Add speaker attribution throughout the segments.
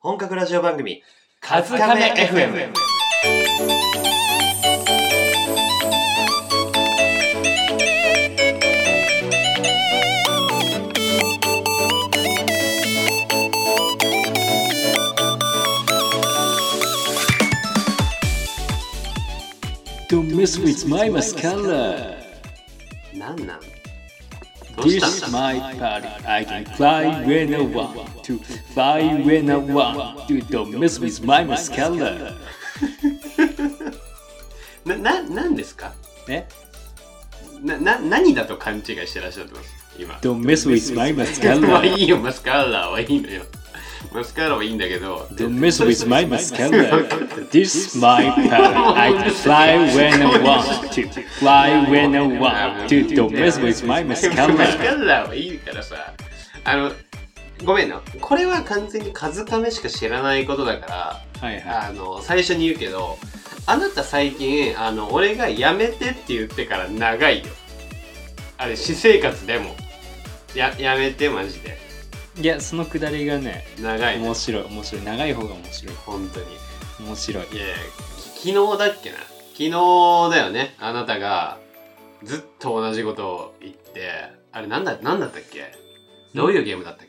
Speaker 1: 本格ラジオ番組「
Speaker 2: カズカメ FM。
Speaker 3: Don't mess with my mascara.
Speaker 1: なんなんどうし
Speaker 3: This
Speaker 1: た
Speaker 3: is
Speaker 1: んだ
Speaker 3: my party. I can fly when I want to. Fly when I want to. Don't mess with my mascara.
Speaker 1: なななんですか
Speaker 3: ね
Speaker 1: なな何だと勘違いしてらっしゃってます今
Speaker 3: Don't mess with my
Speaker 1: まあ
Speaker 3: mascara.
Speaker 1: いいよマスカラはいいのよマスカラはいいんだけど
Speaker 3: Don't mess with my mascara. This is my party. I can fly when I want to. Fly when I want to. Don't mess with my
Speaker 1: マス
Speaker 3: mascara.
Speaker 1: カラはいいからさあのごめんなこれは完全に数亀しか知らないことだから
Speaker 3: はいは
Speaker 1: あの、最初に言うけど、あなた最近、あの、俺がやめてって言ってから長いよ。あれ、私生活でも。や、やめて、マジで。
Speaker 3: い。いや、そのくだりがね、
Speaker 1: 長いね
Speaker 3: 面 白い面白い。長い方が面白い。
Speaker 1: 本当に。
Speaker 3: 面白い。
Speaker 1: いやいや、き昨日だっけな。昨日だよね。あなたが、ずっと同じことを言って、あれ、なんだ、なんだったっけどういうゲームだったっけ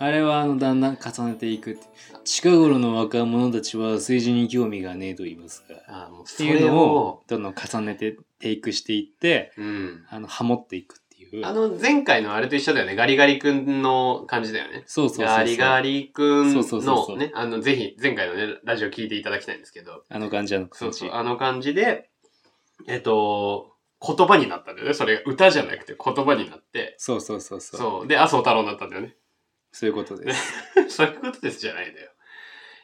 Speaker 3: あれはあのだんだん重ねていくって近頃の若者たちは政治に興味がねえと言いますかっ
Speaker 1: あもう、そ
Speaker 3: ていう
Speaker 1: れ
Speaker 3: の
Speaker 1: を
Speaker 3: を、どんどん重ねてテイクしていって
Speaker 1: うん。
Speaker 3: あのハモっていくっていう
Speaker 1: あの、前回のあれと一緒だよね。ガリガリ君の感じだよね。
Speaker 3: そうそうそうそう
Speaker 1: ガリガリ君
Speaker 3: そうそうそうそ
Speaker 1: の
Speaker 3: う
Speaker 1: ね、あの、ぜひ、前回のね、ラジオ聞いていただきたいんですけど、
Speaker 3: あの感じあの
Speaker 1: そ
Speaker 3: 感
Speaker 1: う
Speaker 3: じ
Speaker 1: そう、あの感じで、えっと、言葉になったんだよね。それが歌じゃなくて言葉になって、
Speaker 3: そうそうそうそうそう
Speaker 1: そう、で、麻生太郎になったんだよね。
Speaker 3: いうことです
Speaker 1: そういうことですじゃないんだよ。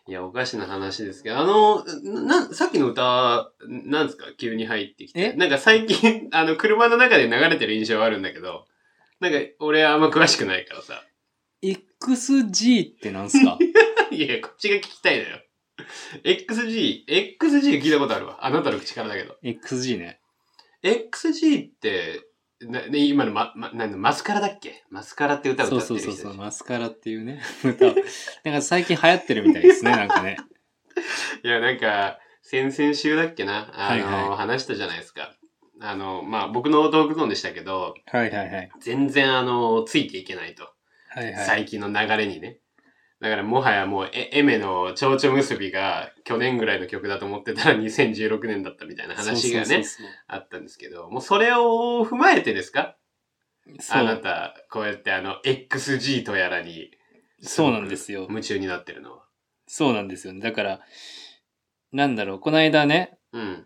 Speaker 1: いや、おかしな話ですけど、あの、な、なさっきの歌、なんですか急に入ってきて。
Speaker 3: え
Speaker 1: なんか最近、 あの、車の中で流れてる印象はあるんだけど、なんか、俺あんま詳しくないからさ。
Speaker 3: XG ってなんす か
Speaker 1: いや、こっちが聞きたいのよ。XG、XG 聞いたことあるわ。あなたの口からだけど。
Speaker 3: XG ね
Speaker 1: XG って、なね、今のま、ま、なんのマスカラだっけマスカラって歌を歌
Speaker 3: そう
Speaker 1: って
Speaker 3: そ
Speaker 1: る人
Speaker 3: うそう
Speaker 1: たち
Speaker 3: そうマスカラっていうね歌をなんか最近流行ってるみたいですねなんかね
Speaker 1: いや、なんか、先々週だっけなあの、
Speaker 3: はいは
Speaker 1: 話したじゃないですか。あの、まあ、僕のトークゾーンでしたけど、
Speaker 3: はいはいはい
Speaker 1: 全然あの、ついていけないと。
Speaker 3: はいはい
Speaker 1: 最近の流れにね。だからもはやもう、え、エメの蝶々結びが去年ぐらいの曲だと思ってたら2016年だったみたいな話がね。
Speaker 3: そうそうそう
Speaker 1: あったんですけど、もうそれを踏まえてですか
Speaker 3: そう
Speaker 1: あなた、こうやってあの、XG とやらに
Speaker 3: そうなんですよ
Speaker 1: 夢中になってるのは。
Speaker 3: そうなんですよね。だから、なんだろう、この間ね、
Speaker 1: うん。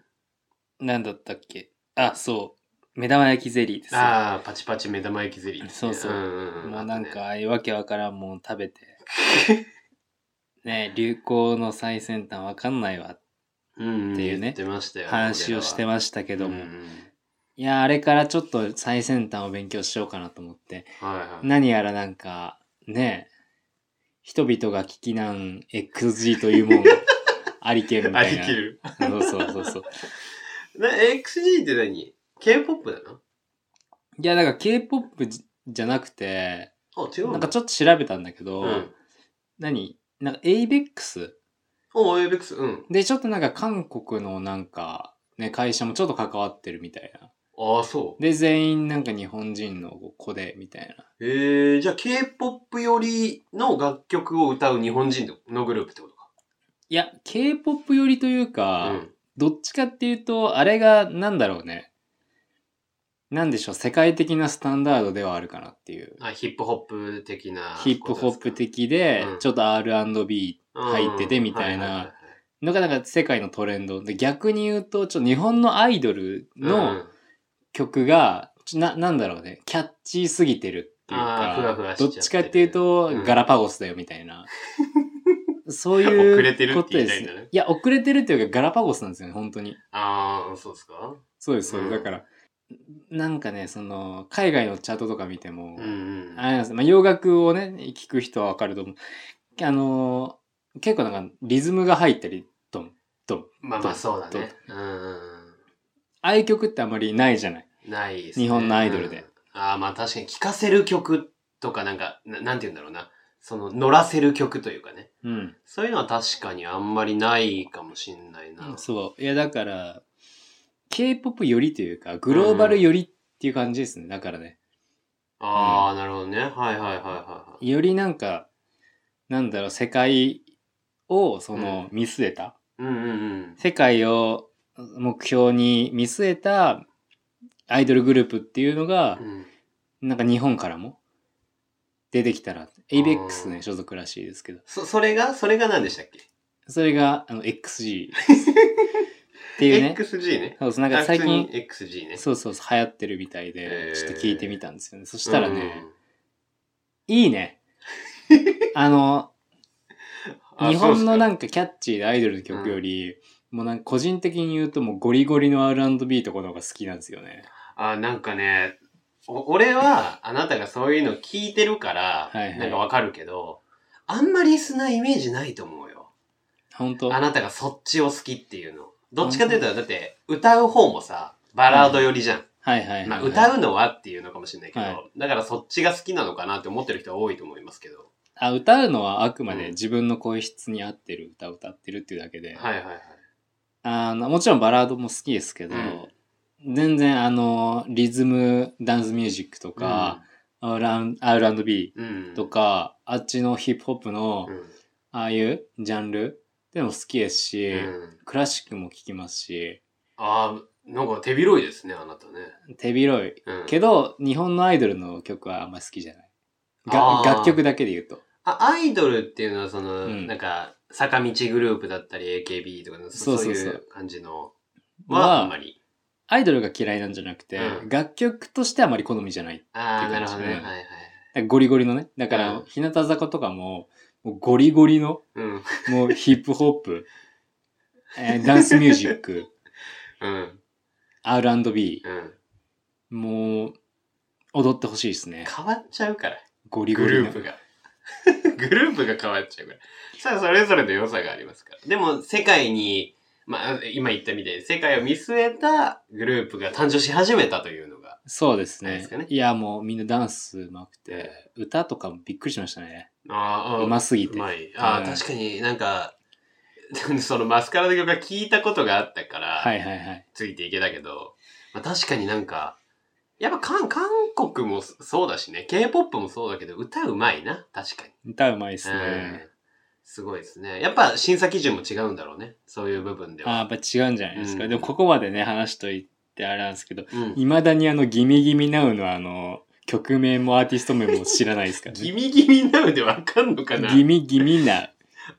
Speaker 3: なんだったっけ。あ、そう、目玉焼きゼリーですよ。
Speaker 1: ああ、パチパチ目玉焼きゼリーですね、
Speaker 3: そうそうん
Speaker 1: んん
Speaker 3: もうなん
Speaker 1: あ
Speaker 3: か、ああいうわけわからんもん食 べて。ね、流行の最先端わかんないわ、
Speaker 1: とね、うんん
Speaker 3: っていうね
Speaker 1: 言ってましたよ。
Speaker 3: 話をして
Speaker 1: ま
Speaker 3: ましたけ
Speaker 1: す
Speaker 3: ども。いや、あれからちょっと最先端を勉強しようかなと思って。
Speaker 1: はいはい。
Speaker 3: 何やらなんか、ね、人々が危機難 XG とい うもん、ありけるみ
Speaker 1: あ
Speaker 3: たい
Speaker 1: り
Speaker 3: な。
Speaker 1: きる。
Speaker 3: そうそうそうそう。
Speaker 1: な、XG って何 ?K-POP なの
Speaker 3: いや、なんか K-POP じじゃなくて、
Speaker 1: あ、違う
Speaker 3: なんかち
Speaker 1: ょっ
Speaker 3: ょっと調べたんだけど、
Speaker 1: うん。
Speaker 3: 何なんか ABEX
Speaker 1: お、ABEX、うん。
Speaker 3: で、ちょっとなんか韓国のなんか、ね、会社もちょっと関わってるみたいな。
Speaker 1: ああ、そう。
Speaker 3: で、全員なんか日本人の子で、みたいな。
Speaker 1: えー、じゃあ K-POP よりの楽曲を歌う日本人ののグループってことか。
Speaker 3: いや、K-POP 寄りというか、
Speaker 1: うん。
Speaker 3: どっちかっていうと、あれがなんだろうね。なんでしょう、世界的なスタンダードではあるかなっていう。
Speaker 1: あ、ヒップホップ的なこと
Speaker 3: ヒ
Speaker 1: です
Speaker 3: ッ
Speaker 1: か。
Speaker 3: プホップ的で、
Speaker 1: うん
Speaker 3: ちょっと R&B 入っててみたいな
Speaker 1: うんはは
Speaker 3: のがなんか世界のトレンドで逆に言うとちょっと日本のアイドル
Speaker 1: はいはい
Speaker 3: の曲が、ちょななんだろうねキャッチーすぎてるっていう
Speaker 1: あーふわふわ
Speaker 3: か
Speaker 1: しちゃ
Speaker 3: ど
Speaker 1: っ
Speaker 3: って
Speaker 1: る
Speaker 3: ちかっていうと、
Speaker 1: うん
Speaker 3: ガラパゴスだよみた いなそう
Speaker 1: 遅れて
Speaker 3: い
Speaker 1: る
Speaker 3: う
Speaker 1: っ
Speaker 3: こ
Speaker 1: て言
Speaker 3: と
Speaker 1: い
Speaker 3: で
Speaker 1: たい
Speaker 3: す
Speaker 1: んだね
Speaker 3: いや遅れてるというかガラパゴスなんですよね本当に
Speaker 1: ああ、そうですか
Speaker 3: そうですそう
Speaker 1: う
Speaker 3: です、
Speaker 1: ん
Speaker 3: だからなんかねその海外のチャートとか見ても、
Speaker 1: うんうん。
Speaker 3: あれなんですまあ、洋楽をね聞く人はわかると思うあのー結構なんかリズムが入ったりドンドン
Speaker 1: まあまあそうだ
Speaker 3: ど
Speaker 1: ね。うんうん
Speaker 3: ああいう曲ってあんまりないじゃない
Speaker 1: うん。ないですね
Speaker 3: 日本のアイドルで
Speaker 1: うんああ、まあ確かに聴かせる曲とかなんか、ななんて言うんだろうな。その乗らせる曲というかね。
Speaker 3: ううん。
Speaker 1: そういうのは確かにあんまりないかもしんないな。
Speaker 3: そう。いや、だから、K-POP よりというか、グローバルよりっていう感じですね。だからね。
Speaker 1: ああ、なるほどね。はいはいはいはい。
Speaker 3: よりなんか、なんだろう、世界を、その、見据えた。
Speaker 1: うんうんうん。
Speaker 3: 世界を目標に見据えたアイドルグループっていうのが
Speaker 1: う、ん、
Speaker 3: なんか日本からも出てきたら、ABEX ね、所属らしいですけど、
Speaker 1: そそれがそれが何でしたっけ、
Speaker 3: それが、あの、XG です。っていうね。
Speaker 1: ?XG ね。
Speaker 3: そうそう、なんか最
Speaker 1: あ
Speaker 3: 近
Speaker 1: 普、通に XG ね。
Speaker 3: そうそうそう、流行ってるみたい
Speaker 1: へ
Speaker 3: で
Speaker 1: ー、
Speaker 3: ちょっと聞いてみたんですよね。そしたらね、いい ね。あの、
Speaker 1: うん、
Speaker 3: 日本のなん
Speaker 1: か、
Speaker 3: んかキャッチーでアイドルの曲より、もうなんか個人的に言うともうゴリゴリの R&B とかの方が好きなんですよね。
Speaker 1: あなんかね、お俺はあなたがそういうの聞いてるから、
Speaker 3: はいはい
Speaker 1: なんかわかるけど、あんまりそんなイメージないと思うよ。
Speaker 3: 本当
Speaker 1: あなたがそっちを好きっていうの。どっちかというと、だって歌う方もさ、バラード寄りじゃん。
Speaker 3: はいはいはい、
Speaker 1: ま
Speaker 3: は
Speaker 1: あ、
Speaker 3: い。
Speaker 1: 歌うのはっていうのかもしれないけど、
Speaker 3: は
Speaker 1: だからそっちが好きなのかなって思ってる人は多いと思いますけど。
Speaker 3: あ歌うのはあくま
Speaker 1: うん
Speaker 3: で自分の声質に合ってる歌を歌ってるっていうだけで、
Speaker 1: はいはいはい。
Speaker 3: あのもちろんバラードも好きですけど、全然あのリズムダンスミュージックとか、R&- R&B
Speaker 1: うん、
Speaker 3: とか、あっちのヒップホップの、
Speaker 1: うん、
Speaker 3: ああいうジャンルでも好きですし、
Speaker 1: うん
Speaker 3: クラシックも聴きますし
Speaker 1: ああ、なんか手広いですね、あなたね。
Speaker 3: 手広い
Speaker 1: うん、
Speaker 3: けど日本のアイドルの曲はあんま好きじゃない
Speaker 1: あ
Speaker 3: が
Speaker 1: ー
Speaker 3: 楽曲だけで言うと
Speaker 1: あアイドルっていうのは、その、
Speaker 3: うん
Speaker 1: なんか、坂道グループだったり、AKB とかのそ
Speaker 3: そうそうそう
Speaker 1: そういう感じのは、あん
Speaker 3: ま
Speaker 1: ま
Speaker 3: あ
Speaker 1: り。
Speaker 3: アイドルが嫌いなんじゃなくて、
Speaker 1: うん
Speaker 3: 楽曲としてあまり好みじゃない
Speaker 1: ああ、
Speaker 3: って
Speaker 1: な
Speaker 3: いう感
Speaker 1: るほど
Speaker 3: じ
Speaker 1: ね。
Speaker 3: うん
Speaker 1: はいはい。
Speaker 3: だからゴリゴリのねだから、
Speaker 1: うん
Speaker 3: 日向坂とかももうゴリゴリの
Speaker 1: うん。
Speaker 3: もうヒップホップ、えーダンスミュージック
Speaker 1: うん。
Speaker 3: R&B
Speaker 1: うん。
Speaker 3: もう踊ってほしいですね
Speaker 1: 変わっちゃうから、
Speaker 3: ゴリ
Speaker 1: グ
Speaker 3: ゴリ
Speaker 1: ル
Speaker 3: の
Speaker 1: ープが。グループが 変わっちゃうから。さあ、それぞれの良さがありますから。でも、世界に、まあ、今言ったみたいに、世界を見据えたグループが誕生し始めたというのが。
Speaker 3: そうです
Speaker 1: あれで
Speaker 3: ね
Speaker 1: すかね
Speaker 3: いやもうみんなダンスうまくて歌とかもびっくりしましたね
Speaker 1: ああ、
Speaker 3: うますぎ
Speaker 1: う
Speaker 3: て
Speaker 1: まい。ああ、
Speaker 3: うん
Speaker 1: 確かになんか、 そのマスカラの曲が聞いたことがあったから、
Speaker 3: はいはいはい
Speaker 1: ついていけたけど、まあ、確かになんか、やっぱ韓韓国もそうだしね、K-POP もそうだけど、歌うまいな、確かに。
Speaker 3: 歌うまいです
Speaker 1: うん
Speaker 3: ね、
Speaker 1: すごいですね。やっぱ審査基準も違うんだろうね、そういう部分で
Speaker 3: あーや
Speaker 1: は。
Speaker 3: っぱ違うんじゃないですか、
Speaker 1: うん
Speaker 3: でもここまでね話しといてあれなんですけど
Speaker 1: うん
Speaker 3: いまだにあのギミギミナウのあの曲名もアーティスト名も知らないですか ら、
Speaker 1: ギミギミなのでわかんのかな
Speaker 3: ね、ギミギミナウ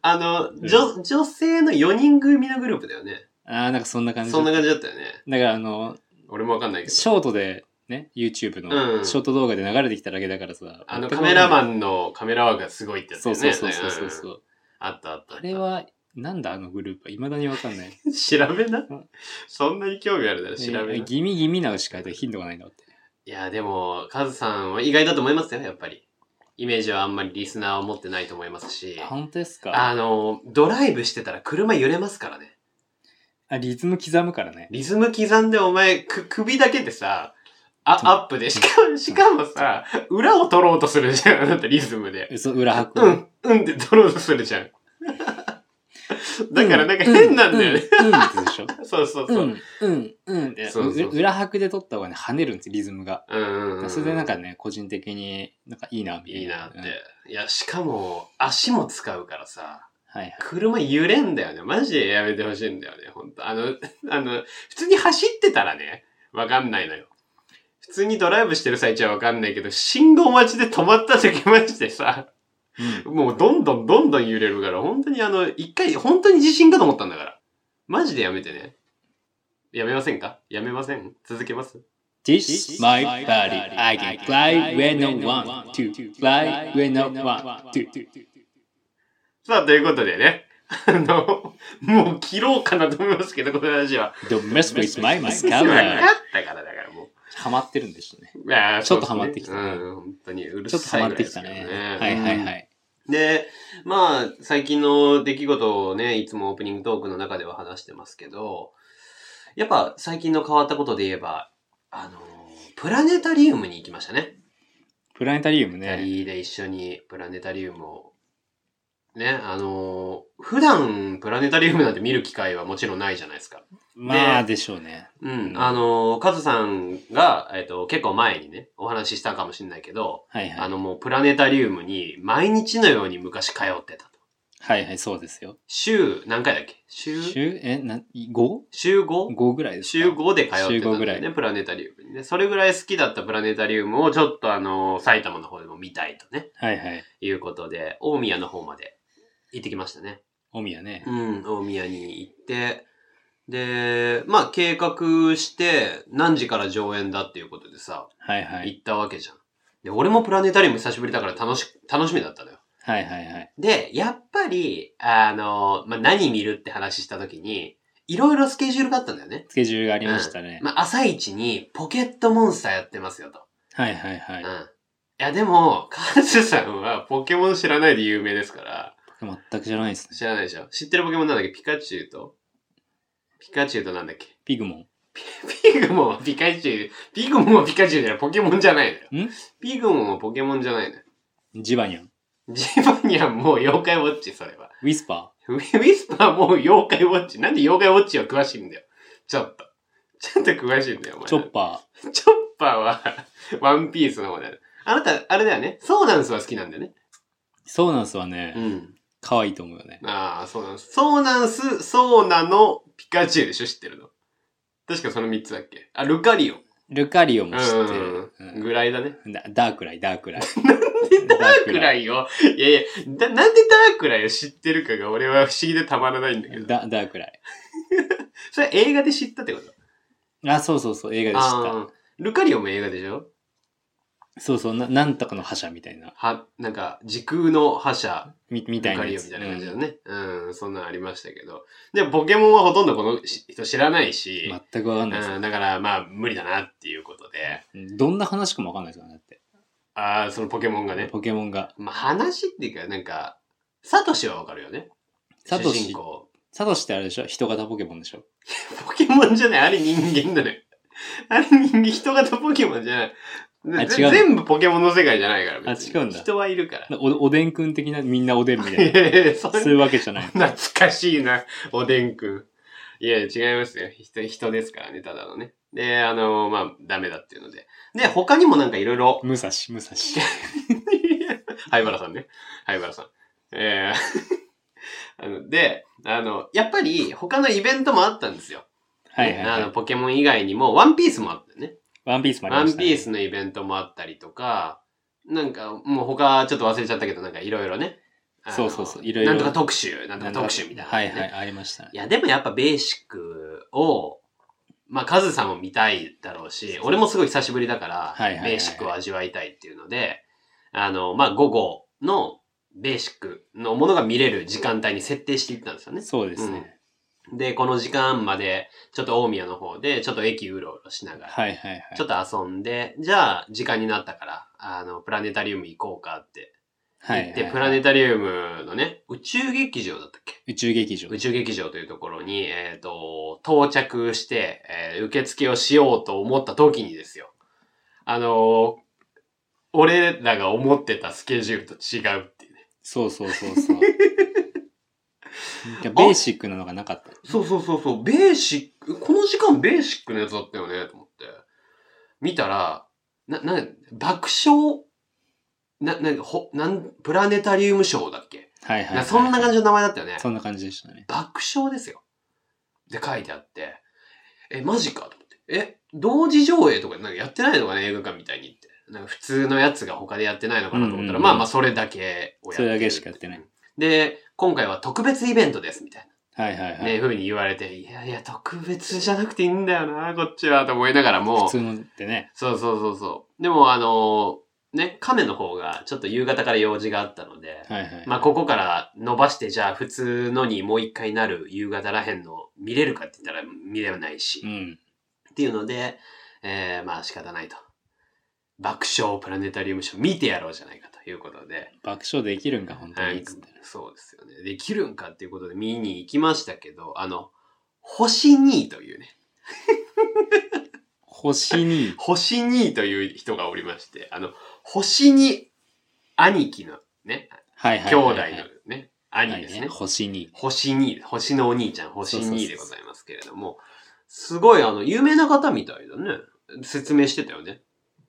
Speaker 1: あの、女、女性の4人組のグループだよね。
Speaker 3: あーなんかそんな感じ
Speaker 1: そんな感じだったよね。
Speaker 3: だからあの
Speaker 1: 俺もわかんないけど。
Speaker 3: ショートでね YouTube
Speaker 1: う
Speaker 3: の
Speaker 1: ん
Speaker 3: ショート動画で流れてきただけだからさ
Speaker 1: あのカメラマ
Speaker 3: ン
Speaker 1: ンのカメラワークがすごいってやつだ
Speaker 3: そう
Speaker 1: よ
Speaker 3: そう
Speaker 1: ね。
Speaker 3: そうそうそうそ
Speaker 1: ん
Speaker 3: う
Speaker 1: あったあったあった。
Speaker 3: あれはなんだあのグループはいまだにわかんない
Speaker 1: 調べな
Speaker 3: うん。
Speaker 1: そんなに興味あるなら調べな。
Speaker 3: え
Speaker 1: い
Speaker 3: ギミギミなしかヒントがないんだって
Speaker 1: や、でも、カズさんは意外だと思いますよ、やっぱり。イメージはあんまりリスナーを持ってないと思いますし。
Speaker 3: 本当ですか
Speaker 1: あの、ドライブしてたら車揺れますからね。
Speaker 3: あリズム刻むからね
Speaker 1: リズム刻んでお前、く首だけでさ、あ、アップで。しかも、しかもさ、裏を取ろうとするじゃん、あな たリズムで。
Speaker 3: 嘘裏拍
Speaker 1: う、ん、うんって取ろうとするじゃ ん。だからなんか変なんだよね。
Speaker 3: うん、うんうんってでしょ
Speaker 1: そうそう
Speaker 3: う
Speaker 1: そう。
Speaker 3: んうんうんで
Speaker 1: そうそうそう
Speaker 3: う裏拍で取った方がね跳ねるんですよリズムが
Speaker 1: うんうんうん、
Speaker 3: それでなんかね個人的になんかいいなみたいない
Speaker 1: いなって、
Speaker 3: うん
Speaker 1: いやしかも足も使うからさ
Speaker 3: はいはい
Speaker 1: 車揺れんだよねマジでやめてほしいんだよね本当あの あの普通に走ってたらねわかんないのよ普通にドライブしてる最中はわかんないけど信号待ちで止まった時マジでさ
Speaker 3: うん
Speaker 1: もうどんどんどんどん揺れるから本当にあの一回本当に地震かと思ったんだからマジでやめてねやめませんかやめません続けます
Speaker 3: This is my body. I can fly when I want to. Fly when I want to.
Speaker 1: さあ、ということでね。あの、もう切ろうかなと思いますけど、この話は。
Speaker 3: Don't mess with my
Speaker 1: 分か
Speaker 3: mascara.
Speaker 1: ったからだからも
Speaker 3: ハマってるんでしたね。
Speaker 1: う。いやー
Speaker 3: ちょっとハマってき
Speaker 1: そ
Speaker 3: た
Speaker 1: う
Speaker 3: ね
Speaker 1: ですねうん、本当にうる
Speaker 3: ちょっと
Speaker 1: さい
Speaker 3: ハマ
Speaker 1: ぐらい
Speaker 3: って
Speaker 1: で
Speaker 3: き
Speaker 1: す
Speaker 3: た
Speaker 1: けど
Speaker 3: ね。はいはいはい。
Speaker 1: で、まあ、最近の出来事をね、いつもオープニングトークの中では話してますけど、やっぱ最近の変わったことで言えば、あの、プラネタリウムに行きましたね。
Speaker 3: プラネタリウム
Speaker 1: 二
Speaker 3: ね。
Speaker 1: 人で一緒にプラネタリウムをね、あのー普段プラネタリウムなんて見る機会はもちろんないじゃないですか。
Speaker 3: まあでしょうね。
Speaker 1: うん。あのーカズさんが、えっ、と、結構前にね、お話ししたかもしれないけど、
Speaker 3: はいは
Speaker 1: あ
Speaker 3: い。
Speaker 1: のもうプラネタリウムに毎日のように昔通ってたと。
Speaker 3: はいはい、そうですよ。
Speaker 1: 週何回だっけ週、
Speaker 3: 週、え、な、5?5
Speaker 1: 週 5?
Speaker 3: ぐらいですか
Speaker 1: 週5で通ってたんだ
Speaker 3: 週
Speaker 1: よ
Speaker 3: 5ぐら
Speaker 1: ね、
Speaker 3: い
Speaker 1: プラネタリウムにね。それぐらい好きだったプラネタリウムをちょっとあの、埼玉の方でも見たいとね、
Speaker 3: はいはい。
Speaker 1: いうことで、大宮の方まで行ってきましたね。
Speaker 3: おみやね
Speaker 1: う。ん、大宮に行って、で、まあ計画して何時から上演だっていうことでさ、
Speaker 3: はいはい。
Speaker 1: 行ったわけじゃん。で、俺もプラネタリウム久しぶりだから楽し、楽しみだったのよ。
Speaker 3: はいはいはい。
Speaker 1: で、やっぱり、あの、まあ、何見るって話した時に、いろいろスケジュールがあったんだよね。
Speaker 3: スケジュールがありましたね。
Speaker 1: まあ、朝一にポケットモンスターやってますよと。
Speaker 3: はいはいは
Speaker 1: う
Speaker 3: い
Speaker 1: ん。い。や、でも、カズさんはポケモン知らないで有名ですから、
Speaker 3: 全くじゃないですね。
Speaker 1: 知らないでしょ。知ってるポケモンなんだっけピカチュウと、ピカチュウとなんだっけ
Speaker 3: ピグモ
Speaker 1: ピグモンはピカチュウ、ピグモンはピカチュウじゃない、ポケモンじゃないのよ。
Speaker 3: ん
Speaker 1: ピグモンはポケモンじゃないのよ。
Speaker 3: ン、ジバニャン、
Speaker 1: ジバニャンもう妖怪ウォッチ、それは。
Speaker 3: ウィスパ
Speaker 1: ウィスパーもう妖怪ウォッチ。なんで妖怪ウォッチは詳しいんだよ。ちょっと。ちょっと詳しいんだよ、お
Speaker 3: ー、
Speaker 1: 前。
Speaker 3: チョッパ
Speaker 1: チョッパーは、ワンピースの方だよ。あなた、あれだよね。ソーダンスは好きなんだよね。
Speaker 3: ー。そうなんすわね
Speaker 1: う。ん。
Speaker 3: 可愛いと思うよね。
Speaker 1: ああ、そうなんす。ソーダンス、ソーナのピカチュウでしょ、知ってるの。確かその3つだっけ。あ、ルカリオ。
Speaker 3: ルカリオ
Speaker 1: う
Speaker 3: も知ってる
Speaker 1: ん。。
Speaker 3: うん
Speaker 1: ぐらいだね。
Speaker 3: ダダークライ、ダー クライ。
Speaker 1: ダーク
Speaker 3: イ
Speaker 1: ライを、いやいや、だなんでダークライを知ってるかが俺は不思議でたまらないんだけど。
Speaker 3: ダダークライ。
Speaker 1: それ映画で知ったってこと
Speaker 3: あ、そうそうそう、映画で知っ
Speaker 1: あールカリオも映画でしょ
Speaker 3: た。そうそう、ななんとかの覇者みたいな。
Speaker 1: は、なんか、時空の覇者、
Speaker 3: みみた
Speaker 1: ル
Speaker 3: い
Speaker 1: カ
Speaker 3: な
Speaker 1: リ
Speaker 3: や
Speaker 1: オ
Speaker 3: つ。
Speaker 1: みたいな感じだ
Speaker 3: うん
Speaker 1: ね。うん、そんなんありましたけど。で、ポケモンはほとんどこの人知らないし、
Speaker 3: 全くわかんないです
Speaker 1: うん、だからまあ無理だなっていうことで、
Speaker 3: うん。どんな話かもわかんないですよね、だって。
Speaker 1: ああ、そのポケモンがね。
Speaker 3: ポケモンが。
Speaker 1: まあ話っていうか、なんか、サトシはわかるよね。
Speaker 3: サト
Speaker 1: 主人
Speaker 3: シ、
Speaker 1: 公
Speaker 3: サトシってあれでしょ人型ポケモンでしょ
Speaker 1: ポケモンじゃない、あれ人間だね。あれ人間、人型ポケモンじゃない。
Speaker 3: あ違うの
Speaker 1: 全部ポケモンの世界じゃないから。別に
Speaker 3: あ違うんだ
Speaker 1: 人はいる から。
Speaker 3: おおでんくん的なみんなおでんみた
Speaker 1: い
Speaker 3: い
Speaker 1: やいやいやそん
Speaker 3: な。
Speaker 1: な
Speaker 3: そういうわけじゃない。
Speaker 1: 懐かしいな、おでんくん。いや、違いますよ。人、人ですからね、ただのね。で、あのまあ、ダメだっていうので。で、他にもなんかいろいろ、
Speaker 3: 武蔵、武蔵。
Speaker 1: 灰原さんね。灰原さん。えー あので、あの、やっぱり他のイベントもあったんですよ。
Speaker 3: はいはい
Speaker 1: あ
Speaker 3: は
Speaker 1: の、
Speaker 3: い。
Speaker 1: ポケモン以外にも、ワンピースもあったよね。
Speaker 3: ワンピースもあり
Speaker 1: ワ
Speaker 3: まし
Speaker 1: ン
Speaker 3: た、
Speaker 1: ピースのイベントもあったりとか、なんか、もう他ちょっと忘れちゃったけど、なんかいろいろね。あの
Speaker 3: そうそうそういろいろ
Speaker 1: なんとか特集、なんと
Speaker 3: な
Speaker 1: か
Speaker 3: んだ
Speaker 1: 特集みたいな、ね。
Speaker 3: はいはい、ありましたね
Speaker 1: い。や、でもやっぱベーシックを、まあ、カズさんも見たいだろうし、俺もすごい久しぶりだから、
Speaker 3: はいはいはいはい
Speaker 1: ベーシックを味わいたいっていうので、あの、まあ、午後のベーシックのものが見れる時間帯に設定していったんですよね。
Speaker 3: そうですね。
Speaker 1: で、この時間まで、ちょっと大宮の方で、ちょっと駅うろうろしながら、
Speaker 3: はいはいはい。
Speaker 1: ちょっと遊んで、じゃあ、時間になったから、あの、プラネタリウム行こうかって
Speaker 3: は
Speaker 1: 言
Speaker 3: い
Speaker 1: っ
Speaker 3: は
Speaker 1: て、
Speaker 3: いはい
Speaker 1: プラネタリウムのね、宇宙劇場だったっけ
Speaker 3: 宇宙劇場。
Speaker 1: 宇宙劇場というところに、えっ、と、到着して、えー受付をしようと思った時にですよ。あのー俺らが思ってたスケジュールと違うっていうね。
Speaker 3: そうそうそうそ う。いやベーシックなのがなかった。
Speaker 1: そうそうそうそう、ベーシック、この時間ベーシックなやつだったよね、と思って。見たら、な、な、爆笑、な、な、ほ、なん、プラネタリウムショーだっけ、
Speaker 3: はいはい、
Speaker 1: なそんな感じ
Speaker 3: じ。
Speaker 1: の名前だったよね。
Speaker 3: そんな感じでしたね。
Speaker 1: 爆笑ですよ。って書いてあって、え、マジかと思って。え、同時上映とかなんかやってないのかね映画館みたいにって。なんか普通のやつが他でやってないのかなと思ったら、
Speaker 3: うんうんうん
Speaker 1: まあまあそれだけをやってる
Speaker 3: それだけしかやってない。
Speaker 1: で、今回は特別イベントです、みたい
Speaker 3: はいはいは
Speaker 1: な、
Speaker 3: い。
Speaker 1: ね、ふうに言われて、いやいや、特別じゃなくていいんだよな、こっちは、と思いながらも
Speaker 3: 普、通のってね。
Speaker 1: そうそうそうそう。でも、あのね、亀の方がちょっと夕方から用事があったので、
Speaker 3: はいはい。
Speaker 1: まあ、ここから伸ばして、じゃあ普通のにもう一回なる夕方らへんの見れるかって言ったら見れないし、
Speaker 3: う
Speaker 1: っ
Speaker 3: ん。
Speaker 1: ていうので、えー、まあ仕方ないと。爆笑プラネタリウムショー見てやろうじゃないかということで、
Speaker 3: 爆笑できるんか、本当
Speaker 1: はい
Speaker 3: にっつって。
Speaker 1: そうですよね。できるんかっていうことで見に行きましたけど、あの、星2というね、
Speaker 3: 星に、
Speaker 1: 星2という人がおりまして、あの、星2兄貴のね、
Speaker 3: はいは
Speaker 1: 兄
Speaker 3: いはい
Speaker 1: 弟
Speaker 3: は
Speaker 1: の
Speaker 3: い。
Speaker 1: ね、兄ですね。
Speaker 3: 星に。
Speaker 1: 星2、星のお兄ちゃん、星
Speaker 3: そうそうそう
Speaker 1: 2でございますけれども、すごいあの、有名な方みたいだね。説明してたよね。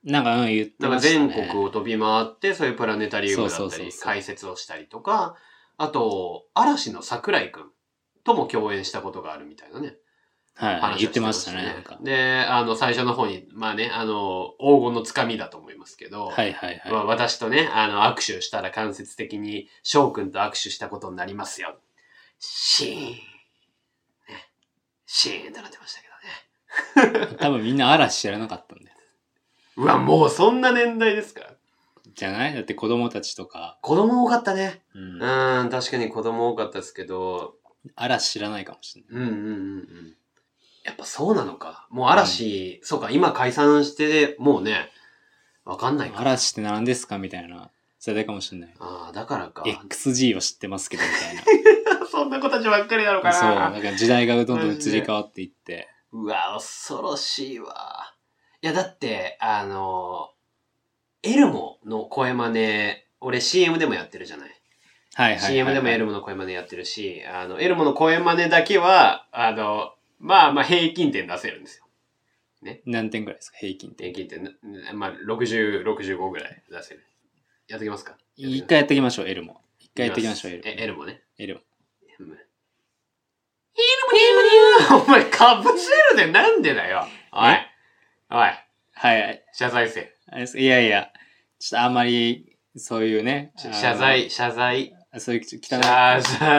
Speaker 3: なんか、うん、言って
Speaker 1: なんか
Speaker 3: ましたね。
Speaker 1: 全国を飛び回って、そういうプラネタリウムだ
Speaker 3: そ
Speaker 1: っ
Speaker 3: う
Speaker 1: た
Speaker 3: そうそう
Speaker 1: り、
Speaker 3: そう
Speaker 1: 解説をしたりとか、あと、嵐の桜井くんとも共演したことがあるみたいなね。
Speaker 3: はい、
Speaker 1: 話を
Speaker 3: 言っ
Speaker 1: してま
Speaker 3: ま
Speaker 1: し
Speaker 3: したた
Speaker 1: ね
Speaker 3: ね。なんか。
Speaker 1: で、あの、最初の方に、まあね、あの、黄金のつかみだと思いますけど、
Speaker 3: はいはいはい。
Speaker 1: まあ、私とね、あの、握手をしたら間接的に翔くんと握手したことになりますよ。シーン。ね。シーンとなってましたけどね。
Speaker 3: 多分みんな嵐知らなかったんだよ。
Speaker 1: うわ、もうそんな年代ですか
Speaker 3: じゃないだって子供たちとか、
Speaker 1: 子供多かったね。
Speaker 3: う、
Speaker 1: うんーん、確かに子供多かったですけど、
Speaker 3: 嵐知らないかもしれない。
Speaker 1: うんうんうんうん。やっぱそうなのか。もう嵐、そうか、今解散して、もうね、わかんないか。
Speaker 3: 嵐って何ですかみたいな世代かもしれない。
Speaker 1: ああ、だからか。
Speaker 3: XG は知ってますけどみたいな。
Speaker 1: そんな子たちばっかり なの
Speaker 3: そう、なんか時代がどんどん移り変わっていって。
Speaker 1: うわ、恐ろしいわ。いや、だって、あの、エルモの声真似、俺 CM でもやってるじゃない。
Speaker 3: はいはいはい、
Speaker 1: CM でもエルモの声真似やってるし、あの、エルモの声真似だけは、あの、まあまあ平均点出せるんですよ。
Speaker 3: 何点ぐらいですか平均って。
Speaker 1: 平均点、なまあ60、65ぐらい出せる。やっときますか
Speaker 3: 一回やっていきましょう、エルモ。一回やっていきましょう、エルモ。
Speaker 1: えエルモね。
Speaker 3: エルモ。
Speaker 1: エルモ、エルモ、お前、かぶせるでなんでだよ。おい
Speaker 3: え。
Speaker 1: おい、
Speaker 3: はいはい
Speaker 1: 謝罪せよ。
Speaker 3: あれです。いやいや、ちょっとあんまり、そういうね。あ
Speaker 1: し
Speaker 3: の
Speaker 1: 謝。罪、謝罪、
Speaker 3: そういう汚
Speaker 1: 謝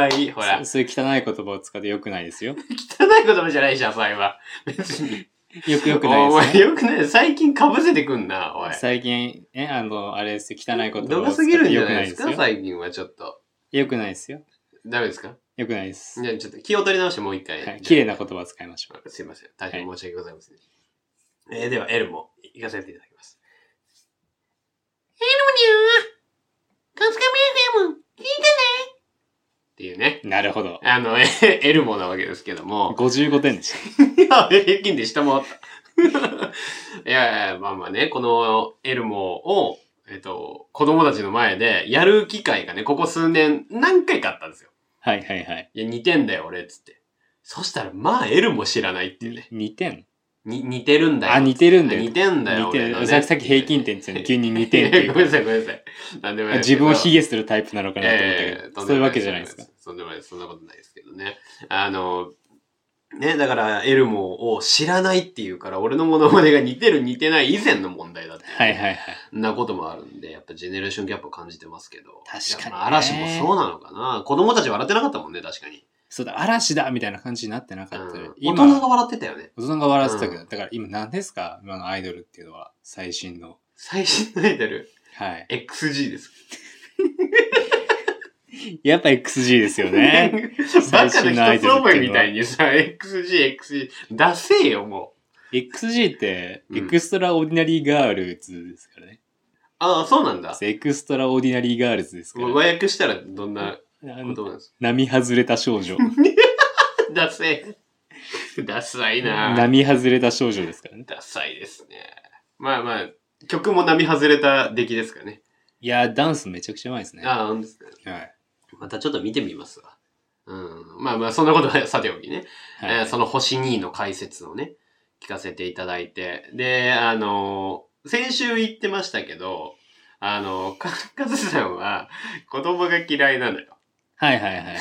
Speaker 3: い。
Speaker 1: 罪、ほら
Speaker 3: そ。そういう汚い言葉を使ってよくないですよ。
Speaker 1: 汚い言葉じゃない、謝罪は。別に。
Speaker 3: よくよくない
Speaker 1: お
Speaker 3: です
Speaker 1: 前、
Speaker 3: よ。
Speaker 1: よくない。最近かぶせてくんな、おい。
Speaker 3: 最近、え、あの、あれですよ汚い言葉を使
Speaker 1: ど
Speaker 3: っ
Speaker 1: かすぎるん
Speaker 3: て
Speaker 1: じゃ
Speaker 3: よく
Speaker 1: ない
Speaker 3: ない
Speaker 1: で
Speaker 3: ですす
Speaker 1: か、
Speaker 3: よ。
Speaker 1: 最近はちょっと。
Speaker 3: よくないですよ。
Speaker 1: ダメですか
Speaker 3: よくないです。
Speaker 1: じゃあちょっと気を取り直してもう一回。
Speaker 3: はい綺麗
Speaker 1: な。
Speaker 3: な言葉を使いましょう。
Speaker 1: すいません。大変申し訳ございません。えーでは、エルも行かせていただきます。エルもにゃーカスカメ FM 聞いてねっていうね。
Speaker 3: なるほど。
Speaker 1: あの、え エルモなわけですけど も。
Speaker 3: 55点でした。
Speaker 1: いや、平均で下回った。い やいや、まあまあね、このエルモを、えっと、子供たちの前でやる機会がね、ここ数年何回かあったんですよ。
Speaker 3: はいはいはい。
Speaker 1: いや、似てんだよ、俺、つって。そしたら、まあ、エルモ知らないっていうね。
Speaker 3: 2点
Speaker 1: に、似てるんだよ。
Speaker 3: あ、似てるんだよ。
Speaker 1: 似てんだよ。
Speaker 3: 似て
Speaker 1: 俺のね
Speaker 3: る。さっきさっき平均点って いうの急に似てるって
Speaker 1: い
Speaker 3: い
Speaker 1: や
Speaker 3: う
Speaker 1: ごめん
Speaker 3: か
Speaker 1: なさい、ごめんなさい。なんでもないですけ
Speaker 3: 自
Speaker 1: ど
Speaker 3: 分を卑下するタイプなのかなと思った
Speaker 1: ええ
Speaker 3: けど、そういうわけじゃないですか。。
Speaker 1: とんでもないです。そんなことないですけどね。あの、ね、だから、エルモを知らないっていうから、俺のモノマネが似てる似てない以前の問題だって。
Speaker 3: はいはいはい。
Speaker 1: なこともあるんで、やっぱジェネレーションギャップを感じてますけど。
Speaker 3: 確かにね
Speaker 1: いやまあ嵐もそうなのかな。子供たち笑ってなかったもんね、確かに。
Speaker 3: そうだ、嵐だみたいな感じになってなかっ
Speaker 1: う
Speaker 3: た
Speaker 1: ん
Speaker 3: よ。
Speaker 1: 大
Speaker 3: 今、
Speaker 1: 人が
Speaker 3: 大
Speaker 1: 笑ってたよね。
Speaker 3: 人が笑ってたけ
Speaker 1: う
Speaker 3: ど、だから今何ですか今のアイドルっていうのは、最新の。
Speaker 1: 最新のアイドル、
Speaker 3: はい。
Speaker 1: XG です。
Speaker 3: やっぱ XG ですよね。
Speaker 1: バ
Speaker 3: 最
Speaker 1: カ
Speaker 3: 新のア
Speaker 1: の
Speaker 3: イ
Speaker 1: 一つ
Speaker 3: ドルっていうのは
Speaker 1: 覚えみたいにさ、XG、XG、出せよ、もう。
Speaker 3: XG って、
Speaker 1: うん
Speaker 3: エクストラオーディナリーガールズですからね。
Speaker 1: ああ、そうなんだ。
Speaker 3: エクストラオーディナリーガールズですから。
Speaker 1: 和訳したらどんな
Speaker 3: あ
Speaker 1: こ
Speaker 3: の
Speaker 1: となんですか
Speaker 3: 並外れた少女。
Speaker 1: ダセえ。ダサ いな。
Speaker 3: 並外れた少女ですからね。
Speaker 1: ダサいですね。まあまあ、曲も並外れた出来ですかね。
Speaker 3: いやー、ダンスめちゃくちゃうまいですね。は
Speaker 1: ああ、ほんとですか
Speaker 3: い。はい
Speaker 1: またちょっと見てみますわ。うん。まあまあ、そんなことはさておきね。えーその星2の解説をね、聞かせていただいて。で、あのー先週言ってましたけど、あのーか、かずさんは子供が嫌いなのよ。
Speaker 3: はいはいはいはい。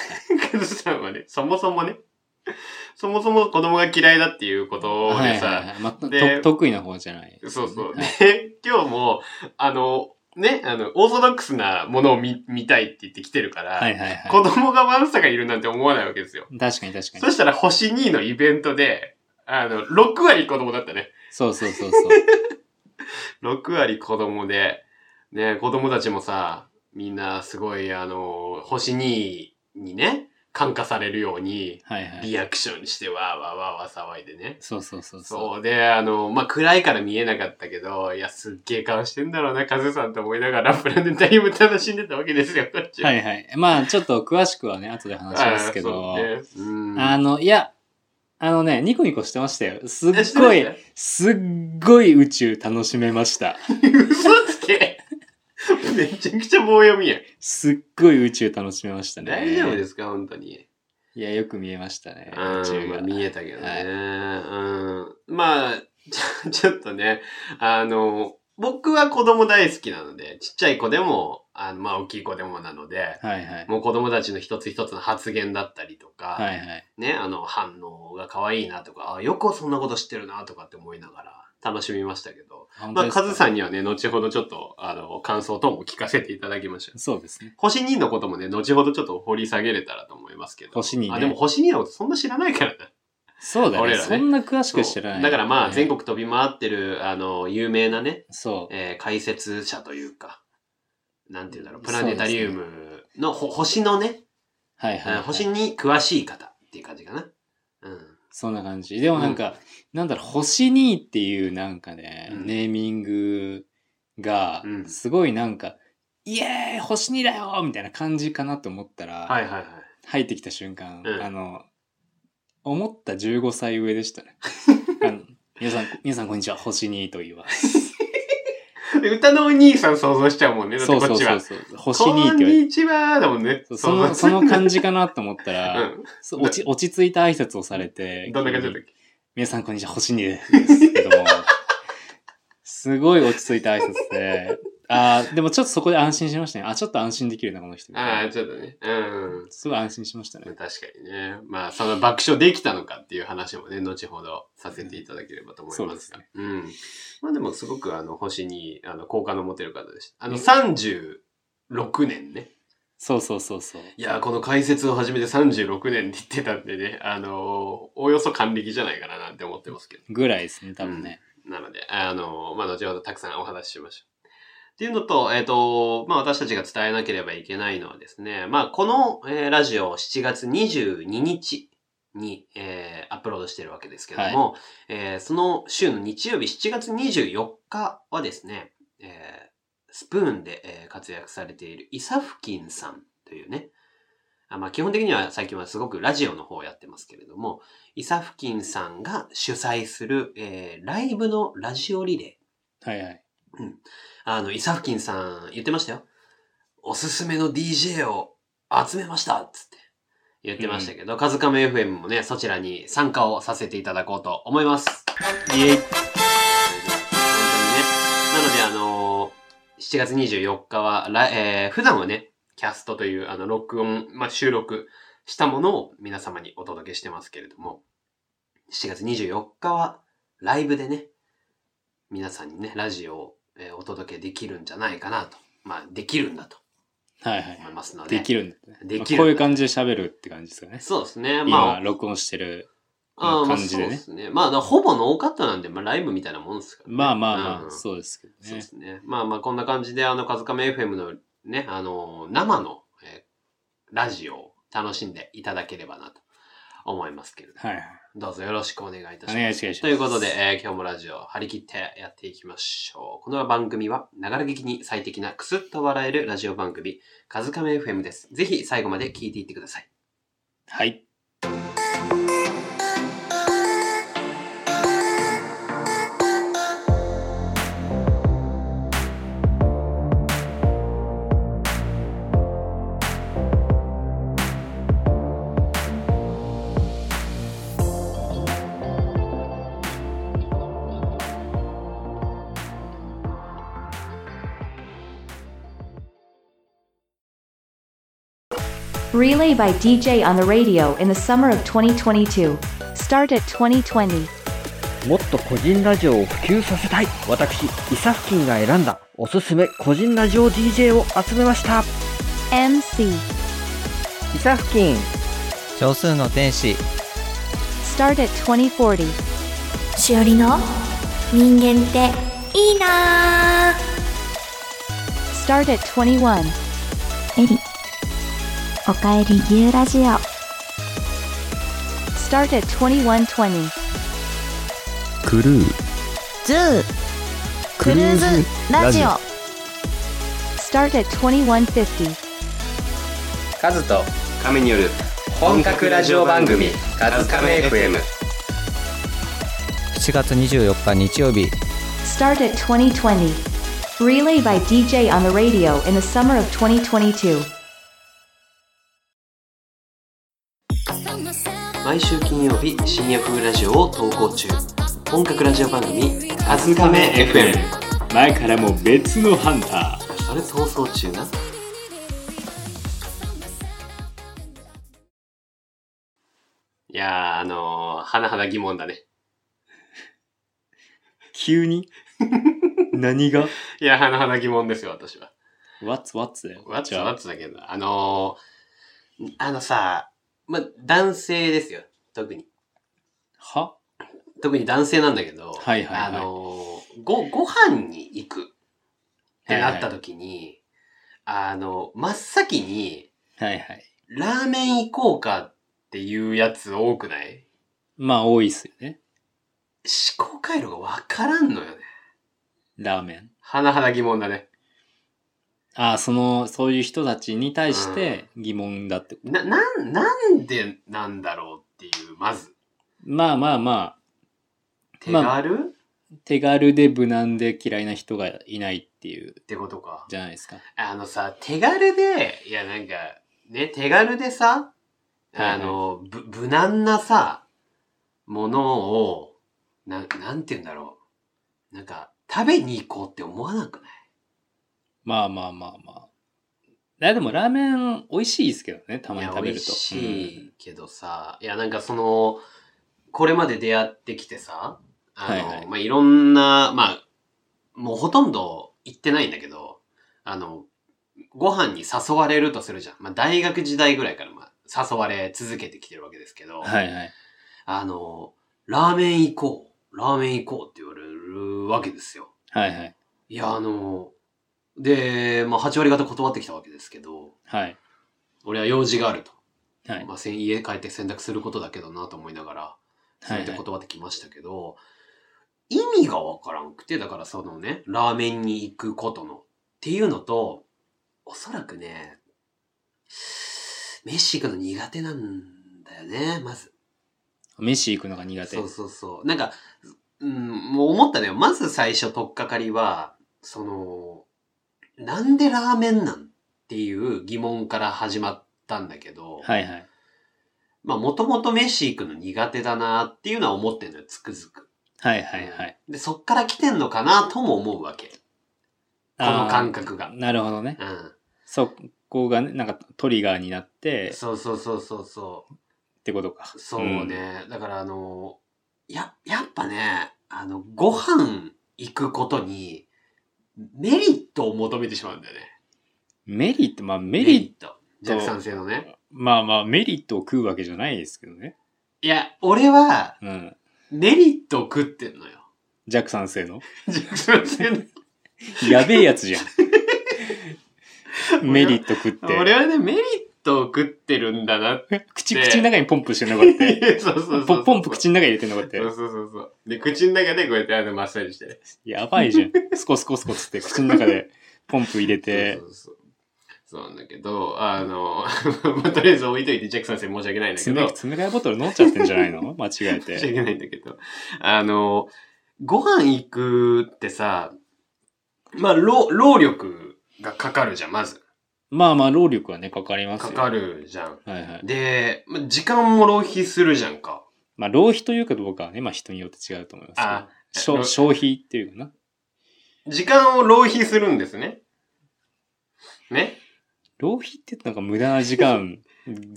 Speaker 1: カズさんはね、そもそもね、そもそも子供が嫌いだっていうことでさ、
Speaker 3: はいはいはいまあと
Speaker 1: で
Speaker 3: と得意な方じゃない。
Speaker 1: そうそう。
Speaker 3: はい
Speaker 1: で、今日も、あの、ね、あの、オーソドックスなものを見見たいって言ってきてるから、
Speaker 3: はいはいは
Speaker 1: 子供がワンサがいるなんて思わないわけですよ。
Speaker 3: い。確かに確か
Speaker 1: そ
Speaker 3: に。
Speaker 1: したら星2のイベントで、あの、6割子供だったね。
Speaker 3: そうそうそうそう。
Speaker 1: 6割子供で、ね、子供たちもさ、みんなすごい、あの、星2にね、感化されるように、
Speaker 3: はいはい。
Speaker 1: リアクションしてわーわーわーわー騒いでね。
Speaker 3: そうそうそうそう。
Speaker 1: そう。で、あの、まあ、暗いから見えなかったけど、いや、すっげえ顔してんだろうな、カズさんと思いながら、プラネタリウム楽しんでたわけですよ、こっちは。。
Speaker 3: はいいはい。まあちょっと詳しくはね、後で話しますけど。
Speaker 1: そうねうん。
Speaker 3: あの、いや、あのね、ニコニコしてましたよ。すっ
Speaker 1: え、してま
Speaker 3: ご
Speaker 1: し
Speaker 3: い、すっごい宇宙楽しめました。
Speaker 1: た嘘つけめちゃくちゃ棒読みや。
Speaker 3: すっごい宇宙楽しめましたね。
Speaker 1: 大丈夫ですか本当に。
Speaker 3: いや、よく見えましたね。
Speaker 1: うん
Speaker 3: 宇宙
Speaker 1: ま
Speaker 3: が。
Speaker 1: あ、見えたけどね。
Speaker 3: はい
Speaker 1: うん。まあ、ちょ ちょっとね、あの、僕は子供大好きなので、ちっちゃい子でも、あのまあ、大きい子でもなので、
Speaker 3: はいはい。
Speaker 1: もう子供たちの一つ一つの発言だったりとか、
Speaker 3: はいはい。
Speaker 1: ね、あの、反応が可愛いなとか、あよくそんなこと知ってるなとかって思いながら楽しみましたけど、まあ、カズさ
Speaker 3: ん。
Speaker 1: んにはね、後ほどちょっと、あの、感想等も聞かせていただきましょう。
Speaker 3: そうですね。
Speaker 1: 星2のこともね、後ほどちょっと掘り下げれたらと思いますけど。
Speaker 3: 星にね
Speaker 1: あ、でも星2のことそんな知らないからな。
Speaker 3: そうだ
Speaker 1: 俺
Speaker 3: ね。
Speaker 1: らね
Speaker 3: そんな詳しく知らない。
Speaker 1: だからまあ、全
Speaker 3: 国。
Speaker 1: 国飛び回ってる、あの、有名なね、
Speaker 3: そう。
Speaker 1: えー解説者というか、なんていうんだろう、プラネタリウムの、ほ星のね、
Speaker 3: はいはいはい。
Speaker 1: 星に詳しい方っていう感じかな。うん。
Speaker 3: そんな感じ。でもなんか、なんだろう、星2っていうなんかね、
Speaker 1: うん
Speaker 3: ネーミングが
Speaker 1: う、ん
Speaker 3: すごいなんか、イエーイ星2だよみたいな感じかなと思ったら、
Speaker 1: はいはいはい。
Speaker 3: 入ってきた瞬間、
Speaker 1: うん
Speaker 3: あの、思った15歳上 でしたね。あの皆さん、皆さんこんにちは、星2と言います。
Speaker 1: で歌のお兄さん想像しちゃうもんね。だって
Speaker 3: そう
Speaker 1: こ
Speaker 3: そ
Speaker 1: っ
Speaker 3: う
Speaker 1: ち
Speaker 3: そ
Speaker 1: は
Speaker 3: う。そう。星2
Speaker 1: こ
Speaker 3: って
Speaker 1: ん
Speaker 3: 言われて
Speaker 1: にちはだもんね。
Speaker 3: そうそ の、そ
Speaker 1: 想像
Speaker 3: の感じかなと思ったら、
Speaker 1: う
Speaker 3: そう落ち落ち着いた挨拶をされて、
Speaker 1: ん。どんな感じだったっけ
Speaker 3: 皆さんこんにちは、星にですけども、すごい落ち着いた挨拶で、あーでもちょっとそこで安心しましたね。あ、ちょっと安心できるな、この人。
Speaker 1: ああ、ちょっとね。うん。
Speaker 3: すごい安心しましたね
Speaker 1: 確。かにね。まあ、その爆笑できたのかっていう話もね、後ほどさせていただければと思いますが。うん。まあでも、すごく、あの、星に、あの、好感の持てる方でした。あの、36年ね。
Speaker 3: そうそうそうそう。
Speaker 1: いやー、この解説を始めて36年って言ってたんでね、あのーおおよそ還暦じゃないかななんて思ってますけど。
Speaker 3: ぐらいですね、多分ね。
Speaker 1: なので、あの、まあ、後ほどたくさんお話ししましょう。っていうのと、えっ、と、まあ、私たちが伝えなければいけないのはですね、まあ、この、えーラジオを7月22日に、えーアップロードしてるわけですけども、えーその週の日曜日7月24日はですね、えースプーンで、えー活躍されているイサフキンさんというね、あまあ、基本的には最近はすごくラジオの方をやってますけれども、イサフキンさんが主催する、えーライブのラジオリレー。
Speaker 3: はいはい。
Speaker 1: あの、イサフキンさん言ってましたよ。おすすめの DJ を集めましたっつって言ってましたけど、カズカメ FM もね、そちらに参加をさせていただこうと思います。
Speaker 3: イエイ
Speaker 1: 本当にね。なので、あのー7月24日は、らえー普段はね、キャストという、あの、録音、まあ、収録したものを皆様にお届けしてますけれども、7月24日は、ライブでね、皆さんにね、ラジオを、えーお届けできるんじゃないかなと。まあ、できるんだと
Speaker 3: はいはい。
Speaker 1: 思いますので。
Speaker 3: できるんだね。
Speaker 1: できる
Speaker 3: まあこういう感じで喋るって感じですかね。
Speaker 1: そうですね。ま
Speaker 3: 今、
Speaker 1: あ、
Speaker 3: 録音してる。
Speaker 1: あーまあ
Speaker 3: 感じで
Speaker 1: そ
Speaker 3: ね
Speaker 1: うですね。まあ、だからほぼノーカットなんで、まあ、ライブみたいなもんですから、ね。
Speaker 3: まあまあまあ、
Speaker 1: うん
Speaker 3: そうですけど
Speaker 1: そうで
Speaker 3: ね。
Speaker 1: すね。まあまあ、こんな感じで、あの、カズカメ FM のね、あの、生の、えーラジオを楽しんでいただければなと思いますけれど、
Speaker 3: はいはい。
Speaker 1: どうぞよろしくお願いいたし
Speaker 3: お
Speaker 1: ます。
Speaker 3: 願いします。
Speaker 1: ということで、えー今日もラジオ張り切ってやっていきましょう。この番組は、ながら劇に最適なくすっと笑えるラジオ番組、カズカメ FM です。ぜひ最後まで聞いていってください。
Speaker 3: はい。
Speaker 2: Relay by DJ on the radio in the summer of 2022. Start at 2020.
Speaker 4: もっと個人ラジオを普及させたい私イサフキンが選んだおすすめ個人ラジオ DJ を集めました
Speaker 2: MC.
Speaker 4: イサフキン
Speaker 5: 少数の天使
Speaker 2: Start at 2040.
Speaker 6: しおりの人間っていいな
Speaker 2: Start at 21.
Speaker 6: エリおかえりゆうラジオ
Speaker 2: Start at 2120.
Speaker 6: ズークルーズラジオ
Speaker 2: Start at 2150.
Speaker 7: カズとカメによる本格ラジオ番組「カズカメ FM」
Speaker 5: 7月24日日曜日
Speaker 2: Start at 2020. Relay by DJ on the radio in the summer of 2022.
Speaker 1: 毎週金曜日深夜風ラジオを投稿中本格ラジオ番組「カズカメ FM
Speaker 3: 前からも別のハンタ」
Speaker 1: それ逃走中な「いやーあのー、甚だ疑問だね。
Speaker 3: ー。急に何が
Speaker 1: いや、甚だ疑問ですよ、私は。
Speaker 3: ?What's what's だよ。
Speaker 1: わっち
Speaker 3: じゃ
Speaker 1: ゃ
Speaker 3: あ
Speaker 1: わっちだけど、あのー、あのさ、ま、男性ですよ、特に。
Speaker 3: は
Speaker 1: 特に男性なんだけど、
Speaker 3: はいはいはい
Speaker 1: あのー、ご、ご飯に行くってなった時に、あの、真っ先に、
Speaker 3: はいはい。
Speaker 1: ラーメン行こうかっていうやつ多くない
Speaker 3: まあ多いっすよね。
Speaker 1: 思考回路がわからんのよね。
Speaker 3: ラーメン。
Speaker 1: はなはだ疑問だね。
Speaker 3: ああ、その、そういう人たちに対して疑問だって。
Speaker 1: な、なん、なんでなんだろうっていう、まず。
Speaker 3: まあまあま
Speaker 1: 手軽、
Speaker 3: まああ、手軽で無難で嫌いな人がいないっていう、
Speaker 1: ってことか。
Speaker 3: じゃないですか。
Speaker 1: あのさ、手軽で、いやなんか、ね、手軽でさ、あの、ぶ無難なさ、ものを、な、なんて言うんだろう。なんか、食べに行こうって思わなくない
Speaker 3: まあまあまあまあ。いやでもラーメン美味しいですけどね、たまに食べ
Speaker 1: いや、
Speaker 3: る
Speaker 1: 美
Speaker 3: と。
Speaker 1: 味しいけどさ、いやなんかその、これまで出会ってきてさ、あの、
Speaker 3: はいいはい
Speaker 1: まあ、いろんな、まあ、もうほとんど行ってないんだけど、あの、ご飯に誘われるとするじゃん。まあ、大学時代ぐらいから、まあ、誘われ続けてきてるわけですけど、
Speaker 3: うんはいはい。
Speaker 1: あの、ラーメン行こう、ラーメン行こうって言われるわけですよ。
Speaker 3: はいはい。
Speaker 1: いや、あの、で、まあ、8割方断ってきたわけですけど、
Speaker 3: はい。
Speaker 1: 俺は用事があると。
Speaker 3: はい。
Speaker 1: まあ、せん家帰って洗濯することだけどなと思いながら、そうやって
Speaker 3: はいはい
Speaker 1: 断ってきましたけど、意味がわからんくて、だからそのね、ラーメンに行くことの。っていうのと、おそらくね、飯行くの苦手なんだよね、まず。
Speaker 3: 飯行くのが苦手。
Speaker 1: そうそうそう。なんか、うん、もう思ったね。まず最初取っかかりは、その、なんでラーメンなんっていう疑問から始まったんだけど、
Speaker 3: はいはい。
Speaker 1: まあ、もともと飯行くの苦手だなっていうのは思ってんのよ、つくづく。
Speaker 3: はいはいはい。
Speaker 1: で、そっから来てんのかなとも思うわけ。この感覚
Speaker 3: あ
Speaker 1: が
Speaker 3: ー。なるほどね。
Speaker 1: うん。
Speaker 3: そこがね、なんかトリガーになって、
Speaker 1: そうそうそうそうそう。
Speaker 3: ってことか。
Speaker 1: そうね。だからあの、や、やっぱね、あの、ご飯行くことに、メリットを求めてしまうんだよね。
Speaker 3: うん。メリット、まあメリット、
Speaker 1: ト。弱酸性のね。
Speaker 3: まあまあメリットを食うわけじゃないですけどね。
Speaker 1: いや、俺は、
Speaker 3: うん。
Speaker 1: メリットを食ってんのよ。
Speaker 3: 弱酸性の。
Speaker 1: 弱酸性の。
Speaker 3: やべえや つじゃん。メリット食って。
Speaker 1: 俺はね、メリットを食ってるんだなって。
Speaker 3: 口、口の中にポンプしてんのこうやって。
Speaker 1: そうそうそうそ
Speaker 3: ポ
Speaker 1: う。
Speaker 3: ンポンプ口の中に入れてんのこうやって
Speaker 1: そう。そうそうそう。で、口の中でこうやってあのマッサージしてね。
Speaker 3: やばいじゃ ん。スコスコスコつって口の中でポンプ入れて
Speaker 1: そ。うそうそう。そうなんだけど、あの、 まあ、とりあえず置いといて、ジャックさん申し訳ないんだけ
Speaker 3: 爪
Speaker 1: ど、
Speaker 3: 爪がいボトル飲んじゃってんじゃな いの間違え。
Speaker 1: 申して訳ないんだけど、あの、ご飯行くってさ、まあ、労労力がかかるじゃん、まず。
Speaker 3: まあまあ、労力はね、かかります
Speaker 1: か
Speaker 3: よ。
Speaker 1: かるじゃん。
Speaker 3: はいはい。
Speaker 1: で、まあ、時間も浪費するじゃんか。
Speaker 3: まあ、浪費というかどうかはね、まあ人によって違うと思いますけど
Speaker 1: あ
Speaker 3: 消
Speaker 1: ろ
Speaker 3: 消費っていうかな。
Speaker 1: 時間を浪費するんですね。ね。
Speaker 3: 浪費ってなんか無駄な時間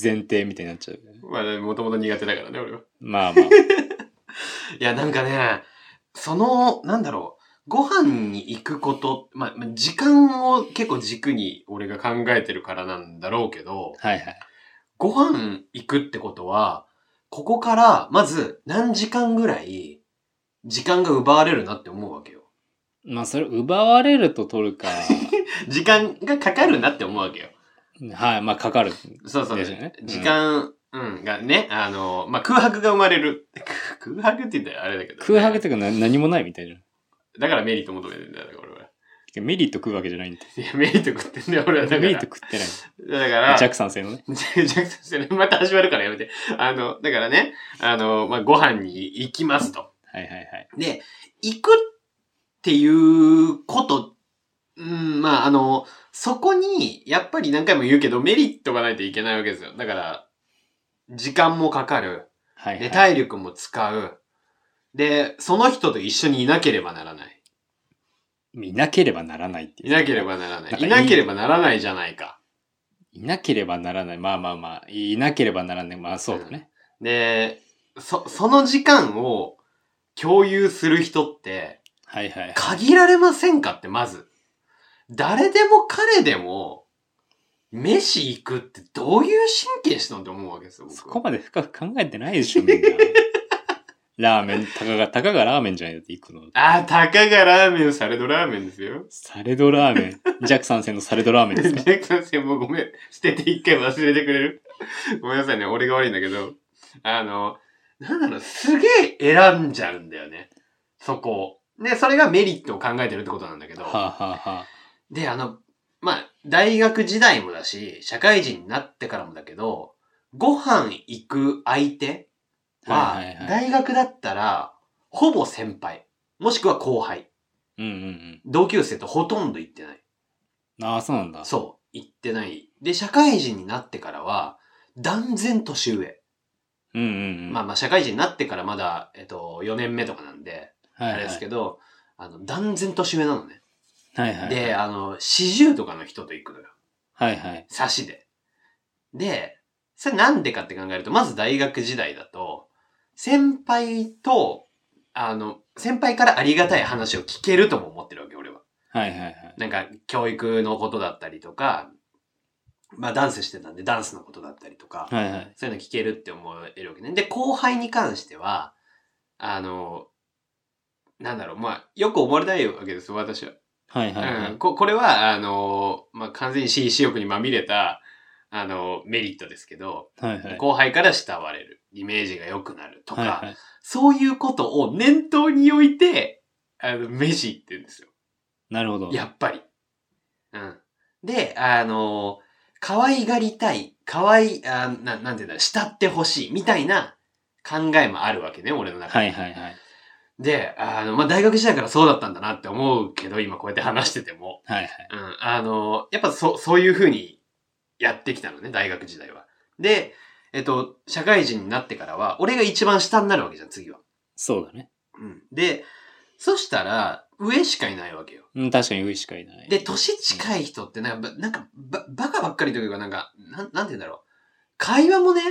Speaker 3: 前提みたいになっちゃうよね。
Speaker 1: まあ、もともと苦手だからね、俺は。
Speaker 3: ま あまあ。
Speaker 1: いや、なんかね、その、なんだろう、ご飯に行くこと、まあ、まあ時間を結構軸に俺が考えてるからなんだろうけど、
Speaker 3: はいはい。
Speaker 1: ご飯行くってことは、ここから、まず何時間ぐらい、時間が奪われるなって思うわけよ。
Speaker 3: まあそれ、奪われると取るか。
Speaker 1: 時間がかかるなって思うわけよ。
Speaker 3: はい、まあかかる。
Speaker 1: そうそう。
Speaker 3: ですよねうん
Speaker 1: 時間、うん、がね、あの、まあ、空白が生まれる。 空白って言ったらあれだけど、
Speaker 3: 空白っていうかな何もないみたいじゃん。
Speaker 1: だからメリット求めてんだよ、俺は。
Speaker 3: メリット食うわけじゃないんだ
Speaker 1: いや、メリット食ってんだよ、俺は。だか
Speaker 3: よ。
Speaker 1: ら
Speaker 3: メリット食ってない。
Speaker 1: だから、
Speaker 3: 弱酸性のね。
Speaker 1: ジャクソンしてね、また始まるからやめて。あの、だからね、あの、まあ、ご飯に行きますと。
Speaker 3: はいはいはい。
Speaker 1: で、行くっていうことうん、まあ、あの、そこに、やっぱり何回も言うけど、メリットがないといけないわけですよ。だから、時間もかかる。
Speaker 3: はい、は
Speaker 1: で、
Speaker 3: い。
Speaker 1: 体力も使う。で、その人と一緒にいなければならない。
Speaker 3: いなければならないってい。
Speaker 1: いうなけれ。ばならない。
Speaker 3: ないんかいい
Speaker 1: なければならないじゃないか。
Speaker 3: いなければならない。まあまあまあ。いなければならない。まあそうだね。
Speaker 1: で、そ、その時間を共有する人って、
Speaker 3: はいはいはい。
Speaker 1: 限られませんかって、まず。誰でも彼でも、飯行くってどういう神経したんって思うわけですよ、僕は
Speaker 3: そこまで深く考えてないでしょ、みんな。ラーメ ン、たかが、たかがラーメンじゃないだって行くの。
Speaker 1: あー、たかがラーメン、サレドラーメンですよ。
Speaker 3: サレドラーメン。ジャック参戦のサレドラーメン
Speaker 1: ジ
Speaker 3: で
Speaker 1: ャ
Speaker 3: すか
Speaker 1: ックさん先もごめん。捨てて一回忘れてくれるごめんなさいね、俺が悪いんだけど。あの、なんだろう、すげえ選んじゃうんだよね。そこを。で、それがメリットを考えてるってことなんだけど。
Speaker 3: はあ、はあはあ、
Speaker 1: で、あの、まあ、大学時代もだし、社会人になってからもだけど、ご飯行く相手は
Speaker 3: はいはいは、い
Speaker 1: 大学だったら、ほぼ先輩、もしくは後輩、
Speaker 3: うんうん
Speaker 1: 同級生とほとんど行ってない。
Speaker 3: うん。ああ、そうなんだ。
Speaker 1: そう、行ってない。で、社会人になってからは、断然年上。
Speaker 3: うんうんうん。
Speaker 1: まあまあ、社会人になってからまだ、えっと、4年目とかなんで、
Speaker 3: あ、はい
Speaker 1: あ
Speaker 3: はい、
Speaker 1: れですけど、あの、断然年上なのね。
Speaker 3: はいはい。
Speaker 1: で、あの、40とかの人と行くのよ。
Speaker 3: はいはい。
Speaker 1: 差しで。で、それなんでかって考えると、まず大学時代だと、先輩と、あの、先輩からありがたい話を聞けるとも思ってるわけ、俺は。
Speaker 3: はいはいはい。
Speaker 1: なんか、教育のことだったりとか、まあ、ダンスしてたんで、ダンスのことだったりとか、
Speaker 3: はいはい。
Speaker 1: そういうの聞けるって思えるわけね。で、後輩に関しては、あの、なんだろう、まあ、よく思われないわけですよ、私は。
Speaker 3: はいはいは
Speaker 1: うん、
Speaker 3: い。
Speaker 1: ここれは、あの、まあ、完全に私利私欲にまみれた、あの、メリットですけど、
Speaker 3: はいはい。
Speaker 1: 後輩から慕われる、イメージが良くなるとか、
Speaker 3: はいはい。
Speaker 1: そういうことを念頭に置いて、あの、飯行ってるんですよ。
Speaker 3: なるほど。
Speaker 1: やっぱり。うん。で、あの、可愛がりたい、可愛い、あななんていうんだろう、慕ってほしい、みたいな考えもあるわけね、俺の中
Speaker 3: は
Speaker 1: に
Speaker 3: いはいはい。
Speaker 1: で、あの、まあ、大学時代からそうだったんだなって思うけど、今こうやって話してても。
Speaker 3: はいはい。
Speaker 1: うん、あの、やっぱそ、そういうふうにやってきたのね、大学時代は。で、えっと、社会人になってからは、俺が一番下になるわけじゃん、次は。
Speaker 3: そうだね。
Speaker 1: うん。で、そしたら、上しかいないわけよ。
Speaker 3: うん、確かに上しかいない。
Speaker 1: で、年近い人ってなんか、ばなんか、ば、バカばっかりというか、なんか、なん、なんて言うんだろう。会話もね、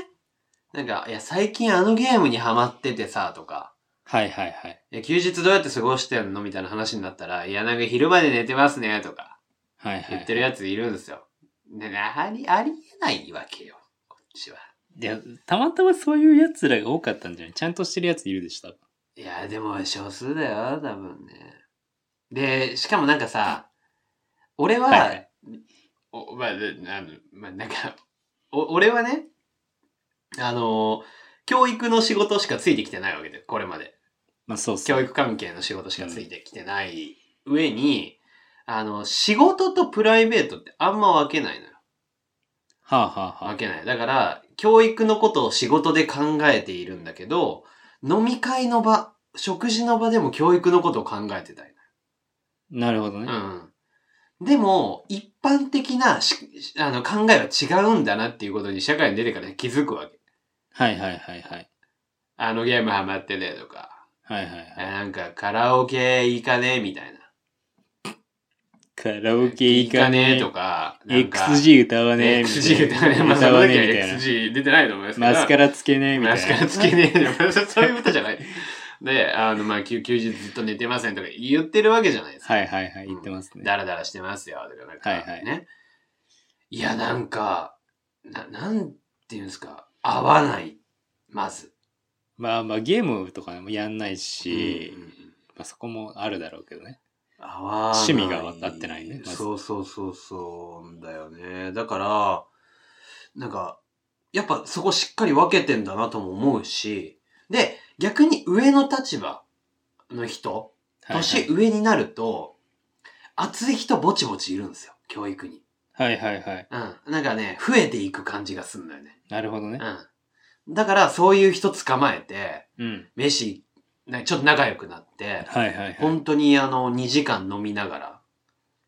Speaker 1: なんか、いや、最近あのゲームにハマっててさ、とか、
Speaker 3: はいはいはい。
Speaker 1: いや休日どうやって過ごしてんのみたいな話になったら、いや、なんか昼まで寝てますね、とか。
Speaker 3: はいはい。
Speaker 1: 言ってるやついるんですよ。ね、なあり、ありえないわけよ、こっちは。
Speaker 3: いや、たまたまそういうやつらが多かったんじゃないちゃんとしてるやついるでした。
Speaker 1: いや、でも少数だよ、多分ね。で、しかもなんかさ、俺は、
Speaker 3: はいはい
Speaker 1: おまあ、であの、まあ、なんか、お俺はね、あの、教育の仕事しかついてきてないわけで、これまで。
Speaker 3: まあそうそう。
Speaker 1: 教育関係の仕事しかついてきてない上に、あの、仕事とプライベートってあんま分けないのよ。
Speaker 3: はあはあは
Speaker 1: 分けない。だから、教育のことを仕事で考えているんだけど、飲み会の場、食事の場でも教育のことを考えてたい
Speaker 3: なるほどね。
Speaker 1: のよ。うん。でも、一般的なしあの考えは違うんだなっていうことに社会に出てから気づくわけ。
Speaker 3: はいはいはいはい。
Speaker 1: あのゲームハマってねとか、
Speaker 3: はいはいはい。
Speaker 1: なんかカラオケ行かねみたいな。
Speaker 3: カラオケ行かねえ
Speaker 1: と。か、なんか
Speaker 3: XG 歌わねえ。みたいな
Speaker 1: XG 歌わねえ。まあ、そ
Speaker 3: 歌
Speaker 1: の
Speaker 3: わ
Speaker 1: 時は
Speaker 3: ねえみたい
Speaker 1: XG 出てないと思いますけど。
Speaker 3: な。マスカラつけねえみた
Speaker 1: マ
Speaker 3: いな。
Speaker 1: スカラつけねえ。まあそういう歌じゃない。で、あの、まあ、休休日ずっと寝てませんとか言ってるわけじゃないですか。
Speaker 3: はいはいはい。言ってますね。
Speaker 1: ダラダラしてますよ。とか、なんか、
Speaker 3: はいはい
Speaker 1: ね。いや、なんか、な、なんていうんですか、合わない。まず。
Speaker 3: まあまあゲームとかもやんないし、
Speaker 1: うん
Speaker 3: まあそこもあるだろうけどね。
Speaker 1: 合わない
Speaker 3: 趣味が合ってないねまず
Speaker 1: そうそうそうそうだよねだからなんかやっぱそこしっかり分けてんだなとも思うしで逆に上の立場の人
Speaker 3: はいはい
Speaker 1: 年上になると、熱い人ぼちぼちいるんですよ教育に
Speaker 3: はいはいはい。
Speaker 1: うんなんかね増えていく感じがすんだよね
Speaker 3: なるほどね。
Speaker 1: うんだからそういう人捕まえて
Speaker 3: うん。
Speaker 1: 飯なんかちょっと仲良くなって、
Speaker 3: はいはいはい。
Speaker 1: 本当にあの、2時間飲みながら、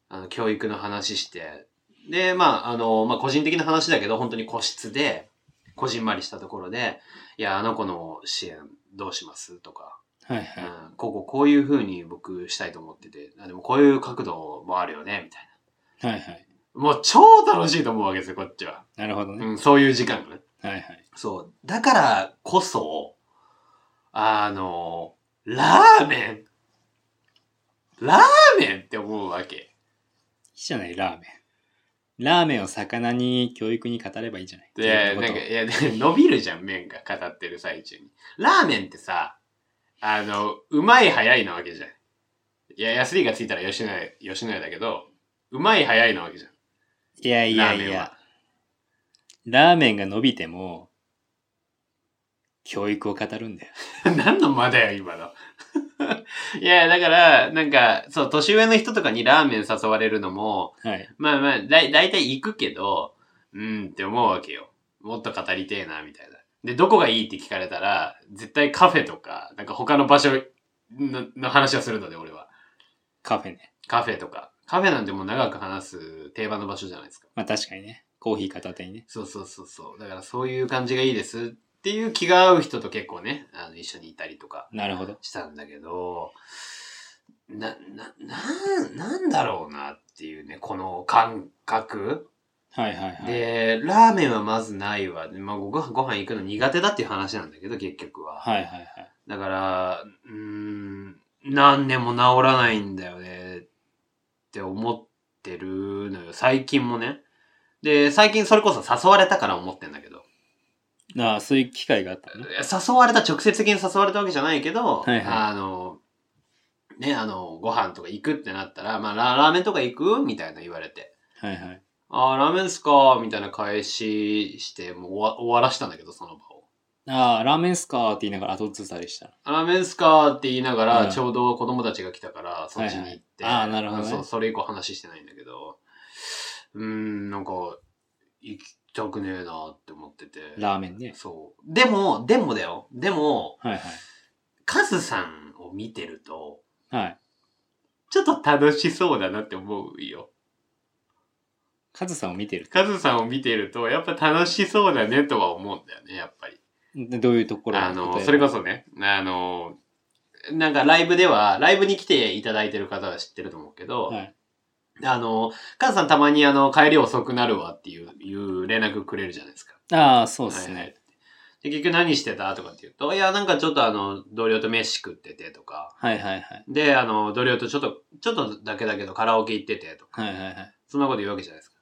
Speaker 1: あの、教育の話して、で、まあ、あの、まあ、個人的な話だけど、本当に個室で、こじんまりしたところで、いや、あの子の支援どうしますとか、
Speaker 3: はいは
Speaker 1: う
Speaker 3: い。
Speaker 1: ん、こここういう風に僕したいと思ってて、あでもこういう角度もあるよね、みたい
Speaker 3: はいはい。
Speaker 1: な。もう超楽しいと思うわけですよ、こっちは。
Speaker 3: なるほどね。
Speaker 1: うん、そういう時間がね。
Speaker 3: はいはい。
Speaker 1: そう。だからこそ、あの、ラーメンラーメンって思うわけ。
Speaker 3: いいじゃない、ラーメン。ラーメンを魚に教育に語ればいいじゃない。
Speaker 1: で、
Speaker 3: 教
Speaker 1: なん
Speaker 3: 育の
Speaker 1: か、
Speaker 3: こ
Speaker 1: いや、で伸びるじゃん、麺が語ってる最中に。ラーメンってさ、あの、うまい早いなわけじゃん。いや、安いがついたら吉野家、吉野家だけど、うまい早いなわけじゃん。
Speaker 3: といやいや
Speaker 1: ラー
Speaker 3: い
Speaker 1: メン
Speaker 3: や
Speaker 1: は。
Speaker 3: ラーメンが伸びても、教育を語るんだよ。
Speaker 1: 何の間だよ、今の。 いや、だから、なんか、そう、年上の人とかにラーメン誘われるのも、
Speaker 3: はい。
Speaker 1: まあまあ、だい、だいたい行くけど、うんって思うわけよ。もっと語りてえな、みたいな。で、どこがいいって聞かれたら、絶対カフェとか、なんか他の場所のの話をするので、俺は。
Speaker 3: カフェね。
Speaker 1: カフェとか。カフェなんてもう長く話す定番の場所じゃないですか。
Speaker 3: まあ確かにね。コーヒー片手にね。
Speaker 1: そうそうそうそう。だからそういう感じがいいですっていう気が合う人と結構ね、あの一緒にいたりとか
Speaker 3: なるほど。
Speaker 1: したんだけど、な、な、なん、なんだろうなっていうね、この感覚。
Speaker 3: はいはいはい。
Speaker 1: で、ラーメンはまずないわ。まあ、ごご飯ご飯行くの苦手だっていう話なんだけど、結局は。
Speaker 3: はいはいはい。
Speaker 1: だから、うーん、何年も治らないんだよねって思ってるのよ。最近もね。で、最近それこそ誘われたから思ってんだけど。
Speaker 3: ああ、そういう機会があったのね。
Speaker 1: 誘われた、直接的に誘われたわけじゃないけど、
Speaker 3: はいはい
Speaker 1: あの、ね、あの、ご飯とか行くってなったら、まあ、ララーメンとか行くみたいな言われて。
Speaker 3: はいはい。
Speaker 1: あーラーメンっすかみたいな返しして、もう終わ終わらしたんだけど、その場を。
Speaker 3: ああ、ラーメンっすかーって言いながら後ずさりしたの。
Speaker 1: ラーメンっすかって言いながら、
Speaker 3: うん
Speaker 1: ちょうど子供たちが来たから、そっちに行って。
Speaker 3: はいはいあーなるほどね
Speaker 1: そう、それ以降話してないんだけど、うーん、なんか、行きたくねえなって思ってて。
Speaker 3: ラーメンね。
Speaker 1: そう。でも、でもだよ。でも、
Speaker 3: はいはい。
Speaker 1: カズさんを見てると、
Speaker 3: はい。
Speaker 1: ちょっと楽しそうだなって思うよ。
Speaker 3: カズさんを見てる。
Speaker 1: カズさんを見てると、やっぱ楽しそうだねとは思うんだよね、やっぱり。
Speaker 3: でどういうところ
Speaker 1: あの、それこ
Speaker 3: そ。
Speaker 1: そね、あの、なんかライブでは、ライブに来ていただいてる方は知ってると思うけど、
Speaker 3: はい
Speaker 1: あの、カズさんたまにあの、帰り遅くなるわっていう、いう連絡くれるじゃないですか。
Speaker 3: ああ、そうです
Speaker 1: はいはい
Speaker 3: ね。
Speaker 1: で、結局何してたとかって言うと、いや、なんかちょっとあの、同僚と飯食っててとか、
Speaker 3: はいはいはい。
Speaker 1: で、あの、同僚とちょっと、ちょっとだけだけどカラオケ行っててとか、
Speaker 3: はいはいはい。
Speaker 1: そんなこと言うわけじゃないですか。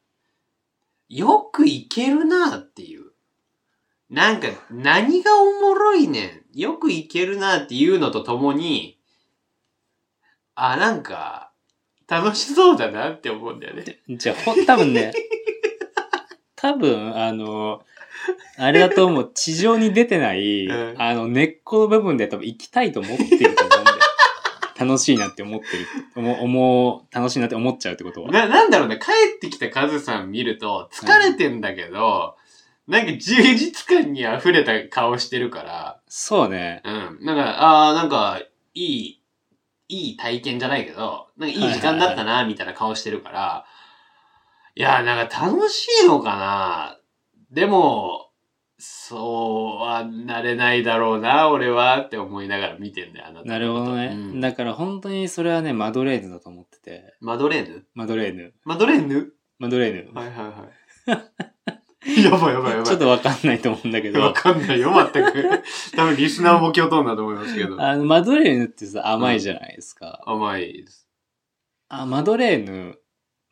Speaker 1: よくいけるなっていう。なんか、何がおもろいねん。よくいけるなっていうのとともに、あ、なんか、楽しそうだなって思うんだよね。
Speaker 3: じゃあ、ほん、多 分ね、多分、あの、あれだと思う、地上に出てない、
Speaker 1: うん
Speaker 3: あの、根っこの部分で多分行きたいと思ってると思うんだよ。楽しいなって思ってる。思う、思う、楽しいなって思っちゃうってことは。
Speaker 1: な、なんだろうね。帰ってきたカズさん見ると、疲れてんだけど、なんか充実感に溢れた顔してるから、
Speaker 3: そうね。
Speaker 1: うん。なんか、ああ、なんか、いい、いい体験じゃないけど、なんかいい時間だったな、みたいな顔してるから、いやー、なんか楽しいのかなでも、そうはなれないだろうな、俺は、って思いながら見てんだよ、あなた。
Speaker 3: なるほどね、
Speaker 1: うん
Speaker 3: だから本当にそれはね、マドレーヌだと思ってて。
Speaker 1: マドレーヌ
Speaker 3: マドレーヌ。
Speaker 1: マドレーヌ
Speaker 3: マドレーヌ。
Speaker 1: はいはいはい。やばいやばいやばい。
Speaker 3: ちょっとわかんないと思うんだけど
Speaker 1: わ。かんないよ、全く。多分リスナーも共闘んだと思いますけど。
Speaker 3: あの、マドレーヌってさ、甘いじゃないですか。
Speaker 1: 甘いです。
Speaker 3: あ、マドレーヌ、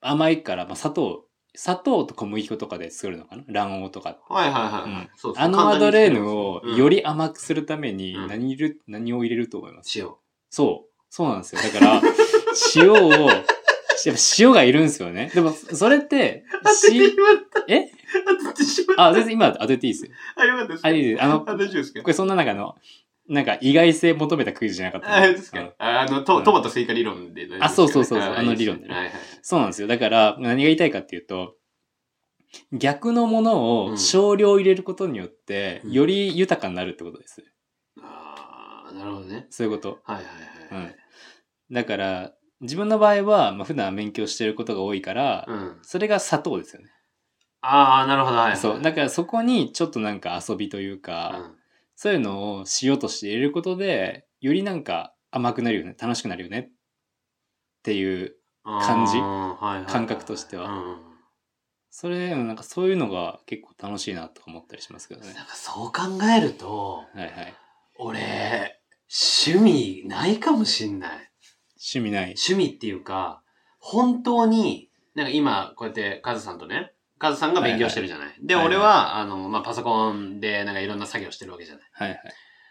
Speaker 3: 甘いから、まあ、砂糖、砂糖と小麦粉とかで作るのかな卵黄とか。
Speaker 1: はいはいはいは
Speaker 3: う
Speaker 1: い。
Speaker 3: ん
Speaker 1: そうそう
Speaker 3: あのマドレーヌをよ
Speaker 1: り、
Speaker 3: り甘くするために
Speaker 1: うん
Speaker 3: 何入れる、何を入れると思います
Speaker 1: 塩。
Speaker 3: そう。そうなんですよ。だから、 塩を、やっぱ塩がいるんですよね。でも、それって、
Speaker 1: 当て てし
Speaker 3: し、
Speaker 1: まった。
Speaker 3: え
Speaker 1: 当ててしまった。
Speaker 3: あ、全然今当てていいですよ。
Speaker 1: あ、よかったです。
Speaker 3: あ、いいです。あの、
Speaker 1: あ大丈夫ですか
Speaker 3: これそんな中の、なんか意外性求めたクイズじゃなかったの
Speaker 1: あ、です
Speaker 3: うん
Speaker 1: かああの、ト
Speaker 3: うん
Speaker 1: トマトスイカ理論で大丈夫ですかね。
Speaker 3: あそうそうそうそう
Speaker 1: い
Speaker 3: あの理論でね
Speaker 1: はいはい。
Speaker 3: そうなんですよ。だから、何が言いたいかっていうと、逆のもの
Speaker 1: う
Speaker 3: を
Speaker 1: ん
Speaker 3: 少量入れることによって、
Speaker 1: うん
Speaker 3: より豊かになるってことです。
Speaker 1: ああ、なるほどね。
Speaker 3: そういうこと。
Speaker 1: はいはいはい。
Speaker 3: うんだから、自分の場合は、まあ、普段勉強してることが多いから、
Speaker 1: うん。
Speaker 3: それが砂糖ですよね。
Speaker 1: ああ、なるほど。はい。
Speaker 3: そう。だからそこにちょっとなんか遊びというか、
Speaker 1: うん
Speaker 3: そういうのをしようとして入れることで、よりなんか甘くなるよね、楽しくなるよねっていう、感じ
Speaker 1: あーはいはいはい
Speaker 3: 感覚としては
Speaker 1: うん
Speaker 3: それ、なんかそういうのが結構楽しいなとか思ったりしますけどね。
Speaker 1: なんかそう考えると、
Speaker 3: はいはい。
Speaker 1: 俺、趣味ないかもしんない。
Speaker 3: 趣味ない。
Speaker 1: 趣味っていうか、本当に、なんか今、こうやってカズさんとね、カズさんが勉強してるじゃない。で、
Speaker 3: はいはい
Speaker 1: 俺は、あの、まあ、パソコンで、なんかいろんな作業してるわけじゃない。
Speaker 3: はいはい。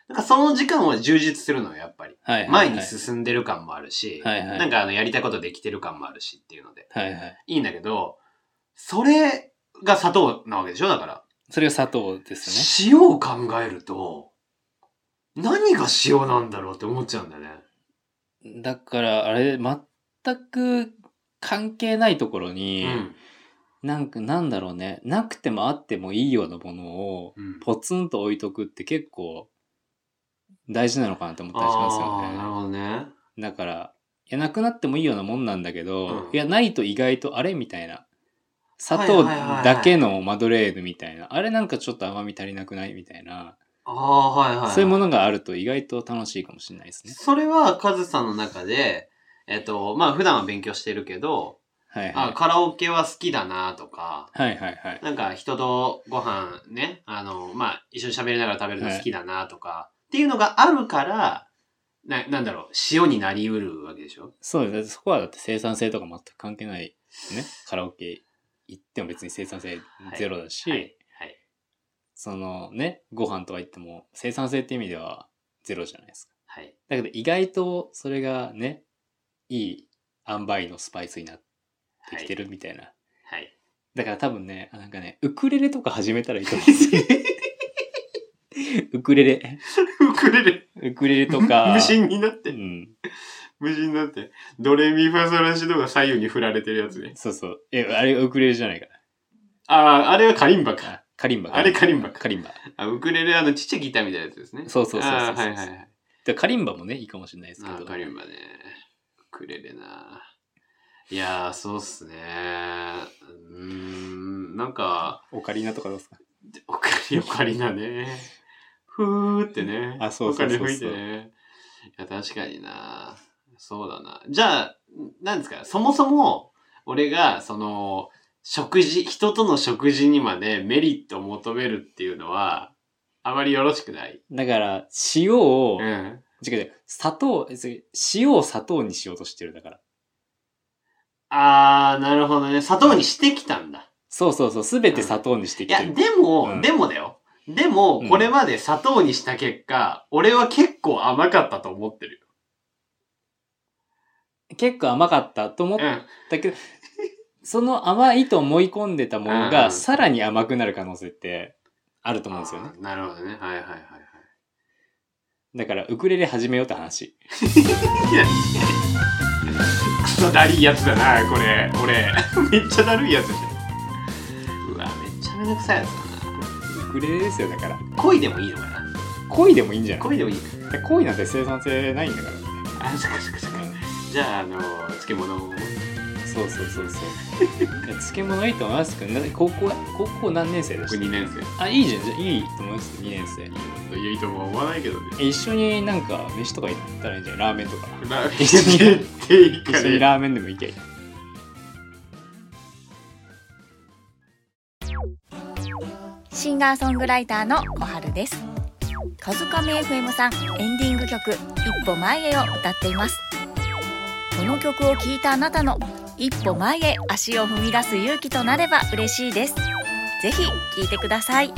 Speaker 1: なんかその時間は充実するのよ、やっぱり。
Speaker 3: はいはい、はい。
Speaker 1: 前に進んでる感もあるし、
Speaker 3: はいはい
Speaker 1: なんかあの、やりたいことできてる感もあるしっていうので、
Speaker 3: はいはい。
Speaker 1: いいんだけど、それが砂糖なわけでしょだから。
Speaker 3: それが砂糖です
Speaker 1: 塩を考えると、何が塩なんだろうって思っちゃうんだよね。
Speaker 3: よね。だから、あれ、全く関係ないところに、なんか、なんだろうね、なくてもあってもいいようなものを
Speaker 1: うん。
Speaker 3: ポツンと置いとくって結構大事なのかなと思ったりします
Speaker 1: ああー、なる
Speaker 3: よね。
Speaker 1: ほどね。
Speaker 3: だから、いや、なくなってもいいようなもんなんだけど、
Speaker 1: うん
Speaker 3: いや、ないと意外とあれみたいな。砂
Speaker 1: は
Speaker 3: 糖
Speaker 1: いはいはいはい
Speaker 3: だけのマドレーヌみたいな、あれなんかちょっと甘み足りなくないみたいな、
Speaker 1: ああ、はいはい。
Speaker 3: そういうものがあると意外と楽しいかもしれないですね。
Speaker 1: それは、カズさんの中で、えっと、まあ、普段は勉強してるけど、
Speaker 3: はいは
Speaker 1: あ
Speaker 3: い。
Speaker 1: カラオケは好きだなとか、
Speaker 3: はいはいはい。
Speaker 1: なんか人とご飯ね、あの、まあ、一緒に喋りながら食べるの好きだなとか、っていうのがあるから、な、なんだろう、塩になりうるわけでしょ
Speaker 3: そうですね。そこはだって生産性とか全く関係ないですね。カラオケ行っても別に生産性ゼロだし、
Speaker 1: はい。はい。
Speaker 3: そのね、ご飯とは言っても生産性って意味ではゼロじゃないですか。
Speaker 1: はい。
Speaker 3: だけど意外とそれがね、いい塩梅のスパイスになってきてるみたいな。
Speaker 1: はい。
Speaker 3: だから多分ね、あなんかね、ウクレレとか始めたらいいと思うんですよね。 ウクレレ。
Speaker 1: ウクレレ、
Speaker 3: ウクレレと か。
Speaker 1: 無心になっ
Speaker 3: う
Speaker 1: て、
Speaker 3: ん。
Speaker 1: 無心になって、ドレミファソラシドが左右に振られてるやつね。
Speaker 3: そうそう。え、あれウクレレじゃないか
Speaker 1: ああ、あれはカリンバ
Speaker 3: な
Speaker 1: か。。
Speaker 3: カリンバ。
Speaker 1: あれカリンバ
Speaker 3: カリンバ。
Speaker 1: あウクレレ、あの、ちっちゃいギターみたいなやつですね。
Speaker 3: そうそうそうそうそう
Speaker 1: あーはいはいはい。
Speaker 3: でカリンバもね、いいかもしれないですけ
Speaker 1: あ
Speaker 3: ど。
Speaker 1: ーカリンバね。ウクレレな。いやー、そうっすね。うーん、なんか、
Speaker 3: オカリナとかどうですか
Speaker 1: オカリオカリなね。ふーってね。
Speaker 3: あそうそうそうそう
Speaker 1: オカリ吹いてね。いや、確かにな。そうだな。じゃあ、なんですか、そもそも、俺が、その、食事、人との食事にまでメリットを求めるっていうのは、あまりよろしくない。
Speaker 3: だから、塩を、
Speaker 1: うん。
Speaker 3: 違う違う、砂糖、え違う塩を砂糖にしようとしてるだから。
Speaker 1: あー、なるほどね。砂糖にしてきたんだ。
Speaker 3: そうそうそう、すべて砂糖にして
Speaker 1: い
Speaker 3: き
Speaker 1: や、
Speaker 3: てる。
Speaker 1: でも、
Speaker 3: うん
Speaker 1: でもだよ。でも
Speaker 3: う、ん
Speaker 1: これまで砂糖にした結果、俺は結構甘かったと思ってるよ。
Speaker 3: 結構甘かったと思っ
Speaker 1: うん。
Speaker 3: たけど、その甘いと思い込んでたもの
Speaker 1: う
Speaker 3: が、
Speaker 1: ん
Speaker 3: さらに甘くなる可能性ってあると思うんですよね
Speaker 1: あ。ーなるほどね。はいはいはいはい。
Speaker 3: だから、ウクレレ始めようって話。
Speaker 1: クソだりいやつだな、これ。俺。 めっちゃだるいやつだねうわ、めっちゃめんどくさいやつだな。
Speaker 3: ウクレレですよ、だから。
Speaker 1: 恋でもいいのかな。
Speaker 3: 恋でもいいんじゃない
Speaker 1: 恋でもいいか。
Speaker 3: 恋なんて生産性ないんだからね。
Speaker 1: あ、そっかそっかそっか。じゃあ、あの、漬物を。
Speaker 3: そうそうそうそう。いや漬物いいと思いますけど、な高校は高校何年生で
Speaker 1: 僕
Speaker 3: した
Speaker 1: 2年生。
Speaker 3: あ、いいじゃん、じゃあいいと思いますよ、2年生。
Speaker 1: いいとも思わないけどね。
Speaker 3: え一緒になんか飯とか行ったらいいん じゃないラーメンとか。
Speaker 1: ラ ーメン
Speaker 3: 一緒に
Speaker 1: 行っていいか
Speaker 3: 一緒に
Speaker 1: ね。
Speaker 3: ラーメンでも行けばいい。
Speaker 6: シンガーソングライターの小春です。カズカメ FM さんエンディング曲一歩前へを歌っています。この曲を聴いたあなたの一歩前へ足を踏み出す勇気となれば嬉しいです。ぜひ聴いてください。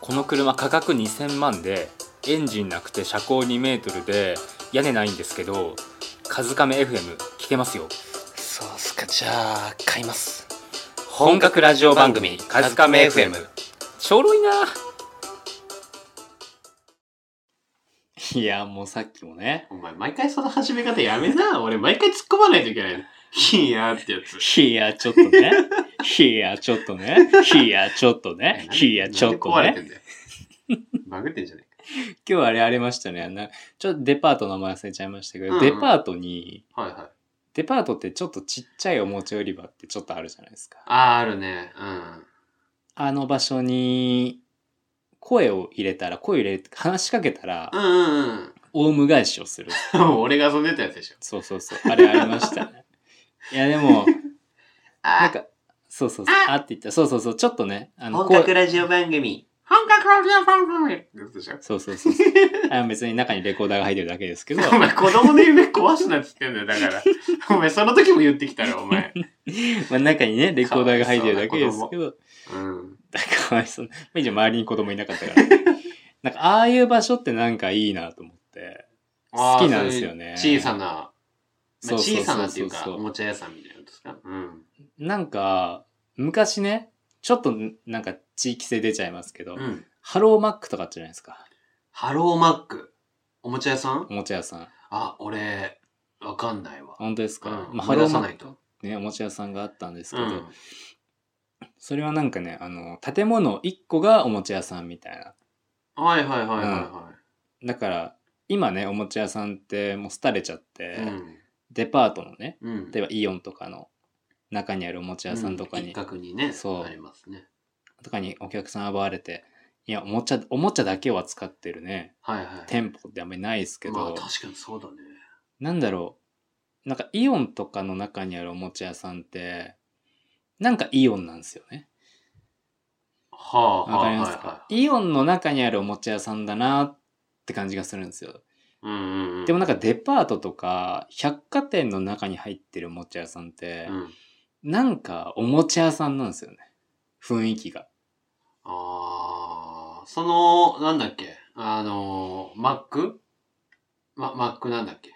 Speaker 8: この車価格2000万でエンジンなくて車高2メートルで屋根ないんですけど「カズカメ FM」聞けますよ
Speaker 7: そうっすかじゃあ買います
Speaker 8: 本格ラジオ番組「カズカメ FM」ちょろいない
Speaker 3: や、もうさっきもね。
Speaker 1: お前、毎回その始め方やめな。 俺、毎回突っ込まないといけないの。いやーってやつ。
Speaker 3: いや、ちょっとね。 いや、ちょっとね。いや、ちょっとね。いや、ちょっと
Speaker 1: なんで壊れ
Speaker 3: ね
Speaker 1: て。んだよバグってんじゃね
Speaker 3: 今日あれありましたね。なちょっとデパートの名前忘れちゃいましたけど、
Speaker 1: うんうん
Speaker 3: デパートに、
Speaker 1: えか。はいはい。
Speaker 3: デパートってちょっとちっちゃいおもちゃ売り場ってちょっとあるじゃないですか。
Speaker 1: あー、あるね。うん。
Speaker 3: あの場所に、声を入れたら、声を入れて、話しかけたら
Speaker 1: う、んうん
Speaker 3: オウム返しをする。
Speaker 1: うん。 俺が遊んでたやつでしょ。
Speaker 3: そうそうそう。あれありました ね。いや、でも、なん
Speaker 1: あ
Speaker 3: か、そうそうそう。あって言った。そうそうそう。ちょっとね、あ
Speaker 1: ー、
Speaker 3: の、
Speaker 1: 本
Speaker 3: 声
Speaker 1: 格ラジオ番組。本格ラジオ番組ってやつでしょ。
Speaker 3: そうそうそうそう。あ別に中にレコーダーが入ってるだけですけど、
Speaker 1: お
Speaker 3: ま
Speaker 1: 前子供の夢壊すなって言ってんだよ、だから。お 前その時も言ってきたろ、お 前。
Speaker 3: あ中にね、レコーダーが入ってるだけですけど、
Speaker 1: うん。
Speaker 3: だ からかわいそうな。まあ以上周りに子供いなかったから。なんか、ああいう場所ってなんかいいなと思って。好きなんですよね
Speaker 1: あーそういう小さな、まあ
Speaker 3: そうそう
Speaker 1: 小
Speaker 3: そ
Speaker 1: さなっていうう
Speaker 3: そう
Speaker 1: か、おもちゃ屋さんみたいなことですか。うん。
Speaker 3: なんか、昔ね、ちょっとなんか地域性出ちゃいますけど、
Speaker 1: うん。
Speaker 3: ハローマックとかあったじゃないですか。
Speaker 1: ハローマック。おもちゃ屋さん
Speaker 3: おもちゃ屋さん。
Speaker 1: あ、俺、わかんないわ。
Speaker 3: 本当ですか、
Speaker 1: うん
Speaker 3: まあ、
Speaker 1: 思
Speaker 3: ハ
Speaker 1: い
Speaker 3: ロー
Speaker 1: 出さ
Speaker 3: マ
Speaker 1: な
Speaker 3: ッ
Speaker 1: いと
Speaker 3: クね、おもちゃ屋さんがあったんですけ
Speaker 1: う
Speaker 3: ど、
Speaker 1: ん。
Speaker 3: それはなんかね、あの、建物1個がおもちゃ屋さんみたいな。
Speaker 1: はいはいはいはいは
Speaker 3: だから、今ね、おもちゃ屋さんってもう廃れちゃって、
Speaker 1: い。うん。
Speaker 3: デパートのね、
Speaker 1: うん。
Speaker 3: 例えばイオンとかの中にあるおもちゃ屋さんとか
Speaker 1: うん
Speaker 3: に、
Speaker 1: 一角にね、
Speaker 3: そう
Speaker 1: ありますね。
Speaker 3: とかにお客さん奪われて、いや、おもちゃ、おもちゃだけを扱ってるね、
Speaker 1: はいはい。
Speaker 3: 店舗ってあんまりないですけど、
Speaker 1: まあ確かにそうだね。
Speaker 3: なんだろう。なんかイオンとかの中にあるおもちゃ屋さんって、なんかイオンなんですよね。
Speaker 1: はあ、はあ、
Speaker 3: わかります
Speaker 1: はいはい
Speaker 3: かイオンの中にあるおもちゃ屋さんだなって感じがするんですよ。
Speaker 1: うんうんうん。
Speaker 3: でもなんかデパートとか百貨店の中に入ってるおもちゃ屋さんって
Speaker 1: う、ん、
Speaker 3: なんかおもちゃ屋さんなんですよね。雰囲気が。
Speaker 1: あーその、なんだっけ、あのー、マックま、マックなんだっけ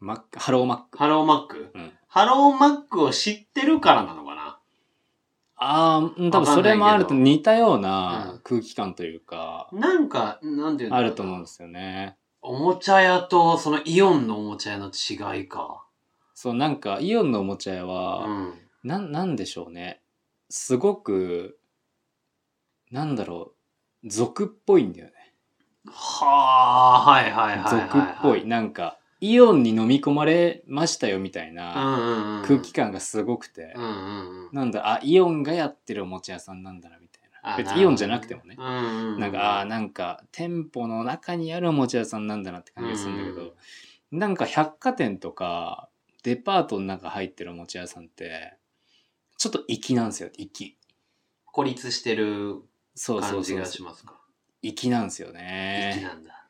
Speaker 3: マック、ハローマック。
Speaker 1: ハローマック
Speaker 3: うん。
Speaker 1: ハローマックを知ってるからなのかな
Speaker 3: ああ、うん多分それもあると似たような
Speaker 1: うん
Speaker 3: 空気感というか、
Speaker 1: なんか、なんていうの
Speaker 3: あると思うんですよね。
Speaker 1: おもちゃ屋と、そのイオンのおもちゃ屋の違いか。
Speaker 3: そう、なんかイオンのおもちゃ屋
Speaker 1: う
Speaker 3: は、
Speaker 1: ん。
Speaker 3: なん、なんでしょうね。すごく、なんだろう、俗っぽいんだよね。
Speaker 1: はあ、はいはいはいは
Speaker 3: 俗
Speaker 1: い、
Speaker 3: っ
Speaker 1: はい。
Speaker 3: ぽい。。なんか、イオンに飲み込まれましたよみたいうなん
Speaker 1: うんうん。
Speaker 3: 空気感がすごくて
Speaker 1: う、んうんうん。
Speaker 3: なんだ、あ、イオンがやってるおもちゃ屋さんなんだなみたいな。
Speaker 1: あ
Speaker 3: 別
Speaker 1: なるほ
Speaker 3: に
Speaker 1: ど
Speaker 3: イオンじゃなくてもね
Speaker 1: う。んうん。
Speaker 3: なんか、あー、なんか、店舗の中にあるおもちゃ屋さんなんだなって感じがするんだけ
Speaker 1: うん
Speaker 3: ど、なんか百貨店とか、デパートの中入ってるおもちゃ屋さんって、ちょっと粋なんですよ、粋。
Speaker 1: 孤立してる
Speaker 3: そうそ
Speaker 1: 感
Speaker 3: う
Speaker 1: じ
Speaker 3: そう
Speaker 1: が
Speaker 3: そう
Speaker 1: し。ますか。
Speaker 3: 粋なんですよ
Speaker 1: 粋
Speaker 3: ね。
Speaker 1: なんだ。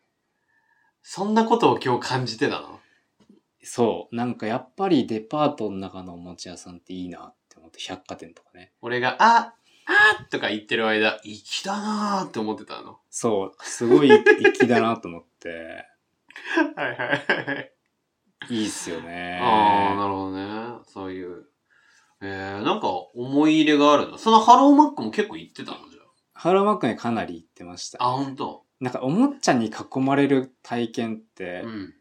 Speaker 1: そんなことを今日感じてたの
Speaker 3: そう。なんかやっぱりデパートの中のおもちゃ屋さんっていいなって思って、百貨店とかね。
Speaker 1: 俺が、あ、あとか言ってる間、粋だなーって思ってた の。
Speaker 3: そう。すごい粋だなと思って、
Speaker 1: はいはいはい。
Speaker 3: いいっすよね。
Speaker 1: ああ、なるほどね。そういう。えー、なんか思い入れがあるの。そのハローマックも結構行ってたのじゃ
Speaker 3: ハローマックにかなり行ってまし
Speaker 1: あ。あ、
Speaker 3: た。
Speaker 1: ほんと。
Speaker 3: なんかおもちゃに囲まれる体験って
Speaker 1: う、ん。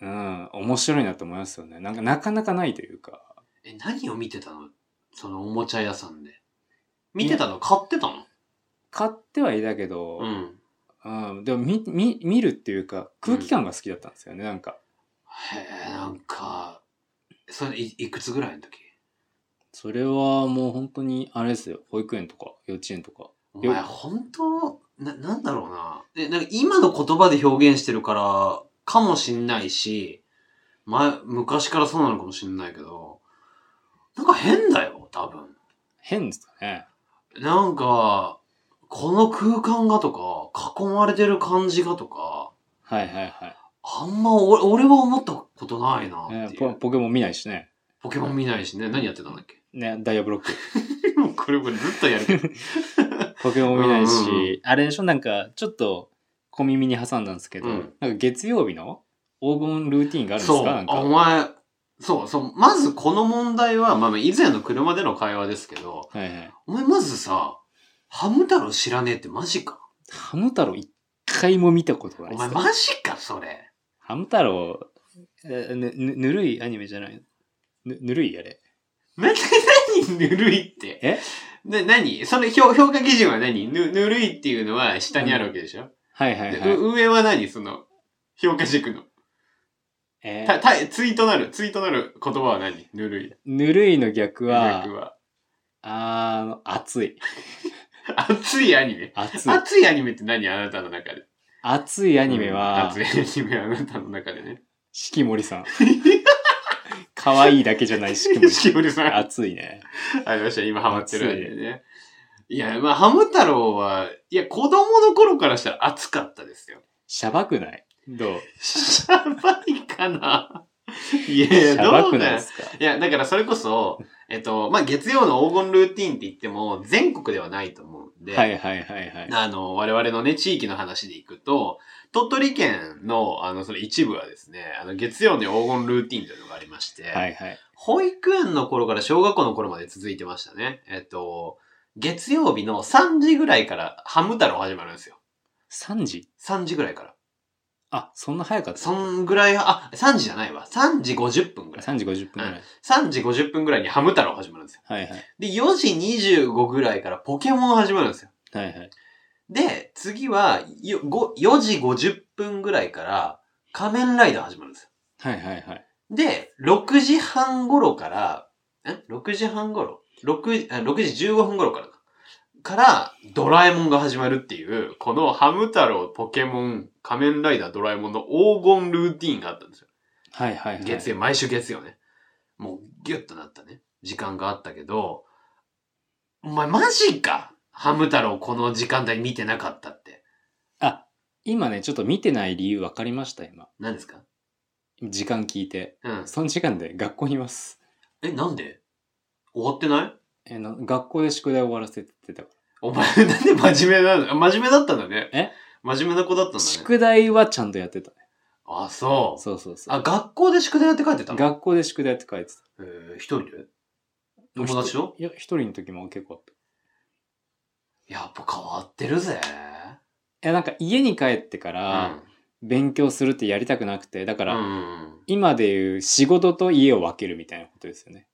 Speaker 3: うん、面白いなと思いますよね。なんかなかなかないというか。
Speaker 1: え、何を見てたのそのおもちゃ屋さんで。見てたの買ってたの
Speaker 3: 買ってはいたけど、
Speaker 1: うん。
Speaker 3: うん、でも見、見、見るっていうか、空気感が好きだったんですよね、なんか。
Speaker 1: へえ、なんか、それいいくつぐらいの時
Speaker 3: それはもう本当にあれですよ保育園とか幼稚園とか
Speaker 1: お
Speaker 3: よ
Speaker 1: 前、本当な、なんだろうな。で、なんか今の言葉で表現してるから、かもしんないし、前、昔からそうなのかもしんないけど、なんか変だよ、多分。
Speaker 3: 変ですかね
Speaker 1: なんか、この空間がとか、囲まれてる感じがとか、
Speaker 3: はいはいはい
Speaker 1: あんま俺俺は思ったことないな
Speaker 3: ね
Speaker 1: ってい
Speaker 3: ポ
Speaker 1: う。
Speaker 3: ポケモン見ないしね
Speaker 1: ポケモン見ないしね、何やってたんだっけ
Speaker 3: ねダイヤブロック
Speaker 1: もう これこれずっとやるけど。
Speaker 3: ポケモン見ないし、
Speaker 1: うんうん
Speaker 3: あれでしょなんかちょっと小耳に挟んだんですけど、
Speaker 1: うん
Speaker 3: なんか月曜日の黄金ルーティーンがあるんです
Speaker 1: そ
Speaker 3: か
Speaker 1: う、
Speaker 3: なん
Speaker 1: あお
Speaker 3: か
Speaker 1: 前、そう、そう、まずこの問題は、まあまあ以前の車での会話ですけど、
Speaker 3: はいはい
Speaker 1: お前まずさ、ハム太郎知らねえってマジか。
Speaker 3: ハム太郎一回も見たことな
Speaker 1: お
Speaker 3: いで
Speaker 1: 前
Speaker 3: す
Speaker 1: マジか、それ。
Speaker 3: ハム太郎えぬぬぬるいアニメじゃないぬぬるいあれ
Speaker 1: な、な、なにぬるいって。
Speaker 3: え
Speaker 1: で、何その評評価基準は何ぬぬるいっていうのは下にあるわけでしょ、
Speaker 3: はいはい
Speaker 1: で
Speaker 3: はい。
Speaker 1: う上は何その、評価軸の。
Speaker 3: え
Speaker 1: た、
Speaker 3: ー、
Speaker 1: た、ツイートなる、ツイートなる言葉は何ぬるい。
Speaker 3: ぬるいの逆は、
Speaker 1: 略は。
Speaker 3: あの、熱い。
Speaker 1: 熱いアニメ。
Speaker 3: 熱い。
Speaker 1: 熱いアニメって何あなたの中で。
Speaker 3: 熱いアニメは、
Speaker 1: 熱いアニメはあなたの中でね。
Speaker 3: 四季森さん。 可愛いだけじゃな い四季森さ
Speaker 1: しおりさん
Speaker 3: ん。。熱いね。
Speaker 1: ありました、今ハマってるアニメね。いや、まあ、ハム太郎は、いや、子供の頃からしたら熱かったです よ。
Speaker 3: しゃばくないどう
Speaker 1: シャバいかないやい
Speaker 3: し
Speaker 1: や、
Speaker 3: ゃば
Speaker 1: ど
Speaker 3: く
Speaker 1: うだ
Speaker 3: ないで
Speaker 1: よ
Speaker 3: すか
Speaker 1: いや、だからそれこそ、えっと、まあ、月曜の黄金ルーティーンって言っても、全国ではないと思うんで、
Speaker 3: はいはいはいはい。
Speaker 1: あの、我々のね、地域の話でいくと、鳥取県の、あの、その一部はですね、あの、月曜の黄金ルーティーンというのがありまして、
Speaker 3: はいはい。
Speaker 1: 保育園の頃から小学校の頃まで続いてましたね。えっと、月曜日の3時ぐらいからハム太郎始まるんですよ。
Speaker 3: 3時
Speaker 1: 3時ぐらいから。
Speaker 3: あ、そんな早かった
Speaker 1: そんぐらい、あ、3時じゃないわ。3時50分ぐらい。
Speaker 3: 3時50分ぐらい。
Speaker 1: 3時50分ぐらいにハム太郎始まるんですよ。
Speaker 3: はいはい。
Speaker 1: で、4時25ぐらいからポケモン始まるんですよ。
Speaker 3: はいはい。
Speaker 1: で、次はよご4時50分ぐらいから仮面ライダー始まるんですよ。
Speaker 3: はいはいはい。
Speaker 1: で、6時半頃から、え ?6 時半頃 ?6 時、あ6時15分頃からか。から、ドラえもんが始まるっていう、このハム太郎、ポケモン、仮面ライダー、ドラえもんの黄金ルーティーンがあったんですよ。
Speaker 3: はいはいはい。
Speaker 1: 月曜、毎週月曜ね。もう、ギュッとなったね。時間があったけど、お前マジかハム太郎この時間帯見てなかったって。
Speaker 3: あ、今ね、ちょっと見てない理由分かりました、今。
Speaker 1: 何ですか
Speaker 3: 時間聞いて。
Speaker 1: うん。
Speaker 3: その時間で学校にいます。
Speaker 1: え、なんで終わってない
Speaker 3: えの学校で宿題終わらせてたか
Speaker 1: お前、なんで真面目なの真面目だったんだね。
Speaker 3: え
Speaker 1: 真面目な子だったん
Speaker 3: ら。
Speaker 1: だね。
Speaker 3: 宿題はちゃんとやってたね。
Speaker 1: あ、そう。
Speaker 3: そうそうそう。
Speaker 1: あ、学校で宿題やって帰ってたの
Speaker 3: 学校で宿題って書いてた。
Speaker 1: えー、一人で友達と
Speaker 3: いや、一人の時も結構あった。
Speaker 1: やっぱ変わってるぜ。
Speaker 3: いや、なんか家に帰ってから、勉強するってやりたくなくて、だか
Speaker 1: うん。
Speaker 3: ら、
Speaker 1: うん。
Speaker 3: 今でいう仕事と家を分けるみたいなことですよね。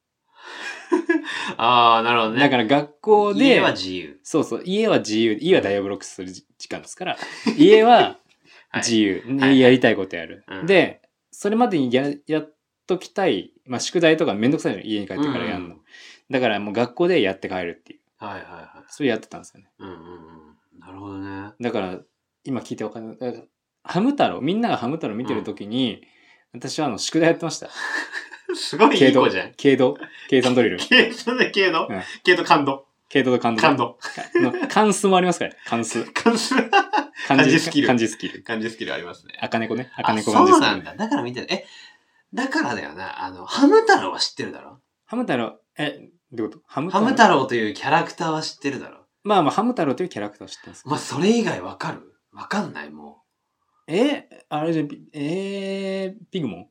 Speaker 1: ああ、なるほどね。
Speaker 3: だから学校で、
Speaker 1: 家は自由。
Speaker 3: そうそう、家は自由、家はダイヤブロックする時間ですから、家は自由、
Speaker 1: はいはい
Speaker 3: やりたいことやる。
Speaker 1: うん
Speaker 3: で、それまでにややっときたい、まあ、宿題とかめんどくさいの家に帰ってからやるの。
Speaker 1: うん
Speaker 3: だからもう学校でやって帰るっていう、
Speaker 1: はいはいはい。
Speaker 3: それやってたんですよね。
Speaker 1: うんうんうん。なるほどね。
Speaker 3: だから、今聞いてわかんない。だからハム太郎、みんながハム太郎見てる時に、私はあの宿題やってました。
Speaker 1: す ごいいい子じゃん。
Speaker 3: 経度、計算ドリル。
Speaker 1: 系統で系の
Speaker 3: うん
Speaker 1: 系統感動。
Speaker 3: 経度と感度。
Speaker 1: 感動。
Speaker 3: の関数もありますからね。関数。
Speaker 1: 感する。
Speaker 3: 漢
Speaker 1: 漢
Speaker 3: 字
Speaker 1: 字
Speaker 3: ス
Speaker 1: ス
Speaker 3: キ
Speaker 1: キ
Speaker 3: ル。
Speaker 1: ル
Speaker 3: 漢字スキル。
Speaker 1: 感じスキルありますね。
Speaker 3: 赤猫ね。赤
Speaker 1: あ、
Speaker 3: 猫
Speaker 1: そ
Speaker 3: 漢字ス
Speaker 1: う
Speaker 3: キル。
Speaker 1: なんだ。だから見てえ、だからだよな。あの、ハム太郎は知ってるだろ
Speaker 3: ハム太郎、え、どういうことハム
Speaker 1: ハ
Speaker 3: 郎
Speaker 1: ム太郎というキャラクターは知ってるだろ
Speaker 3: まあまあ、ハム太郎というキャラクターを知ってます。
Speaker 1: まあ、それ以外わかるわかんない、も
Speaker 3: え、あれじゃん、ピえー、ピグモン
Speaker 1: う。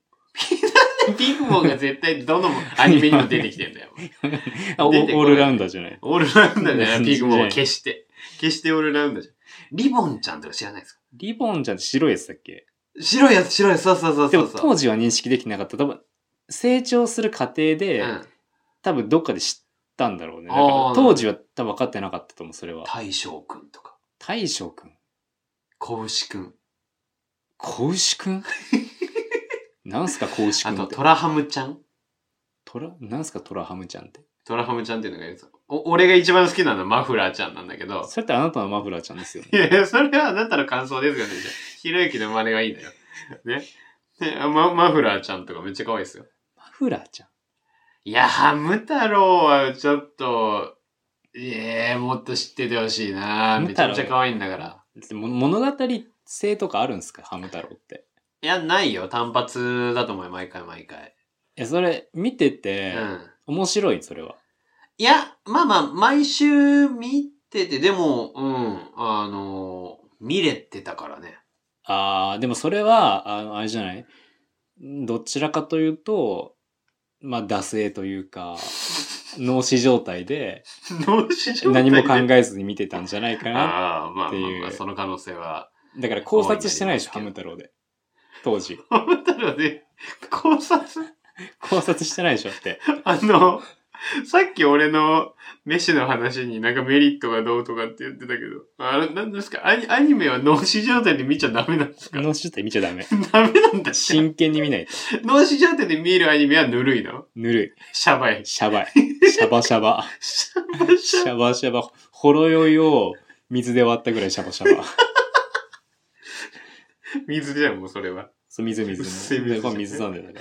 Speaker 1: ピグモンが絶対どの アニメにも出てきて んだよ。
Speaker 3: あ、オ
Speaker 1: 出てこ
Speaker 3: ー
Speaker 1: ない
Speaker 3: オールラウンダーじゃない。
Speaker 1: オールラウンダーだ
Speaker 3: う
Speaker 1: よ、
Speaker 3: ん
Speaker 1: ピグモンは決して。決してオールラウンダーじゃん。リボンちゃんとか知らないですか
Speaker 3: リボンじゃん白いやつだっけ
Speaker 1: 白いやつ、白いやつ、そうそうそうそ
Speaker 3: で
Speaker 1: う
Speaker 3: も
Speaker 1: そう。
Speaker 3: 当時は認識できなかった。多分、成長する過程で、
Speaker 1: うん、
Speaker 3: 多分どっかで知ったんだろうね。だ
Speaker 1: あ
Speaker 3: か
Speaker 1: ー
Speaker 3: ら当時は多分分かってなかったと思う、それは。
Speaker 1: 大将くんとか、
Speaker 3: 大将くん。
Speaker 1: 小牛くん、
Speaker 3: 子牛く んなんすか子牛く
Speaker 1: あ
Speaker 3: ん
Speaker 1: と
Speaker 3: って
Speaker 1: ト。ラハムちゃん。
Speaker 3: トラ、なんすかトラハムちゃんって。
Speaker 1: トラハムちゃんっていうのがいるんですよお俺が一番好きなのはマフラーちゃんなんだけど。
Speaker 3: それってあなたのマフラーちゃんですよね。
Speaker 1: いやいや、それはあなたの感想ですよね。じゃあひろゆきの真似がいいんだよ。ね。でママフラーちゃんとかめっちゃ可愛いですよ。
Speaker 3: マフラーちゃん。
Speaker 1: いや、ハム太郎はちょっと、ええもっと知っててほしいな。
Speaker 3: ハム
Speaker 1: めち
Speaker 3: 太郎
Speaker 1: ゃめちゃ可愛いんだから。
Speaker 3: だっても物語性とかあるんですかハム太郎って。
Speaker 1: いや、ないよ。単発だと思うよ、毎回毎回。
Speaker 3: え、それ見て
Speaker 1: う
Speaker 3: て、
Speaker 1: ん。
Speaker 3: 面白い、それは。
Speaker 1: いや、まあまあ、毎週見てて、でも、うん、あの、見れてたからね。
Speaker 3: あーでもそれは、あのあれじゃないどちらかというと、まあ、惰性とい うか、脳死状態で、
Speaker 1: どうし
Speaker 3: 何も考
Speaker 1: え
Speaker 3: えずに見てたんじゃないかな。
Speaker 1: ああ、まあまあ
Speaker 3: ってい
Speaker 1: ま
Speaker 3: う
Speaker 1: あ、その可能性は。
Speaker 3: だから考察してないでしょ、ハ
Speaker 1: 大い
Speaker 3: ム
Speaker 1: にあ
Speaker 3: 太郎で。当時。
Speaker 1: ハム太郎で考察
Speaker 3: 考察してないでしょって。
Speaker 1: あの、さっき俺の飯の話になんかメリットがどうとかって言ってたけど、あれ、なんですかアニアニメは脳死状態で見ちゃダメなんですか
Speaker 3: 脳死状態見ち ゃ ダメ。
Speaker 1: ダメなんだし。
Speaker 3: 真剣に見ないと。
Speaker 1: 脳死状態で見るアニメはぬるいの
Speaker 3: ぬる
Speaker 1: シャバい
Speaker 3: い。。シャバい。シャバシ ャバ。
Speaker 1: シャバシ
Speaker 3: シ
Speaker 1: ャバ。
Speaker 3: ャバシャバ。ほろ酔いを水で割ったぐらいシャバシャバ。
Speaker 1: 水じゃん、もうそれは。
Speaker 3: そう、水水。
Speaker 1: 薄い水
Speaker 3: これ水なんだよ。だか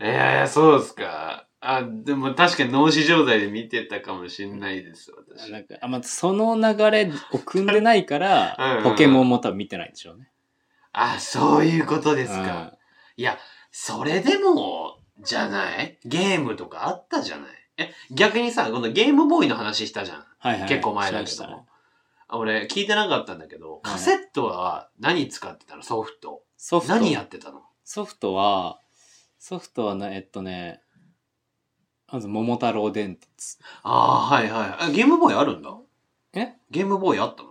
Speaker 3: ら。
Speaker 1: いやいや、そうですか。あ、でも確かに脳死状態で見てたかもしんないです、私。
Speaker 3: なんかあまあ、その流れを組んでないか
Speaker 1: うんう
Speaker 3: ら
Speaker 1: ん、
Speaker 3: ポケモンも多分見てないんでしょうね。
Speaker 1: あ、そういうことです
Speaker 3: うん
Speaker 1: か。いや、それでも、じゃないゲームとかあったじゃないえ、逆にさ、このゲームボーイの話したじゃん。
Speaker 3: はいはい。
Speaker 1: 結構前だけ
Speaker 3: し
Speaker 1: ど
Speaker 3: ましたね
Speaker 1: も。あ俺、聞いてなかったんだけど、カセットは何使ってたのソフト。
Speaker 3: ソフト。
Speaker 1: 何やってたの
Speaker 3: ソフトは、ソフトはな、えっとね、まず、桃太郎電鉄。
Speaker 1: ああ、はいはいあ。ゲームボーイあるんだ。
Speaker 3: え
Speaker 1: ゲームボーイあったの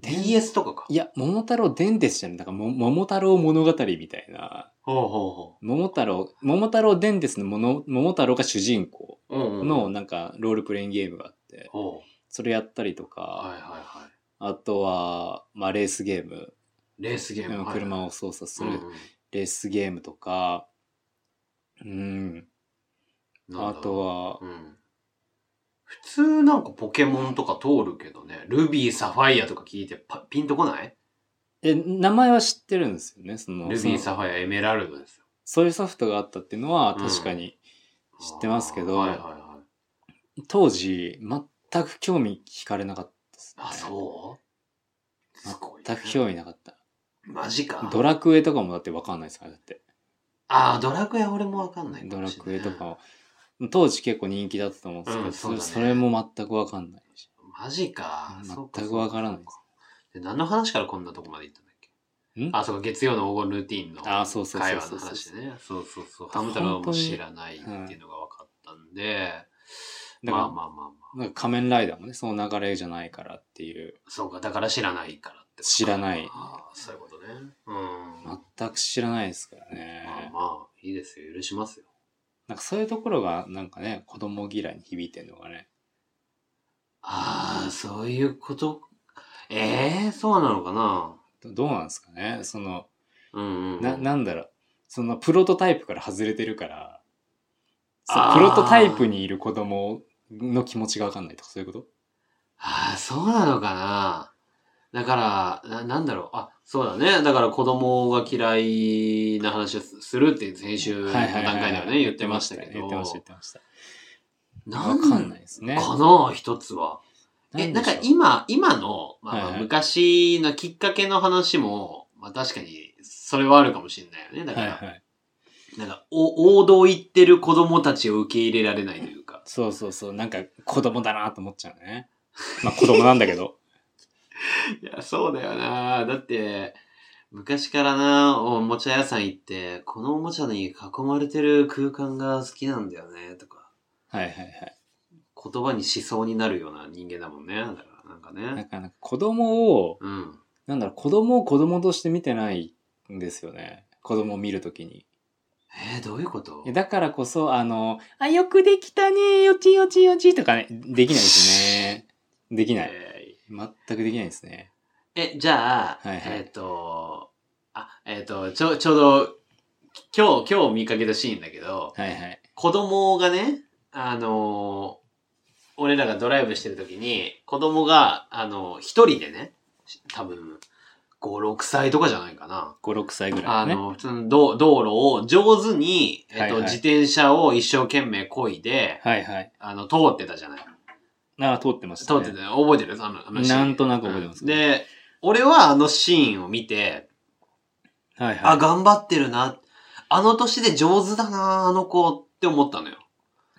Speaker 1: ?DS とかか。
Speaker 3: いや、桃太郎電鉄じゃない。だからも、桃太郎物語みたいな。
Speaker 1: ほうほ
Speaker 3: 桃太郎、桃太郎電鉄のもの桃太郎が主人公
Speaker 1: うほう。うんうん
Speaker 3: の、なんか、ロールプレイングゲームがあって、
Speaker 1: ほ
Speaker 3: それやったりと
Speaker 1: う。はい
Speaker 3: か、
Speaker 1: はいは
Speaker 3: あとは、まあ、レースゲーム。
Speaker 1: い。レースゲーム。
Speaker 3: うん
Speaker 1: はい
Speaker 3: 車を操作す
Speaker 1: うんう
Speaker 3: る
Speaker 1: ん
Speaker 3: レースゲームとか、うん、
Speaker 1: なん
Speaker 3: あ
Speaker 1: だ
Speaker 3: とは、
Speaker 1: うん普通なんかポケモンとか通るけどね、ルビー、サファイアとか聞いてパピンとこない
Speaker 3: え、名前は知ってるんですよね。その、
Speaker 1: ル
Speaker 3: そ
Speaker 1: ビー、
Speaker 3: の
Speaker 1: サファイア、エメラルドですよ。
Speaker 3: そういうソフトがあったっていうのは
Speaker 1: うん
Speaker 3: 確かに知ってますけど、
Speaker 1: はいはいはい。
Speaker 3: 当時全く興味惹かれなかったです、ね。
Speaker 1: あ、そうすごいね、
Speaker 3: 全く興味なかった。
Speaker 1: マジか。
Speaker 3: ドラクエとかもだってわかんないですから、だって。
Speaker 1: あー、ドラクエ俺もわかんないか
Speaker 3: ド
Speaker 1: も
Speaker 3: ラ
Speaker 1: しれ
Speaker 3: クエ
Speaker 1: ない
Speaker 3: とかも、当時結構人気だったと思うんですけど、
Speaker 1: うんそうだね
Speaker 3: それも全くわかんないし。
Speaker 1: マジか。
Speaker 3: 全く
Speaker 1: そうか
Speaker 3: わからない
Speaker 1: そうで何の話からこんなとこまで行ったんだっけ
Speaker 3: ん
Speaker 1: あ、そうか、月曜の黄金ルーティンの
Speaker 3: あそうそうそう
Speaker 1: 会
Speaker 3: そう
Speaker 1: 話の話ね。そうそうそう。ハム太郎も知らないっていうのが分かったんで、ま
Speaker 3: だか
Speaker 1: あま
Speaker 3: ら、
Speaker 1: あまあまあ。
Speaker 3: なんか仮面ライダーもね、その流れじゃないからっていう、
Speaker 1: そうか、だから知らないからってことか。
Speaker 3: 知らない
Speaker 1: あーそういうことね。うん。ま
Speaker 3: 全く知らないですから
Speaker 1: あ
Speaker 3: ね。
Speaker 1: まあ、いいですよ。許しますよ。
Speaker 3: なんかそういうところが、なんかね、子供嫌いに響いてるのがね。
Speaker 1: ああ、そういうこと。ええそうなのかな
Speaker 3: どどうなんですかねその、
Speaker 1: うんうん。
Speaker 3: ななんだろうそのプロトタイプから外れてるから
Speaker 1: あー
Speaker 3: そうプロトタイプにいる子供の気持ちが分かんないとかそういうこと
Speaker 1: ああ、そうなのかな。だから、な、なんだろう。あ、そうだね。だから子供が嫌いな話をすするって先週の段階ではね、言ってましたけど。
Speaker 3: 言ってました言ってました
Speaker 1: な
Speaker 3: 分
Speaker 1: ん
Speaker 3: かんないですね
Speaker 1: かな、一つは。え、
Speaker 3: で
Speaker 1: なん
Speaker 3: しょ
Speaker 1: か
Speaker 3: う
Speaker 1: 今、今の、まあまあ
Speaker 3: はいはい
Speaker 1: 昔のきっかけの話も、まあ確かに、それはあるかもしれないよね。だか
Speaker 3: はい
Speaker 1: ら、
Speaker 3: はい
Speaker 1: なんか、お王道行ってる子供たちを受け入れられないというか。
Speaker 3: そうそうそうなんか子供だなと思っちゃうねまあ子供なんだけ ど
Speaker 1: いや、そうだよな。だって、昔からな、おもちゃ屋さん行って、このおもちゃに囲まれてる空間が好きなんだよね、とか、
Speaker 3: はいはいはい
Speaker 1: 言葉にしそうになるような人間だもんね。だから、なんか
Speaker 3: な
Speaker 1: ね。
Speaker 3: んかなんか子供を
Speaker 1: うん。
Speaker 3: なんだろう子供を子供として見てないんですよね子供を見るときに
Speaker 1: えーどういうこと
Speaker 3: だからこそ、あの、あ、よくできたね、よちよちよちとかね、できないですね。できない。
Speaker 1: え
Speaker 3: 全くできないですね。
Speaker 1: ーえ、じゃあ、
Speaker 3: はいはい
Speaker 1: えっ、と、あ、えっ、と、ちょ、ちょうど、今日、今日見かけたシーンだけど、
Speaker 3: はいはい。
Speaker 1: 子供がね、あのー俺らがドライブしてる時に、子供が、あのー一人でね、し多分、5、6歳とかじゃないかな。
Speaker 3: 5、6歳ぐら
Speaker 1: あ
Speaker 3: いね。
Speaker 1: の、普通の道道路を上手に、えっと、
Speaker 3: はいはい
Speaker 1: 自転車を一生懸命漕いで、
Speaker 3: はいはい。
Speaker 1: あの、通ってたじゃない。
Speaker 3: あ通ってました
Speaker 1: 通
Speaker 3: ね。
Speaker 1: ってた、覚えてるあの、あのシーン
Speaker 3: なんとなく覚えてます
Speaker 1: うんで、俺はあのシーンを見て、
Speaker 3: はいはい。
Speaker 1: あ、頑張ってるな。あの年で上手だな、あの子って思ったのよ。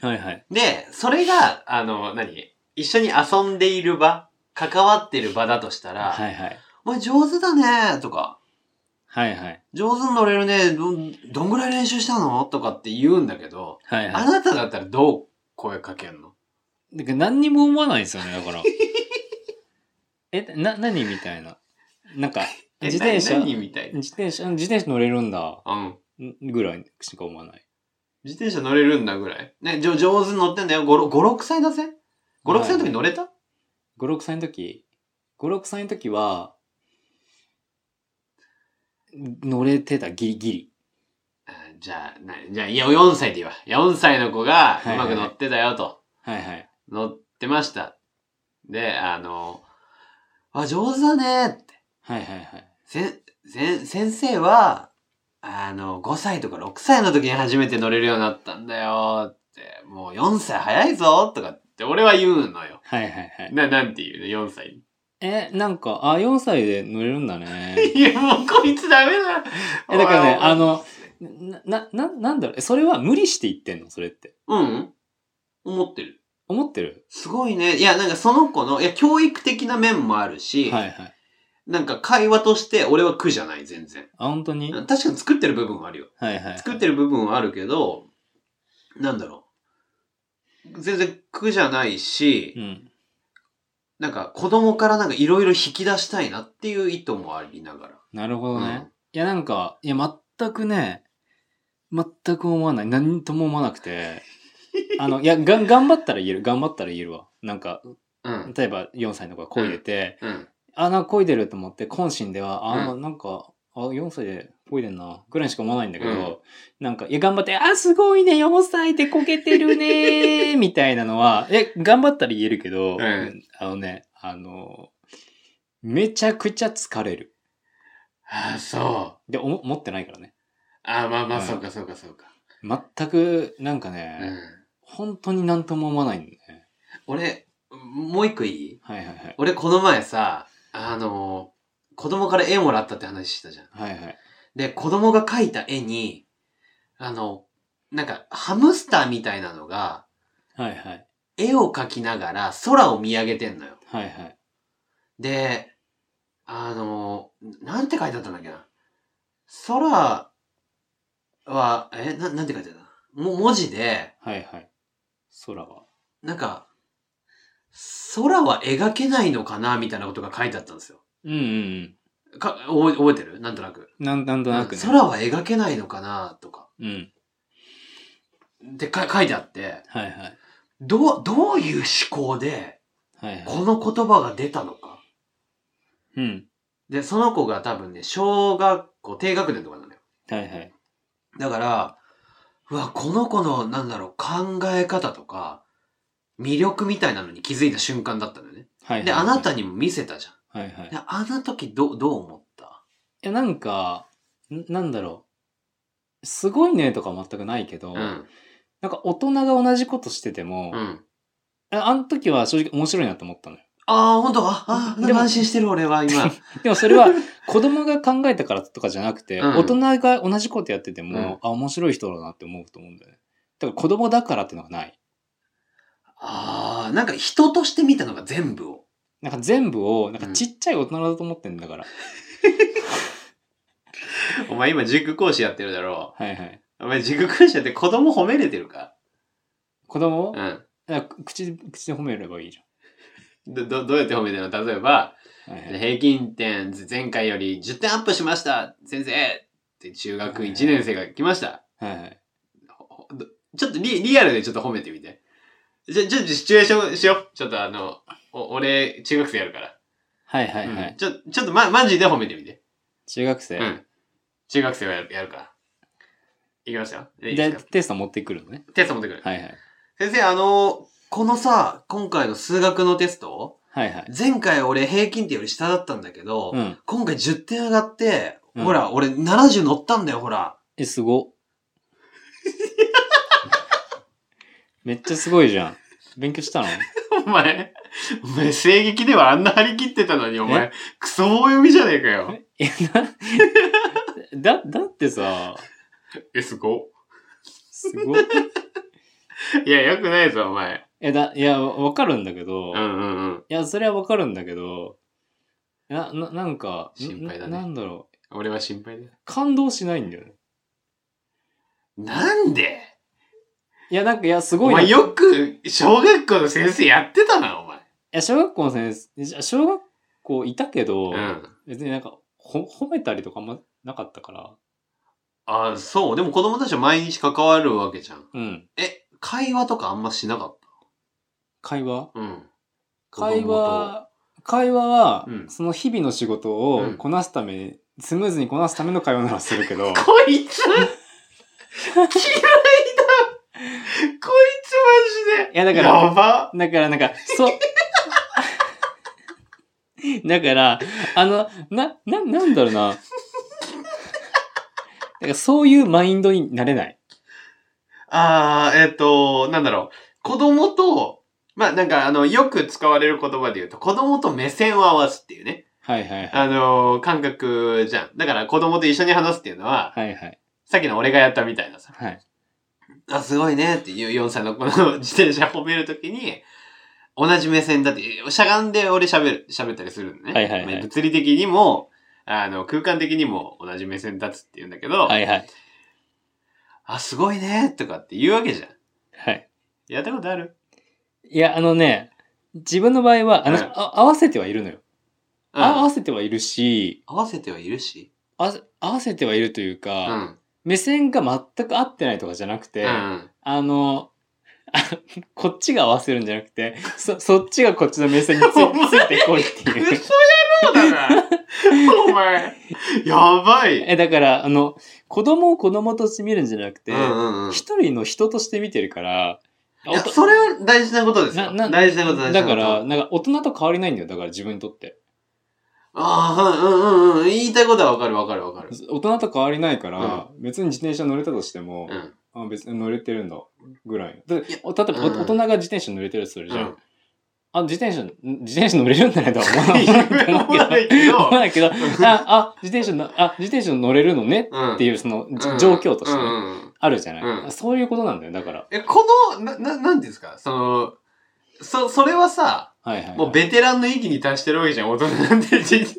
Speaker 3: はいはい。
Speaker 1: で、それが、あの、何一緒に遊んでいる場、関わってる場だとしたら、
Speaker 3: はいはい。
Speaker 1: お前上手だねとか、
Speaker 3: はいはい。
Speaker 1: 上手に乗れるねどん、どんぐらい練習したのとかって言うんだけど、
Speaker 3: はい
Speaker 1: あ
Speaker 3: は
Speaker 1: なただったらどう声かけんの
Speaker 3: い。だから何にも思わないんですよね、だから。 え、な、何みたいな。なんか、
Speaker 1: え
Speaker 3: 自転車、
Speaker 1: な何
Speaker 3: 自
Speaker 1: みたいな。
Speaker 3: 転車、自転車乗れるんだ、
Speaker 1: うん。
Speaker 3: んぐらいしか思わない。
Speaker 1: 自転車乗れるんだぐらい。ね、じょ上手に乗ってんだよ。5、6歳だぜ。5、6歳の時乗れた、
Speaker 3: 5、6歳の時、5、6歳の時は、乗れてた、ギリギリ。
Speaker 1: あじゃあ、なじゃあ、いや、4歳でいいわ。いや4歳の子が
Speaker 3: はいうは
Speaker 1: ま
Speaker 3: い
Speaker 1: く乗ってたよと。
Speaker 3: はいはい。
Speaker 1: 乗ってました。で、あの、あ、上手だねって。
Speaker 3: はいはいはい。
Speaker 1: せん、せん、先生は、あの、5歳とか6歳の時に初めて乗れるようになったんだよって。もう4歳早いぞとかって俺は言うのよ。
Speaker 3: はいはいはい。
Speaker 1: な、なんて言うの ?4 歳に。
Speaker 3: え、なんか、あ、4歳で乗れるんだね。
Speaker 1: いや、もうこいつダメだ。
Speaker 3: え、だからね、あ
Speaker 1: の、
Speaker 3: の、な、な、ななんだろう、えそれは無理して言ってんのそれって。
Speaker 1: うん。思ってる。
Speaker 3: 思ってる
Speaker 1: すごいね。いや、なんかその子の、いや、教育的な面もあるし、
Speaker 3: はいはい。
Speaker 1: なんか会話として俺は苦じゃない、全然。
Speaker 3: あ、本当にはい
Speaker 1: 確かに作ってる部分はあるよ。
Speaker 3: はいはい。
Speaker 1: 作ってる部分はあるけど、なんだろう。全然苦じゃないし、
Speaker 3: うん。
Speaker 1: なんか子供からなんかいろいろ引き出したいなっていう意図もありながら。
Speaker 3: なるほどね。
Speaker 1: うん
Speaker 3: いや、なんか、いや、全くね、全く思わない。何とも思わなくて。 あの、いや、がん、頑張ったら言える。頑張ったら言えるわ。なんか、
Speaker 1: うん。
Speaker 3: 例えば4歳の子が漕いでて、
Speaker 1: うん。
Speaker 3: あ、なんか漕いでると思って、懇親では、あ、
Speaker 1: う
Speaker 3: なんか、あ、4歳で漕いでんな、ぐらいしか思わないんだけど、なんか、いや、頑張って、あ、すごいね、4歳でこけてる ね、みたいなのは、え、頑張ったら言えるけ
Speaker 1: う
Speaker 3: ど、
Speaker 1: ん
Speaker 3: あのね、あの、めちゃくちゃ疲れる。
Speaker 1: ああ、そう。
Speaker 3: で、おも持ってないからね。
Speaker 1: ああ、まあまあ、
Speaker 3: うん
Speaker 1: そうかそうかそうか。
Speaker 3: 全く、なんか
Speaker 1: う
Speaker 3: ね、
Speaker 1: ん。
Speaker 3: 本当になんとも思わないんだよね。
Speaker 1: 俺、もう一個いい
Speaker 3: はいはいはい。
Speaker 1: 俺この前さ、あの、子供から絵もらったって話したじゃん。
Speaker 3: はいはい。
Speaker 1: で、子供が描いた絵に、あの、なんか、ハムスターみたいなのが、
Speaker 3: はいはい。
Speaker 1: 絵を描きながら空を見上げてんのよ。
Speaker 3: はいはい。
Speaker 1: で、あの、なんて書いてあったんだっけな。空は、え、ななんて書いてあったも文字で、
Speaker 3: はいはい。空は。
Speaker 1: なんか、空は描けないのかなみたいなことが書いてあったんですよ。
Speaker 3: うんうんうん。
Speaker 1: か覚え覚えてるなんとなく。
Speaker 3: なんなんとなくね。
Speaker 1: 空は描けないのかなとか。
Speaker 3: うん。
Speaker 1: ってか書いてあって、
Speaker 3: はいはい。
Speaker 1: どう、どういう思考で、
Speaker 3: はいはい。
Speaker 1: この言葉が出たのか。
Speaker 3: うん。
Speaker 1: で、その子が多分ね、小学校、低学年とかなのよ。
Speaker 3: はいはい。
Speaker 1: だから、うわ、この子の、なんだろう、考え方とか、魅力みたいなのに気づいた瞬間だったのよね。
Speaker 3: はいはい。
Speaker 1: で、あなたにも見せたじゃ
Speaker 3: はいはい。
Speaker 1: ん。
Speaker 3: い
Speaker 1: であの時、どう、どう思った
Speaker 3: や、なんか、んなんだろう。すごいねとか全くないけど、
Speaker 1: うん。
Speaker 3: なんか大人が同じことしてても、
Speaker 1: うん。
Speaker 3: ああの時は正直面白いなと思ったのよ。
Speaker 1: ああ、本当あ、あー、
Speaker 3: で
Speaker 1: で
Speaker 3: も
Speaker 1: も安心してる俺は今。
Speaker 3: でもそれは子供が考えたからとかじゃなくて、
Speaker 1: うん
Speaker 3: 大人が同じことやってても、
Speaker 1: うん
Speaker 3: あ、面白い人だなって思うと思うんだよね。だから子供だからっていうのがない。
Speaker 1: ああ、なんか人として見たのが全部を。
Speaker 3: なんか全部を、なんかちっちゃい大人だと思ってんだから。
Speaker 1: お前今、塾講師やってるだろ
Speaker 3: はいはい。
Speaker 1: う。お前、塾講師やって子供褒めれてるか
Speaker 3: 子供を、
Speaker 1: う
Speaker 3: だか
Speaker 1: ん。
Speaker 3: ら口、口で褒めればいいじ
Speaker 1: ど、ど、どうやって褒めてるの例えば、
Speaker 3: ゃん。はいはい
Speaker 1: 平均点前回より10点アップしました先生って中学1年生が来ました。
Speaker 3: はいはい。
Speaker 1: ほどちょっとリリアルでちょっと褒めてみて。じゃ、ちょっとシチュエーションしよう。ちょっとあの、お俺、中学生やるから。
Speaker 3: はいはいはい。
Speaker 1: うんちょ、ちょっとま、マジで褒めてみて。
Speaker 3: 中学生、
Speaker 1: うん。中学生はやるやるから。いきますよ。いいで
Speaker 3: です
Speaker 1: か
Speaker 3: テスト持ってくるのね。
Speaker 1: テスト持ってくる。
Speaker 3: はいはい。
Speaker 1: 先生、あの、このさ、今回の数学のテスト、
Speaker 3: はいはい。
Speaker 1: 前回俺平均点より下だったんだけど、
Speaker 3: うん。
Speaker 1: 今回10点上がって、
Speaker 3: うん
Speaker 1: ほら、俺70乗ったんだよ、ほら。
Speaker 3: え、す ご。めっちゃすごいじゃん。勉強したの
Speaker 1: お前、お前、声劇ではあんな張り切ってたのに、お前、クソ棒読みじゃねえかよ。
Speaker 3: え、な、だ、だってさ、
Speaker 1: え、すご。
Speaker 3: すごい。
Speaker 1: いや、よくないぞ、お前。
Speaker 3: え、だ、いや、わわかるんだけど、
Speaker 1: うんう
Speaker 3: い
Speaker 1: んうん。
Speaker 3: や、それはわかるんだけど、な、な、なんか、
Speaker 1: 心配だね
Speaker 3: ななんだろう。
Speaker 1: 俺は心配だよ。
Speaker 3: 感動しないんだよね。
Speaker 1: なんで
Speaker 3: いや、なんか、いや、す
Speaker 1: お
Speaker 3: ごいな。
Speaker 1: 前
Speaker 3: い
Speaker 1: よく、小学校の先生やってたな、お前。
Speaker 3: や、小学校の先生、じゃ小学校いたけど、
Speaker 1: うん。
Speaker 3: 別になんかほ褒めたりとかあんまなかったから
Speaker 1: あ、そう。でも子供たちは毎日関わるわけじゃん。
Speaker 3: うん。
Speaker 1: え、会話とかあんましなかっ
Speaker 3: 会話
Speaker 1: たうん。子
Speaker 3: 会
Speaker 1: 供
Speaker 3: 話、会話は、
Speaker 1: うん
Speaker 3: その日々の仕事
Speaker 1: う
Speaker 3: を
Speaker 1: ん
Speaker 3: こなすために、スムーズにこなすための会話ならするけ ど、
Speaker 1: と。こいつ 嫌いだこいつマジで
Speaker 3: いやだから
Speaker 1: やば
Speaker 3: だからなんか、そう。 だから、あの、な、な、なんだろうな。だからそういうマインドになれない。
Speaker 1: ああ、えっ、と、なんだろう。子供と、まあなんかあの、よく使われる言葉で言うと、子供と目線を合わすっていうね、
Speaker 3: はいはいはい。
Speaker 1: あのー感覚じゃん。だから子供と一緒に話すっていうのは、
Speaker 3: はいはい。
Speaker 1: さっきの俺がやったみたいなさ、
Speaker 3: はい。
Speaker 1: あ、すごいねっていう4歳の子の自転車褒めるときに、同じ目線だって、しゃがんで俺喋る、喋ったりするのね。
Speaker 3: はいはいはい
Speaker 1: まあ物理的にも、あの、空間的にも同じ目線立つって言うんだけど、
Speaker 3: はいはい。
Speaker 1: あ、すごいねとかって言うわけじゃん。
Speaker 3: はい。
Speaker 1: やったことある
Speaker 3: いや、あのね、自分の場合は、あの、
Speaker 1: うん
Speaker 3: あ合わせてはいるのよ。あ合
Speaker 1: うん
Speaker 3: わせてはいるし、
Speaker 1: 合わせてはいるし。
Speaker 3: あ合わせてはいるという
Speaker 1: う
Speaker 3: か、
Speaker 1: ん。
Speaker 3: 目線が全く合ってないとかじゃなくて、
Speaker 1: うん。
Speaker 3: あの、 あこっちが合わせるんじゃなくて、そ、そっちがこっちの目線につ
Speaker 1: お前
Speaker 3: ついてこいって
Speaker 1: 嘘
Speaker 3: いう。
Speaker 1: 野郎だなお前。やばい。
Speaker 3: え、だから、あの、子供を子供として見るんじゃなくて
Speaker 1: うん、うんうん。い
Speaker 3: 一、人の人として見てるから、
Speaker 1: や、
Speaker 3: おと
Speaker 1: それは大事なことですよ。
Speaker 3: なな
Speaker 1: 大事なこと、大事な
Speaker 3: だ
Speaker 1: こ
Speaker 3: か
Speaker 1: と。
Speaker 3: ら、なんか大人と変わりないんだよ、だから自分にとって。
Speaker 1: ああ、うんうんうん。言いたいことはわかるわかるわかる。
Speaker 3: 大人と変わりないから、別に自転車乗れたとしても
Speaker 1: う、 ん。
Speaker 3: あ別に乗れてるんだ、ぐらい。だって
Speaker 1: いや
Speaker 3: お例えば、お
Speaker 1: うん
Speaker 3: 大人が自転車乗れてるとするじ
Speaker 1: う
Speaker 3: ゃん。
Speaker 1: ん。
Speaker 3: あ、自転車、ん自転車乗れるんだねと は思わ
Speaker 1: 思わ
Speaker 3: な
Speaker 1: ないい
Speaker 3: け
Speaker 1: け
Speaker 3: ど。
Speaker 1: ど
Speaker 3: 思わないけど、あ、あ、自転車の、あ、自転車乗れるのね
Speaker 1: うん。
Speaker 3: っていう、その、じ
Speaker 1: うん
Speaker 3: 状況としてね、
Speaker 1: うんうん
Speaker 3: あるじゃない、
Speaker 1: うん
Speaker 3: そういうことなんだよ、だから。
Speaker 1: え、この、な、な、なんていうんですかその、そ、それはさ、
Speaker 3: はいはいはい。
Speaker 1: もうベテランの域に達してるわけじゃん。大人なんて自、自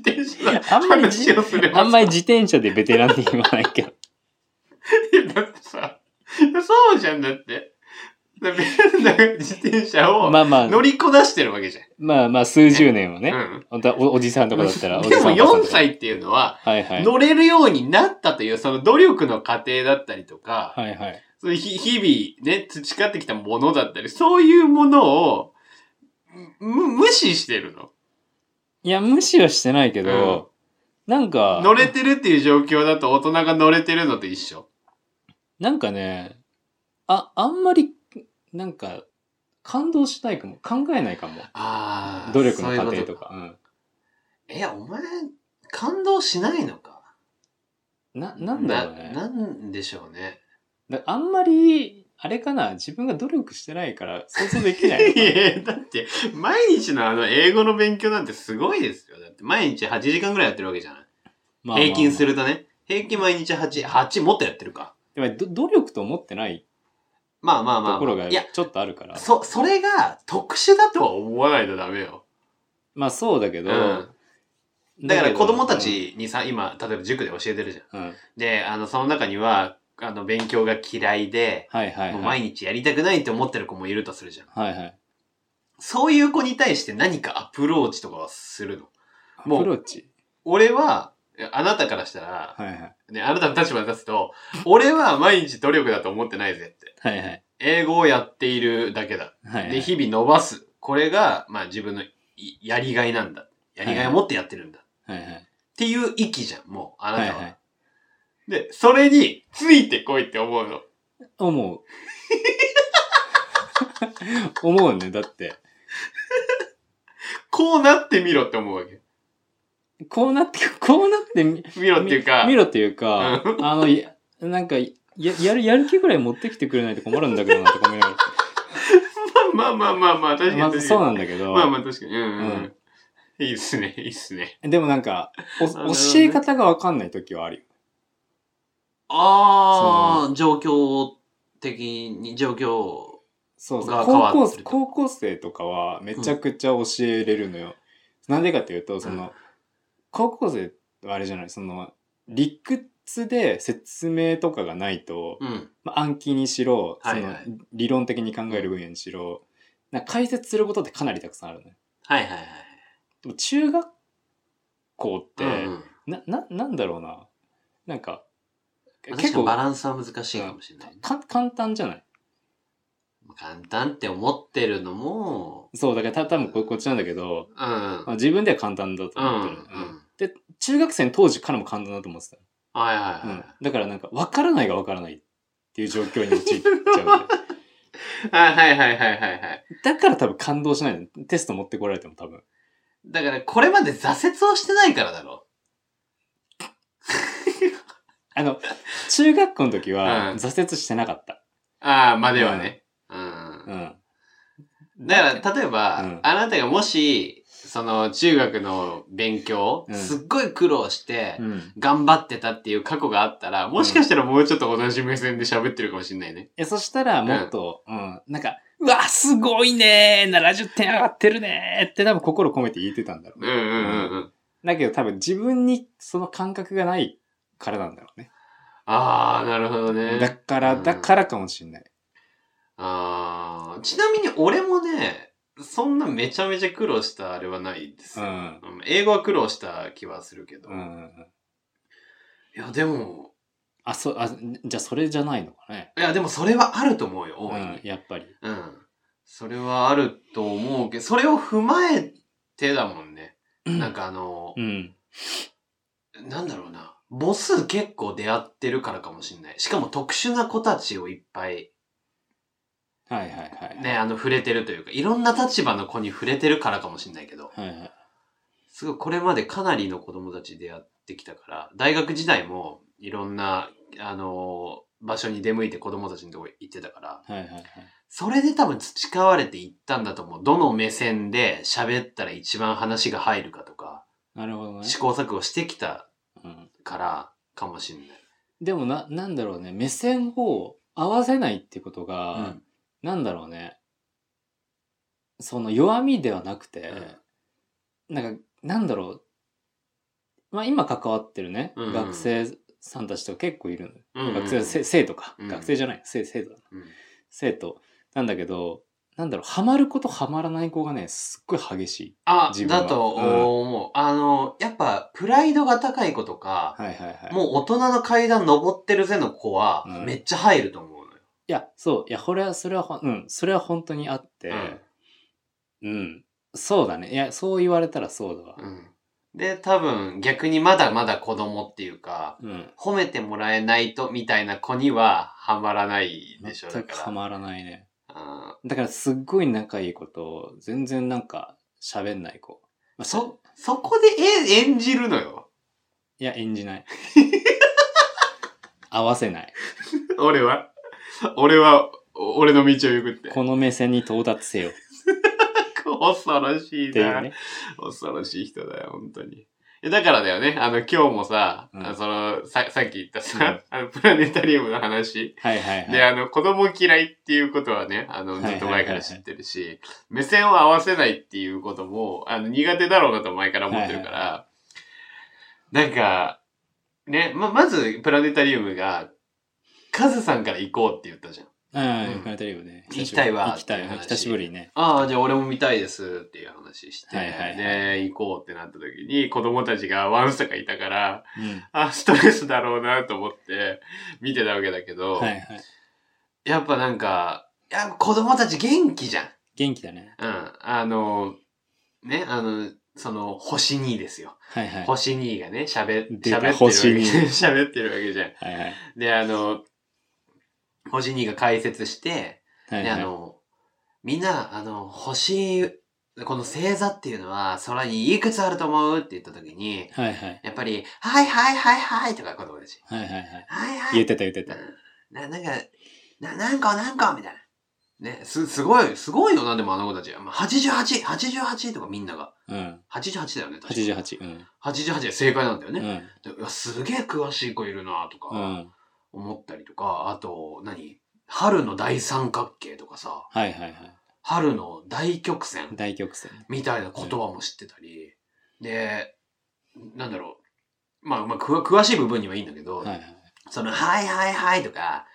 Speaker 1: 転車の
Speaker 3: あんまりじ
Speaker 1: 話をすれば
Speaker 3: あんまり自転車でベテランって言わない けど。
Speaker 1: り。だってさ、そうじゃんだって。だってだから自転車を
Speaker 3: まあまあ、
Speaker 1: 乗りこなしてるわけじゃん。
Speaker 3: まあまあ、数十年をね、
Speaker 1: うん。
Speaker 3: 本当はおおじさんとかだったら、おじ
Speaker 1: でも
Speaker 3: さんおばさん
Speaker 1: 4
Speaker 3: とか
Speaker 1: 歳っていうのは、
Speaker 3: はいはい。
Speaker 1: 乗れるようになったという、その努力の過程だったりとか、
Speaker 3: はいはい。
Speaker 1: そういうひ日々ね、培ってきたものだったり、そういうものを、む、無視してるの。
Speaker 3: いや、無視はしてないけど、なんか、
Speaker 1: 乗れてるっていう状況だと大人が乗れてるのと一緒。
Speaker 3: なんかね、あ、あんまり、なんか、感動しないかも。考えないかも。
Speaker 1: あ
Speaker 3: 努力の過程
Speaker 1: そういうこと
Speaker 3: か。うん
Speaker 1: え、お前、感動しないのか。
Speaker 3: な、なんだろうね。
Speaker 1: ななんでしょうね。
Speaker 3: だあんまり、あれかな、自分が努力してないから想像でき ないの
Speaker 1: い
Speaker 3: かな。
Speaker 1: やだって、毎日のあの、英語の勉強なんてすごいですよ。だって、毎日8時間ぐらいやってるわけじゃない。
Speaker 3: まあまあまあ
Speaker 1: 平均す。るとね。平均毎日8、8もっとやってるか。
Speaker 3: でもど努力と思ってない
Speaker 1: まあまあまあまあ。
Speaker 3: ところが
Speaker 1: いや、
Speaker 3: ちょっとあるから。
Speaker 1: そ、それが特殊だとは思わないとダメよ。
Speaker 3: まあそうだけど、
Speaker 1: うんだから
Speaker 3: けど
Speaker 1: 子供た、ちにさ、今、例えば塾で教えてるじゃん。
Speaker 3: うんうん
Speaker 1: で、あの、その中には、あの、勉強が嫌いで、
Speaker 3: はいはい
Speaker 1: もう
Speaker 3: はい。
Speaker 1: 毎日やりたくないって思ってる子もいるとするじゃん。
Speaker 3: はいはい。
Speaker 1: そういう子に対して何かアプローチとかはするのもう
Speaker 3: アプローチ。俺
Speaker 1: 俺は、あなたからしたら、
Speaker 3: はいはい。
Speaker 1: ね、あなたの立場に立つと、俺は毎日努力だと思ってないぜって。
Speaker 3: はいはい。
Speaker 1: 英語をやっているだけだ。
Speaker 3: はいはい
Speaker 1: で、日々伸ばす。これが、まあ自分のいやりがいなんだ。やりがいを持ってやってるんだ。
Speaker 3: はいはい。
Speaker 1: っていう域じゃん、もう、あなた
Speaker 3: はい
Speaker 1: は。
Speaker 3: はい。
Speaker 1: で、それについてこいって思うの。
Speaker 3: 思う。 思うね、だって。
Speaker 1: こうなってみろって思うわけ。
Speaker 3: こうなって、こうなってみ、
Speaker 1: 見ろっていうか、
Speaker 3: み見ろっていうか、あの、いなんか、や、やる、やる気ぐらい持ってきてくれないと困るんだけどな、とか思いながら。
Speaker 1: まあまあまあまあ、確かに
Speaker 3: ま
Speaker 1: 確
Speaker 3: あ
Speaker 1: かに。
Speaker 3: そうなんだけど、
Speaker 1: まあまあ確かに。うんうん。
Speaker 3: うん
Speaker 1: いいっすね、いいっすね。
Speaker 3: でもなんか、お
Speaker 1: なるほどね
Speaker 3: 教え方がわかんない時はあるよ。
Speaker 1: ああ、状況的に、状況。
Speaker 3: そうそう。
Speaker 1: が変
Speaker 3: 高
Speaker 1: わ
Speaker 3: 校
Speaker 1: って
Speaker 3: 生
Speaker 1: ると
Speaker 3: 高校生とかはめちゃくちゃ教えれるのよ。な、んでかっていうと、その、
Speaker 1: うん
Speaker 3: 高校生はあれじゃない、その、理屈で説明とかがないと、
Speaker 1: うん。
Speaker 3: まあ、暗記にしろ、そ
Speaker 1: はい
Speaker 3: の
Speaker 1: はい
Speaker 3: 理論的に考える分野にしろ、なんか解説することってかなりたくさんあるね。
Speaker 1: はいはいはい。
Speaker 3: でも中学校って、
Speaker 1: うんうん
Speaker 3: な、な、なんだろうな。なんか、
Speaker 1: 確かにバランスは難しいかもしれないね。
Speaker 3: か簡単じゃない
Speaker 1: 簡単って思ってるのも、
Speaker 3: そう、だからた多分ここっちなんだけど、
Speaker 1: うん。うん。
Speaker 3: まあ、自分では簡単だと
Speaker 1: う
Speaker 3: 思っ
Speaker 1: ん
Speaker 3: てる。うん。中学生の当時からも簡単だと思ってた。
Speaker 1: はいはい
Speaker 3: うん
Speaker 1: はい。
Speaker 3: だからなんか、わからないがわからないっていう状況に陥っちゃうんだ よ
Speaker 1: あはいはいはいはいはい。
Speaker 3: だから多分感動しないの。テスト持ってこられても多分。
Speaker 1: だから、これまで挫折をしてないからだろ。
Speaker 3: あの、中学校の時
Speaker 1: う
Speaker 3: は
Speaker 1: ん
Speaker 3: 挫折してなかった。
Speaker 1: ああ、まではね。う。
Speaker 3: うんん。
Speaker 1: だから、例えば、
Speaker 3: うん
Speaker 1: あなたがもし、その、中学の勉強、
Speaker 3: うん
Speaker 1: すっごい苦労して、
Speaker 3: うん。
Speaker 1: 頑張ってたっていう過去があったら、もしかしたらもうちょっと同じ目線で喋ってるかもしれないね。
Speaker 3: え、そしたらもっと、うん、なんか、うわ、すごいねー !70 点上がってるねーって多分心込めて言ってたんだろ
Speaker 1: う
Speaker 3: う
Speaker 1: んうんうんうん。
Speaker 3: だけど多分自分にその感覚がないからなんだろうね。
Speaker 1: ああ、なるほどね。
Speaker 3: だから、
Speaker 1: うん
Speaker 3: だからかもしんない。
Speaker 1: あーちなみに俺もね、そんなめちゃめちゃ苦労したあれはないです
Speaker 3: う
Speaker 1: よ、
Speaker 3: ん。
Speaker 1: うん英語は苦労した気はするけど。
Speaker 3: う
Speaker 1: い
Speaker 3: ん。
Speaker 1: や、でも、
Speaker 3: あ、そ、あ、じゃあそれじゃないのかね。
Speaker 1: いや、でもそれはあると思うよ、
Speaker 3: う
Speaker 1: 大い
Speaker 3: ん
Speaker 1: に。、
Speaker 3: やっぱり。
Speaker 1: うん。それはあると思うけど、それを踏まえてだもんね。なんかあの
Speaker 3: う、ん。
Speaker 1: なんだろうな。母数結構出会ってるからかもしれない。しかも特殊な子たちをいっぱい
Speaker 3: はいはいはい。
Speaker 1: ね、あの、触れてるというか、いろんな立場の子に触れてるからかもしれないけど。
Speaker 3: はいはい。
Speaker 1: すごい、これまでかなりの子供たち出会ってきたから、大学時代もいろんな、あのー場所に出向いて子供たちのとこ行ってたから、
Speaker 3: はいはいはい。
Speaker 1: それで多分培われていったんだと思う。どの目線で喋ったら一番話が入るかとか、
Speaker 3: なるほどね
Speaker 1: 試。行錯誤してきた
Speaker 3: うん。
Speaker 1: からかもしれない。
Speaker 3: でもな、なんだろうね。目線を合わせないってことが、
Speaker 1: うん
Speaker 3: なんだろうね。その弱みではなくて、なんか、なんだろう。まあ今関わってるね、
Speaker 1: うんうん
Speaker 3: 学生さんたちと結構いるの。
Speaker 1: うんうん
Speaker 3: 学生、せ生徒か、
Speaker 1: うん
Speaker 3: 学生じゃない。生生徒だな。
Speaker 1: うん
Speaker 3: 生徒。なんだけど、なんだろう、ハマることハマらない子がね、すっごい激しい。
Speaker 1: あ
Speaker 3: 自、分は
Speaker 1: だと思う。あの、やっぱ、プライドが高い子とか、
Speaker 3: はいはいはい。
Speaker 1: もう大人の階段登ってるぜの子は
Speaker 3: う、ん
Speaker 1: めっちゃ入ると思うのよ。
Speaker 3: いや、そう、いや、これは、それはほん、うん、それは本当にあって、うん、そうだね。いや、そう言われたらそうだわ。
Speaker 1: うんで、多分逆にまだまだ子供っていうか、
Speaker 3: うん。
Speaker 1: 褒めてもらえないとみたいな子にはハマらないでしょ、だ
Speaker 3: 全
Speaker 1: か
Speaker 3: く
Speaker 1: ら。
Speaker 3: ハマらないね。
Speaker 1: あ
Speaker 3: だから、すっごい仲いい子と、全然なんか、喋んない子。まあ、
Speaker 1: ーそ、そこでえ演じるのよ。
Speaker 3: いや、演じない。 合わせない。
Speaker 1: 俺は。俺は、お俺の道を行くって。
Speaker 3: この目線に到達せよ。っ
Speaker 1: 恐ろしい
Speaker 3: てい
Speaker 1: な。
Speaker 3: うね。
Speaker 1: 恐ろしい人だよ、本当に。えだからだよね。あの、今日もさ、
Speaker 3: うん
Speaker 1: あその、さ、さっき言ったさ、あの、プラネタリウムの話。
Speaker 3: はいはいはい。
Speaker 1: で、あの、子供嫌いっていうことはね、あの、
Speaker 3: い
Speaker 1: ず
Speaker 3: はい
Speaker 1: っと前から知ってるし、目線を合わせないっていうことも、あの、苦手だろうなと前から思ってるから、なんか、ね、ま、まず、プラネタリウムが、カズさんから行こうって言ったじゃん。
Speaker 3: うん、
Speaker 1: うん
Speaker 3: プラネタリウムね。
Speaker 1: 行きたいわ
Speaker 3: 行きたい
Speaker 1: っていう話
Speaker 3: 久しぶりにね。
Speaker 1: ああ、じゃあ俺も見たいですっていう話して、
Speaker 3: はいはいはい
Speaker 1: ね、行こうってなった時に、子供たちがワンサかいたから、
Speaker 3: うん。
Speaker 1: あ、ストレスだろうなと思って、見てたわけだけど、
Speaker 3: はいはい。
Speaker 1: やっぱなんか、いや子供たち元気じゃん。
Speaker 3: 元気だね。
Speaker 1: うん。あの、ね、あの、その、星2ですよ。
Speaker 3: はいはい。
Speaker 1: 星2がね、喋喋って
Speaker 3: 出た
Speaker 1: るわけ、
Speaker 3: 星
Speaker 1: 喋ってるわけじゃん。
Speaker 3: はいはい。
Speaker 1: で、あの、星2が解説して、
Speaker 3: はい
Speaker 1: で、
Speaker 3: は
Speaker 1: あ
Speaker 3: い。
Speaker 1: の、みんな、あの、星、この星座っていうのは空にいくつあると思うって言った時に、
Speaker 3: はいはい。
Speaker 1: やっぱり、はいはいはいはいとか子供たち。
Speaker 3: はいはいはい。
Speaker 1: はいはい
Speaker 3: 言ってた言ってた。
Speaker 1: な、なんか、な、何個何個みたいな。ね、す、すごい、すごいよな、でもあの子たち。まあ、88、88とかみんなが。
Speaker 3: うん。
Speaker 1: 88だよね、確か
Speaker 3: 88。うん。
Speaker 1: 88で正解なんだよ
Speaker 3: う
Speaker 1: ね。
Speaker 3: ん。
Speaker 1: でいやすげえ詳しい子いるなと
Speaker 3: う
Speaker 1: か、
Speaker 3: ん。
Speaker 1: 思ったりとか、あと、何春の大三角形とかさ、
Speaker 3: はいはいはい。
Speaker 1: 春の大曲線
Speaker 3: 大曲線。
Speaker 1: みたいな言葉も知ってたり、で、なんだろう。まあ、まあ、くわ詳しい部分にはいいんだけど、
Speaker 3: はいはい。
Speaker 1: その、はいはいはいとか、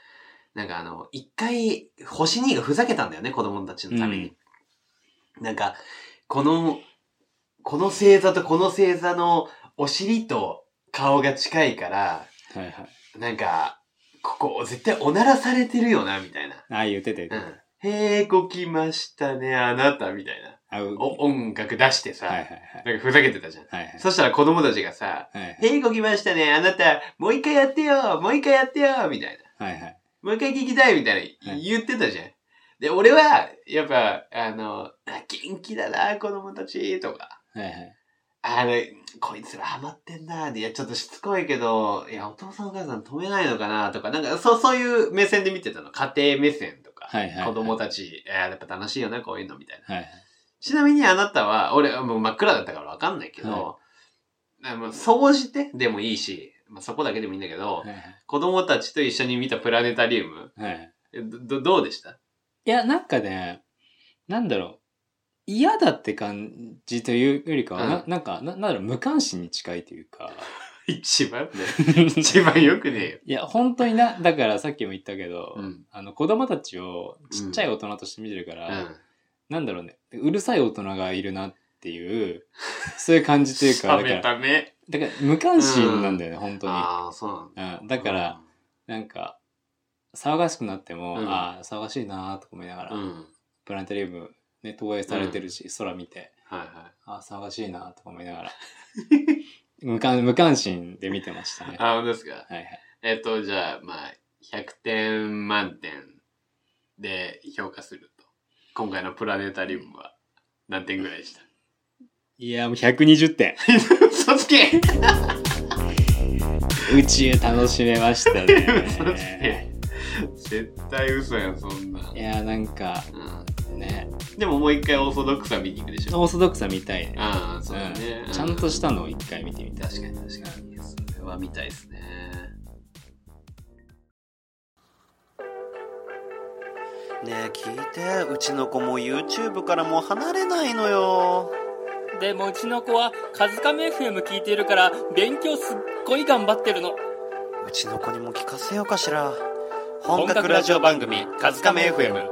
Speaker 1: なんかあの、一回、星兄がふざけたんだよね、子供たちのために。なんか、この、この星座とこの星座のお尻と顔が近いから、
Speaker 3: はいはい。
Speaker 1: なんか、ここ絶対おならされてるよな、みたいな。
Speaker 3: ああ、言ってて
Speaker 1: う。ん。へえ、こきましたね、あなた、みたいな。
Speaker 3: あう
Speaker 1: お音楽出してさ、
Speaker 3: はいはいはい。
Speaker 1: なんかふざけてたじゃん。
Speaker 3: はいはい
Speaker 1: そしたら子供たちがさ、
Speaker 3: はい
Speaker 1: へえ、こきましたね、あなた、もう一回やってよ、もう一回やってよ、みたいな。
Speaker 3: はいはい。
Speaker 1: もう一回聞きたいみたいな
Speaker 3: はい
Speaker 1: 言ってたじゃん。で、俺は、やっぱ、あの、あ元気だな、子供たち、とか。
Speaker 3: はいはい。
Speaker 1: あの、こいつらハマってんな、で、いや、ちょっとしつこいけど、いや、お父さんお母さん止めないのかな、とか、なんか、そう、そういう目線で見てたの。家庭目線とか。
Speaker 3: はいはいはい
Speaker 1: 子供たち、えーやっぱ楽しいよな、こういうの、みたいな。
Speaker 3: はいはい。
Speaker 1: ちなみにあなたは、俺、もう真っ暗だったからわかんないけど、あの総じてでもいいし、まあ、そこだけでもいいんだけど、
Speaker 3: はい
Speaker 1: 子供たちと一緒に見たプラネタリウム、
Speaker 3: はいはい。
Speaker 1: えどどどうでした
Speaker 3: いや、なんかね、なんだろう。嫌だって感じというよりかは、な
Speaker 1: う
Speaker 3: なんか、ななんだろう、無関心に近いとい うか。
Speaker 1: 一番ね。一番よくねえよ。
Speaker 3: いや、本当にな、だからさっきも言ったけど、
Speaker 1: うん。
Speaker 3: あの子供たちをちっちゃい大人として見てるか
Speaker 1: う
Speaker 3: ら、
Speaker 1: ん。
Speaker 3: なんだろうね、うるさい大人がいるなっていう、 そういう感じ というか、
Speaker 1: 冷
Speaker 3: だか
Speaker 1: め
Speaker 3: ら、
Speaker 1: た目。
Speaker 3: だから無関心なんだよね、本当に。
Speaker 1: ああ、そうなんだ。
Speaker 3: うん、だから、なんか、騒がしくなっても、
Speaker 1: うん
Speaker 3: ああ、騒がしいなーとか思いながら、
Speaker 1: うん、うん。
Speaker 3: プラネタリウム、ね、投影されてるし、空見て、
Speaker 1: はいは
Speaker 3: ああ、騒がしいなーとか思いながら、 無関無関心で見てました
Speaker 1: い。
Speaker 3: ね。は
Speaker 1: あ、本当ですか。
Speaker 3: いはい。
Speaker 1: えっと、じゃあ、まあ、100点満点で評価すると。今回のプラネタリウムは何点ぐらいでした
Speaker 3: いや、もう120点。
Speaker 1: 嘘つけ
Speaker 3: 宇宙楽しめ ました
Speaker 1: 嘘つけ
Speaker 3: ね。
Speaker 1: 絶対嘘やん、そんな。
Speaker 3: いや、なんか、
Speaker 1: うん
Speaker 3: ね、
Speaker 1: でももう一回オーソドックスは見に行くでしょ。
Speaker 3: オーソドックスは見たいね。
Speaker 1: ああ、そうだね
Speaker 3: う。んちゃんとしたのを一回見てみたい。
Speaker 1: 確かに確かに。それは見たいですね。
Speaker 9: ねえ聞いてうちの子も YouTube からもう離れないのよ
Speaker 8: でもうちの子は「カズカメ FM」聞いているから勉強すっごい頑張ってるの
Speaker 9: うちの子にも聞かせようかしら本格ラジオ番組「カズカメ FM」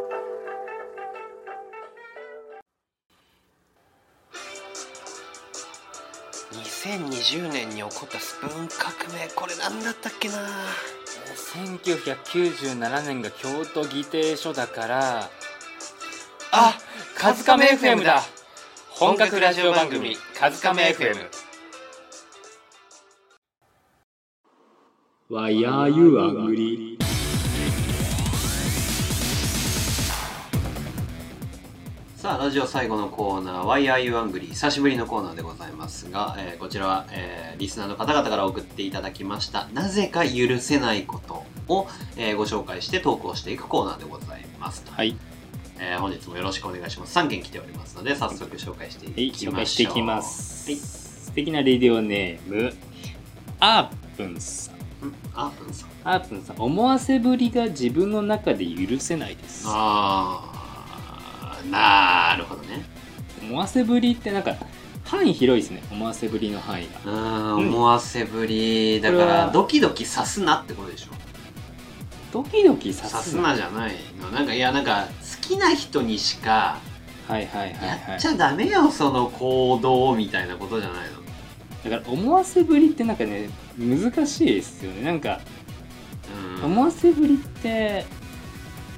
Speaker 9: 2020年に起こったスプーン革命これ何だったっけな
Speaker 8: 1997年が京都議定書だから
Speaker 9: あ
Speaker 8: カズカメ FM だ本格ラジオ番組「カズカメ FM」
Speaker 3: わやゆあぐり。
Speaker 1: さあ、ラジオ最後のコーナー、Why Are You Angry? 久しぶりのコーナーでございますが、えーこちらは、えーリスナーの方々から送っていただきました、なぜか許せないことを、えーご紹介して投稿していくコーナーでございますと。
Speaker 3: はい。
Speaker 1: えー本日もよろしくお願いします。3件来ておりますので、早速紹介して
Speaker 3: はい
Speaker 1: いきましょう。
Speaker 3: 紹介していきます。
Speaker 1: はい。
Speaker 3: 素敵なレディオネーム、アープンさん。
Speaker 1: うんあ、うん、そう。
Speaker 3: アープンさん、思わせぶりが自分の中で許せないです。
Speaker 1: あー、なるほどね。
Speaker 3: 思わせぶりってなんか、範囲広いですね。思わせぶりの範囲が。
Speaker 1: うーん、思わせぶり。だか
Speaker 3: これ
Speaker 1: ら
Speaker 3: は、
Speaker 1: ドキドキさすなってことでしょ。
Speaker 3: ドキドキさ
Speaker 1: さ
Speaker 3: す
Speaker 1: す
Speaker 3: な。
Speaker 1: なじゃないのなんかいやなんか好きな人にしか
Speaker 3: はいはいはいは
Speaker 1: や
Speaker 3: い
Speaker 1: っち。ゃダメよその行動みたいなことじゃないの
Speaker 3: だから思わせぶりってなんかね、難しいですよね。なんか、
Speaker 1: うん
Speaker 3: 思わせぶりって、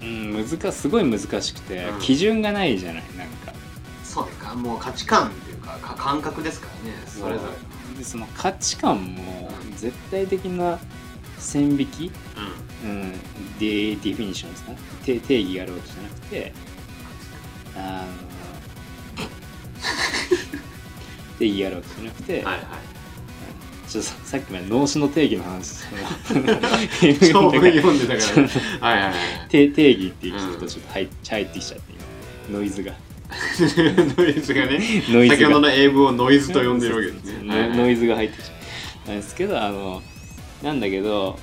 Speaker 3: うん、難すごい難しくて、
Speaker 1: うん
Speaker 3: 基準がないじゃないなんか
Speaker 1: そうかもう価値観っていうかか感覚ですからねそれぞれ
Speaker 3: でその価値観も
Speaker 1: うん
Speaker 3: 絶対的な線引き、
Speaker 1: う
Speaker 3: うん、でディフィニッションですかねて定義があるわけじゃなくてあの 定義があるわけじゃなくて、
Speaker 1: んはいは
Speaker 3: ちょっとささっきまで脳死の定義の話その
Speaker 1: い 長文読んでた
Speaker 3: ち
Speaker 1: か
Speaker 3: ょっと
Speaker 1: らはいはいはい
Speaker 3: 定定義っていうちょっとちょっと入っ入ってきちゃって今ノイズが
Speaker 1: ノイズがね
Speaker 3: ノイズ
Speaker 1: 先
Speaker 3: が
Speaker 1: ほどの英文をノイズと呼んでるわけです
Speaker 3: そうそうそう
Speaker 1: ね
Speaker 3: ノ
Speaker 1: はいはい
Speaker 3: ノイズが入ってきちゃうなんですけどあのなんだけど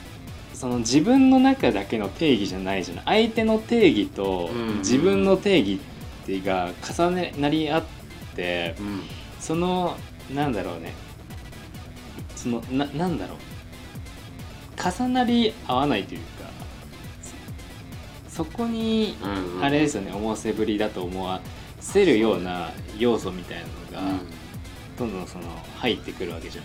Speaker 3: その自分の中だけの定義じゃないじゃない相手の定義と
Speaker 1: うん
Speaker 3: 自分の定義っていうが重ねなり合って
Speaker 1: うん
Speaker 3: そのなんだろうねそのななんだろう重なり合わないというかそそこに
Speaker 1: うんうん
Speaker 3: あれですよね思わせぶりだと思わせるような要素みたいなの
Speaker 1: う
Speaker 3: が、
Speaker 1: ん
Speaker 3: どんどんその入ってくるわけじゃん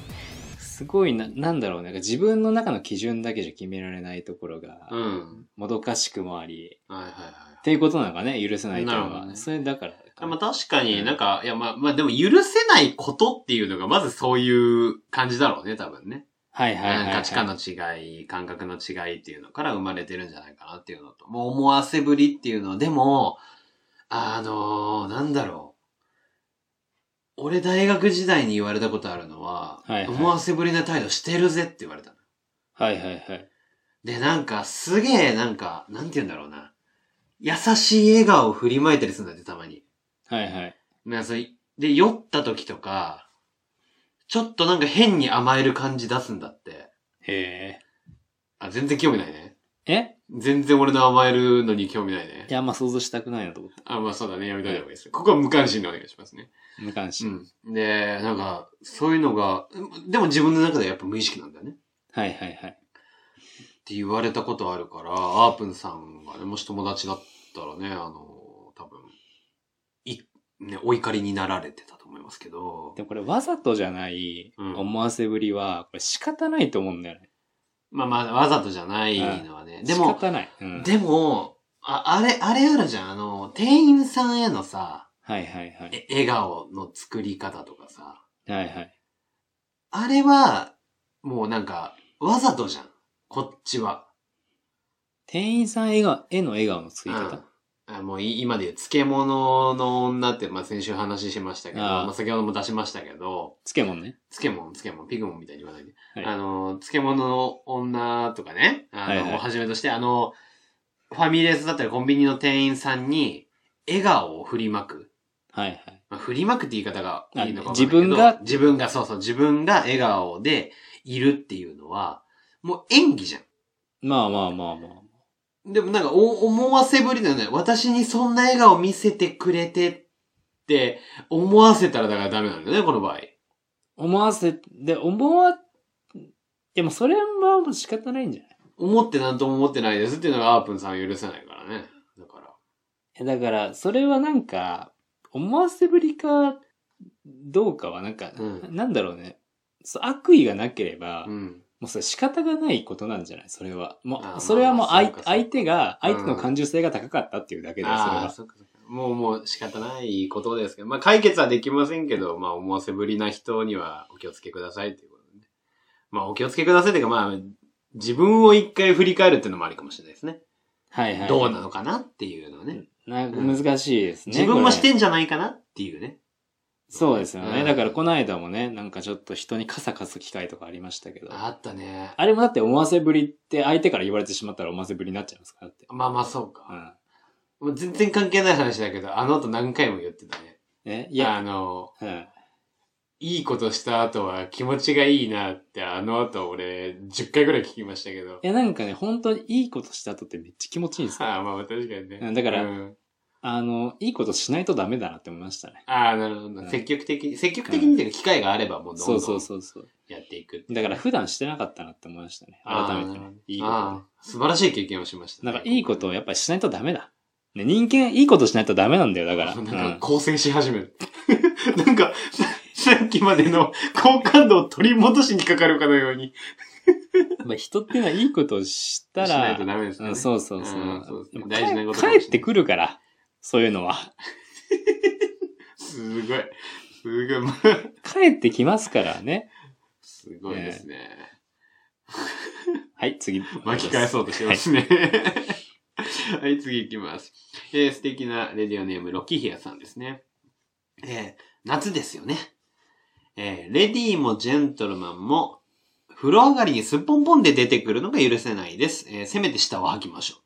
Speaker 3: すごいな、なんだろうね。自分の中の基準だけじゃ決められないところが、
Speaker 1: うん。
Speaker 3: もどかしくもあり、
Speaker 1: はいはいはい。
Speaker 3: っていうことなのかね、許せないとい
Speaker 1: な
Speaker 3: う
Speaker 1: る
Speaker 3: の
Speaker 1: ほど
Speaker 3: は。
Speaker 1: ね
Speaker 3: それだからか
Speaker 1: まあ確かになんか、いやまあ、まあでも許せないことっていうのがまずそういう感じだろうね、多分ね。
Speaker 3: はいはいはい、はい。
Speaker 1: 価値観の違い、感覚の違いっていうのから生まれてるんじゃないかなっていうのと、もう思わせぶりっていうのは、でも、あのーなんだろう。俺大学時代に言われたことあるのは、
Speaker 3: はいはい
Speaker 1: 思わせぶりな態度してるぜって言われたの。
Speaker 3: はいはいはい。
Speaker 1: で、なんか、すげえ、なんか、なんて言うんだろうな。優しい笑顔を振りまいたりするんだって、たまに。
Speaker 3: はいはい。
Speaker 1: ね、それで、酔った時とか、ちょっとなんか変に甘える感じ出すんだって。
Speaker 3: へ
Speaker 1: あ、全然興味ないね。
Speaker 3: え。え
Speaker 1: 全然俺の甘えるのに興味ないね
Speaker 3: い。や、あんま想像したくないなと思った。
Speaker 1: あ、まあそうだね。やめといた方がいいです。ここは無関心でお願いしますね。
Speaker 3: 無関心。
Speaker 1: うん。で、なんか、そういうのが、でも自分の中ではやっぱ無意識なんだよね。
Speaker 3: はいはいはい。
Speaker 1: って言われたことあるから、あーぷんさんがね、もし友達だったらね、あの、多分、い、ね、お怒りになられてたと思いますけど
Speaker 3: で、もこれわざとじゃない
Speaker 1: うん
Speaker 3: 思わせぶりは、これ仕方ないと思うんだよね。
Speaker 1: まあまあ、わざとじゃないのはね。で
Speaker 3: 仕
Speaker 1: も、
Speaker 3: 方ない。うん。
Speaker 1: でも、あ、あれ、あれあるじゃん。あの、店員さんへのさ、
Speaker 3: はいはいはい。
Speaker 1: え笑顔の作り方とかさ、
Speaker 3: はいはい。
Speaker 1: あれは、もうなんか、わざとじゃん。こっちは。
Speaker 3: 店員さんへがへの笑顔の作り
Speaker 1: うん
Speaker 3: 方。
Speaker 1: あもうい今で言う漬物の女って、まあ、先週話しましたけど、
Speaker 3: ああ
Speaker 1: まあ、先ほども出しましたけど、
Speaker 3: 漬物ね。
Speaker 1: 漬物、漬物、ピグモンみたいに言わないで。
Speaker 3: はい
Speaker 1: あの、漬物の女とかね、あの、
Speaker 3: はいはい
Speaker 1: をはじめとして、あの、ファミレスだったりコンビニの店員さんに、笑顔を振りまく。
Speaker 3: はいはい。
Speaker 1: まあ、振りまくって言い方がいいのかわかんないけど
Speaker 3: あ自分が
Speaker 1: 自分が、そうそう、自分が笑顔でいるっていうのは、もう演技じゃん。
Speaker 3: まあまあまあまあ。
Speaker 1: でもなんかお思わせぶりだよね。私にそんな笑顔見せてくれてって思わせたらだからダメなんだよね、この場合。
Speaker 3: 思わせ、で、思わ、いやもうそれはもう仕方ないんじゃない
Speaker 1: 思ってなんとも思ってないですっていうのがアープンさんは許せないからね。だか
Speaker 3: えだから、それはなんか、思わせぶりかどうかはなんか、
Speaker 1: うん
Speaker 3: なんだろうね。そう悪意がなければ、
Speaker 1: ら。うん。
Speaker 3: もうそれ仕方がないことなんじゃないそれは。もう、
Speaker 1: あー
Speaker 3: それはもう
Speaker 1: まあ
Speaker 3: 相
Speaker 1: そうかそうか
Speaker 3: 相手が、
Speaker 1: うん
Speaker 3: 相手の感受性が高かったっていうだけで、それ
Speaker 1: ああ、
Speaker 3: は。
Speaker 1: そっかそっか。もうもう仕方ないことですけど、まあ解決はできませんけど、まあ思わせぶりな人にはお気をつけくださいっていうことでね。まあお気をつけくださいっていうか、まあ自分を一回振り返るっていうのもありかもしれないですね。
Speaker 3: はいはい。
Speaker 1: どうなのかなっていうのをね。
Speaker 3: なんか難しいですね。
Speaker 1: 自分も
Speaker 3: これ
Speaker 1: してんじゃないかなっていうね。
Speaker 3: そうですよね。
Speaker 1: うん
Speaker 3: だからこの間もね、なんかちょっと人にカサカサ機会とかありましたけど。
Speaker 1: あったね。
Speaker 3: あれもだって思わせぶりって相手から言われてしまったら思わせぶりになっちゃいますからだって。
Speaker 1: まあまあそう
Speaker 3: う
Speaker 1: か。
Speaker 3: ん。
Speaker 1: もう全然関係ない話だけど、あの後何回も言ってたね。
Speaker 3: ね、い
Speaker 1: いや、あ
Speaker 3: や、
Speaker 1: の、
Speaker 3: うん。
Speaker 1: いいことした後は気持ちがいいなって、あの後俺10回ぐらい聞きましたけど
Speaker 3: い。や、なんかね、本当にいいことした後ってめっちゃ気持ちいいんですよ。
Speaker 1: ああ、まあ確かにね。
Speaker 3: うんだから
Speaker 1: うん
Speaker 3: あの、いいことしないとダメだなって思いましたね。
Speaker 1: ああ、なるほ
Speaker 3: う
Speaker 1: ど。
Speaker 3: ん
Speaker 1: 積極的に、積極的にっていうか機会があればもうど
Speaker 3: そ
Speaker 1: ん
Speaker 3: う
Speaker 1: ど
Speaker 3: そ
Speaker 1: ん
Speaker 3: うそうそう。
Speaker 1: やっていくっていう。
Speaker 3: だから普段してなかったなって思いましたね。
Speaker 1: あ
Speaker 3: 改
Speaker 1: あ
Speaker 3: めてね。いいこ
Speaker 1: あ
Speaker 3: と
Speaker 1: あ素晴らしい経験をしました
Speaker 3: ね。
Speaker 1: ね。
Speaker 3: なんかいいことをやっぱりしないとダメだ。ね、人間いいことしないとダメなんだよ、だから。
Speaker 1: なん
Speaker 3: うん
Speaker 1: か構成し始める。 なんか、ささっきまでの好感度を取り戻しにかかるかのように。
Speaker 3: まあ、人っていうのはいいことをしたら、
Speaker 1: しないとダメですね
Speaker 3: うんそうそうそう。
Speaker 1: うんそうですね
Speaker 3: やっぱ
Speaker 1: 大事なことかもしれない
Speaker 3: 帰ってくるから、そういうのは。
Speaker 1: すごい。すごい。まあ
Speaker 3: 帰ってきますからね。
Speaker 1: すごいですね。
Speaker 3: はい、次。
Speaker 1: 巻き返そうとしてますね。はい、次行きます。えー素敵なレディオネーム、ロキヒアさんですね。えー夏ですよね。えーレディーもジェントルマンも、風呂上がりにすっぽんぽんで出てくるのが許せないです。えーせめて下を履きましょう。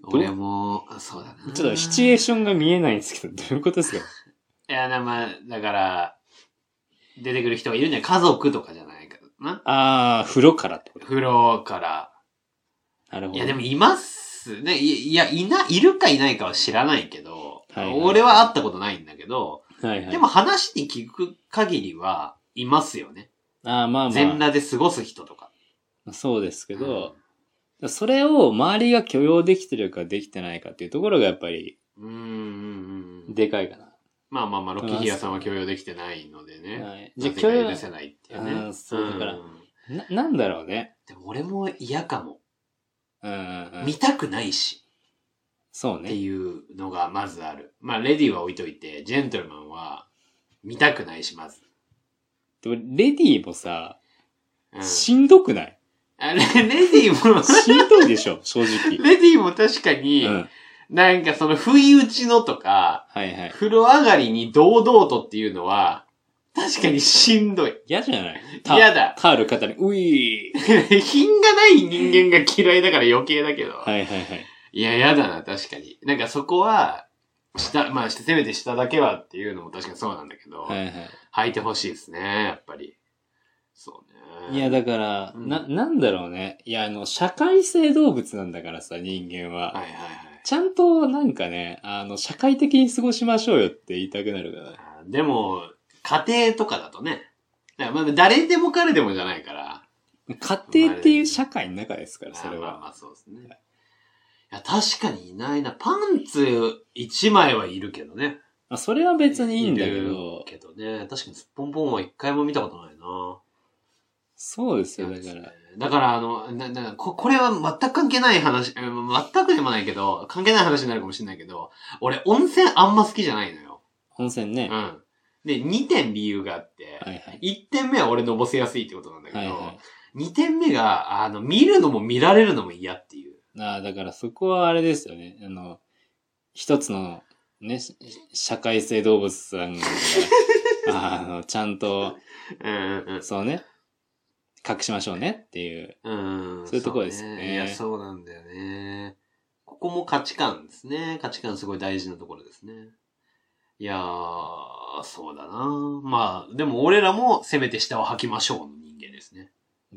Speaker 3: どう
Speaker 1: 俺も、あそうだな。
Speaker 3: ちょっとシチュエーションが見えないんですけど、どういうことですか
Speaker 1: いや、な、まあ、だから、出てくる人がいるんじゃない家族とかじゃないかな。
Speaker 3: あー、風呂からってこと
Speaker 1: 風呂から。
Speaker 3: なるほど。
Speaker 1: いや、でもいますね。いいや、いな、いるかいないかは知らないけど、
Speaker 3: はいはい
Speaker 1: 俺は会ったことないんだけど、
Speaker 3: はいはい、
Speaker 1: でも、話に聞く限りは、いますよね。
Speaker 3: あーまあ
Speaker 1: 全
Speaker 3: ま
Speaker 1: 裸で過ごす人とか。
Speaker 3: あ、そうですけど、それを周りが許容できてるかできてないかっていうところがやっぱり
Speaker 1: うん、うん、うん。
Speaker 3: でかいかな。
Speaker 1: まあまあまあ、ロッキーヒアさんは許容できてないのでね。
Speaker 3: はい
Speaker 1: じ
Speaker 3: じ
Speaker 1: ゃ
Speaker 3: ゃ
Speaker 1: あ許
Speaker 3: あ許
Speaker 1: 容
Speaker 3: 容
Speaker 1: 出せないっていうね。
Speaker 3: うんそうだから
Speaker 1: ん
Speaker 3: な、なんだろうね。
Speaker 1: でも俺も嫌かも。
Speaker 3: うんうんうん
Speaker 1: 見。たくないし。
Speaker 3: そう
Speaker 1: って
Speaker 3: ね。
Speaker 1: いうのがまずある。まあ、レディーは置いといて、ジェントルマンは見たくないし、まず。
Speaker 3: でも、レディーもさ、
Speaker 1: うん
Speaker 3: しんどくない
Speaker 1: あれ、レディーも、
Speaker 3: しんどいでしょ、正直。
Speaker 1: レディーも確かに、
Speaker 3: うん。
Speaker 1: なんかその不意打ちのとか、
Speaker 3: はいはい。
Speaker 1: 風呂上がりに堂々とっていうのは、確かにしんどい。
Speaker 3: 嫌じゃないタ
Speaker 1: 嫌だ。
Speaker 3: タール肩に、ういー。
Speaker 1: 品がない人間が嫌いだから余計だけど。
Speaker 3: はいはいはい。
Speaker 1: いや、嫌だな、確かに。なんかそこは、下、まあ、せめて下だけはっていうのも確かにそうなんだけど、
Speaker 3: はいはい。
Speaker 1: 履いてほしいですね、やっぱり。そうね。
Speaker 3: いや、だから、
Speaker 1: うん
Speaker 3: な、なんだろうね。いや、あの、社会性動物なんだからさ、人間は。
Speaker 1: はいはいはい。
Speaker 3: ちゃんと、なんかね、あの、社会的に過ごしましょうよって言いたくなるからね。
Speaker 1: あーでも、家庭とかだとね、だからまあ誰でも彼でもじゃないから、
Speaker 3: 家庭っていう社会の中ですから、そ
Speaker 1: ま
Speaker 3: れ
Speaker 1: あまあま
Speaker 3: は。
Speaker 1: あそうですね。いや、確かにいないな。パンツ1枚はいるけどね。
Speaker 3: まあ、それは別にいいんだけ
Speaker 1: る
Speaker 3: ど、
Speaker 1: けどね。確かにすっぽんぽんは一回も見たことないな。
Speaker 3: そうですよ、
Speaker 1: そう
Speaker 3: だ
Speaker 1: です
Speaker 3: か
Speaker 1: ね
Speaker 3: ら。
Speaker 1: だから、あの、な、な、こ、これは全く関係ない話、うん全くでもないけど、関係ない話になるかもしれないけど、俺、温泉あんま好きじゃないのよ。
Speaker 3: 温泉ね。
Speaker 1: う
Speaker 3: は
Speaker 1: ん。で、2点理由があって、
Speaker 3: いはい。
Speaker 1: 1点目は俺のぼせやすいってことなんだけど、
Speaker 3: はいは
Speaker 1: 2点目が、あの、見るのも見られるのも嫌っていう。
Speaker 3: い。ああ、だからそこはあれですよね。あの、一つの、ね、し社会性動物 さんが、あの、ちゃんと、
Speaker 1: うんうん
Speaker 3: そうね、隠しましょうねっていう。
Speaker 1: うん。うん。
Speaker 3: そういうとこですよね
Speaker 1: そういや、そうなんだよね。ここも価値観ですね。価値観すごい大事なところですね。いやー、そうだなまあ、でも俺らもせめて下を吐きましょうの人間ですね。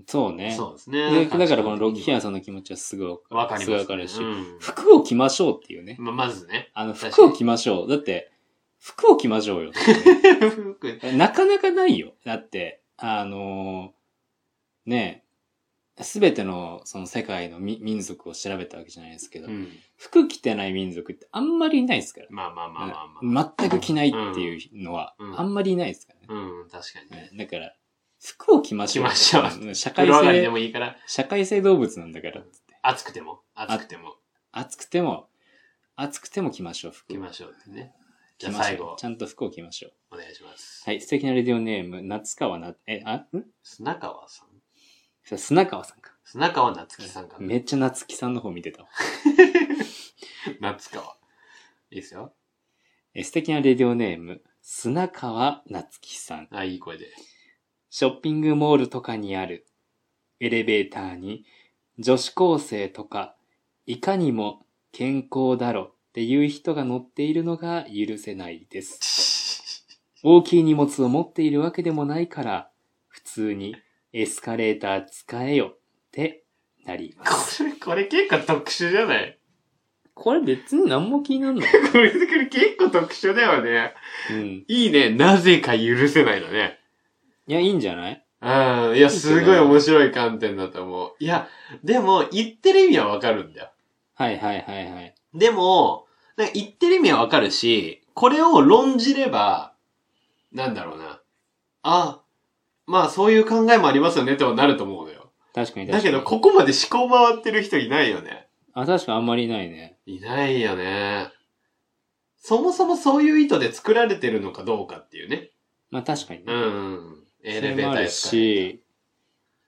Speaker 3: そうね。
Speaker 1: そうですね。
Speaker 3: でだからこのロッキーヒアン
Speaker 1: さ
Speaker 3: さんの気持ちはすぐわ
Speaker 1: わかり
Speaker 3: すぐ
Speaker 1: ま
Speaker 3: わ
Speaker 1: す、
Speaker 3: か
Speaker 1: ね。
Speaker 3: るし、
Speaker 1: うん
Speaker 3: 服を着ましょうっていうね。
Speaker 1: ままずね。
Speaker 3: あの、
Speaker 1: 確かに
Speaker 3: 服を着ましょう。だって、服を着ましょうよって ね、
Speaker 1: 服
Speaker 3: なかなかないよ。だって、あのーねえ、すべてのその世界のみ民族を調べたわけじゃないですけど、
Speaker 1: うん。
Speaker 3: 服着てない民族ってあんまりいないですから。
Speaker 1: まあまあまあまあまあ。
Speaker 3: 全く着ないっていうのは
Speaker 1: うん
Speaker 3: あんまりいないですからね。
Speaker 1: うん、確かにね。
Speaker 3: だから、服を着ましょう。
Speaker 1: 着ましょ
Speaker 3: うん社
Speaker 1: 風
Speaker 3: 会
Speaker 1: 呂上がりで
Speaker 3: 性、
Speaker 1: もいいから、
Speaker 3: 社会性動物なんだからっつって。
Speaker 1: 暑くても、暑くても、
Speaker 3: 暑くても、暑くても着ましょう、服。
Speaker 1: 来ましょうってね。じゃ
Speaker 3: 着
Speaker 1: あ
Speaker 3: ましょ
Speaker 1: 最
Speaker 3: う
Speaker 1: 後
Speaker 3: ち、ゃんと服を着ましょう。
Speaker 1: お願いします。
Speaker 3: はい、素敵なレディオネーム、夏川な、え、あ、ん
Speaker 1: 砂川さん
Speaker 3: 砂川さんか。
Speaker 1: 砂川夏樹さんかな
Speaker 3: めっちゃ夏木さんの方見てたわ。
Speaker 1: 夏川。いいですよ。
Speaker 3: え素敵なレディオネーム、砂川夏樹さん。
Speaker 1: あ、いい声で。
Speaker 3: ショッピングモールとかにある、エレベーターに、女子高生とか、いかにも健康だろっていう人が乗っているのが許せないです。大きい荷物を持っているわけでもないから、普通にエスカレーター使えよってなり
Speaker 1: こ
Speaker 3: ます。
Speaker 1: れ、これ結構特殊じゃない
Speaker 3: これ別に何も気になんない。
Speaker 1: これ、これ結構特殊だよね。
Speaker 3: うん。
Speaker 1: いいね。なぜか許せないのね。
Speaker 3: いや、いいんじゃない
Speaker 1: うん。いや、すごい面白い観点だと思う。いや、でも、言ってる意味はわかるんだよ。
Speaker 3: はいはいはいはい。
Speaker 1: でも、なんか言ってる意味はわかるし、これを論じれば、なんだろうな。あ、まあそういう考えもありますよねってなると思うのよ。
Speaker 3: 確かに確かに。
Speaker 1: だけど、ここまで思考回ってる人いないよね。
Speaker 3: あ、確かにあんまりいないね。
Speaker 1: いないよね。そもそもそういう意図で作られてるのかどうかっていうね。
Speaker 3: まあ確かにね。
Speaker 1: うん。エ
Speaker 3: それ
Speaker 1: レベー
Speaker 3: も
Speaker 1: ター
Speaker 3: ある
Speaker 1: やし。
Speaker 3: し、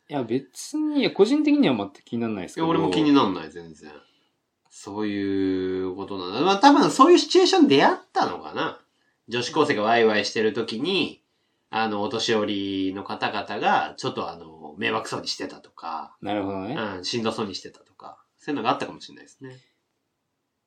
Speaker 3: いや別に、いや個人的には全く気にならないです
Speaker 1: い
Speaker 3: け
Speaker 1: や
Speaker 3: ど。
Speaker 1: 俺も気になんない、全然。そういうことなんだ。まあ多分そういうシチュエーション出会ったのかな。女子高生がワイワイしてる時に、あの、お年寄りの方々が、ちょっとあの、迷惑そうにしてたとか、
Speaker 3: なるほどね。
Speaker 1: うん、しんどそうにしてたとか、そういうのがあったかもしれないですね。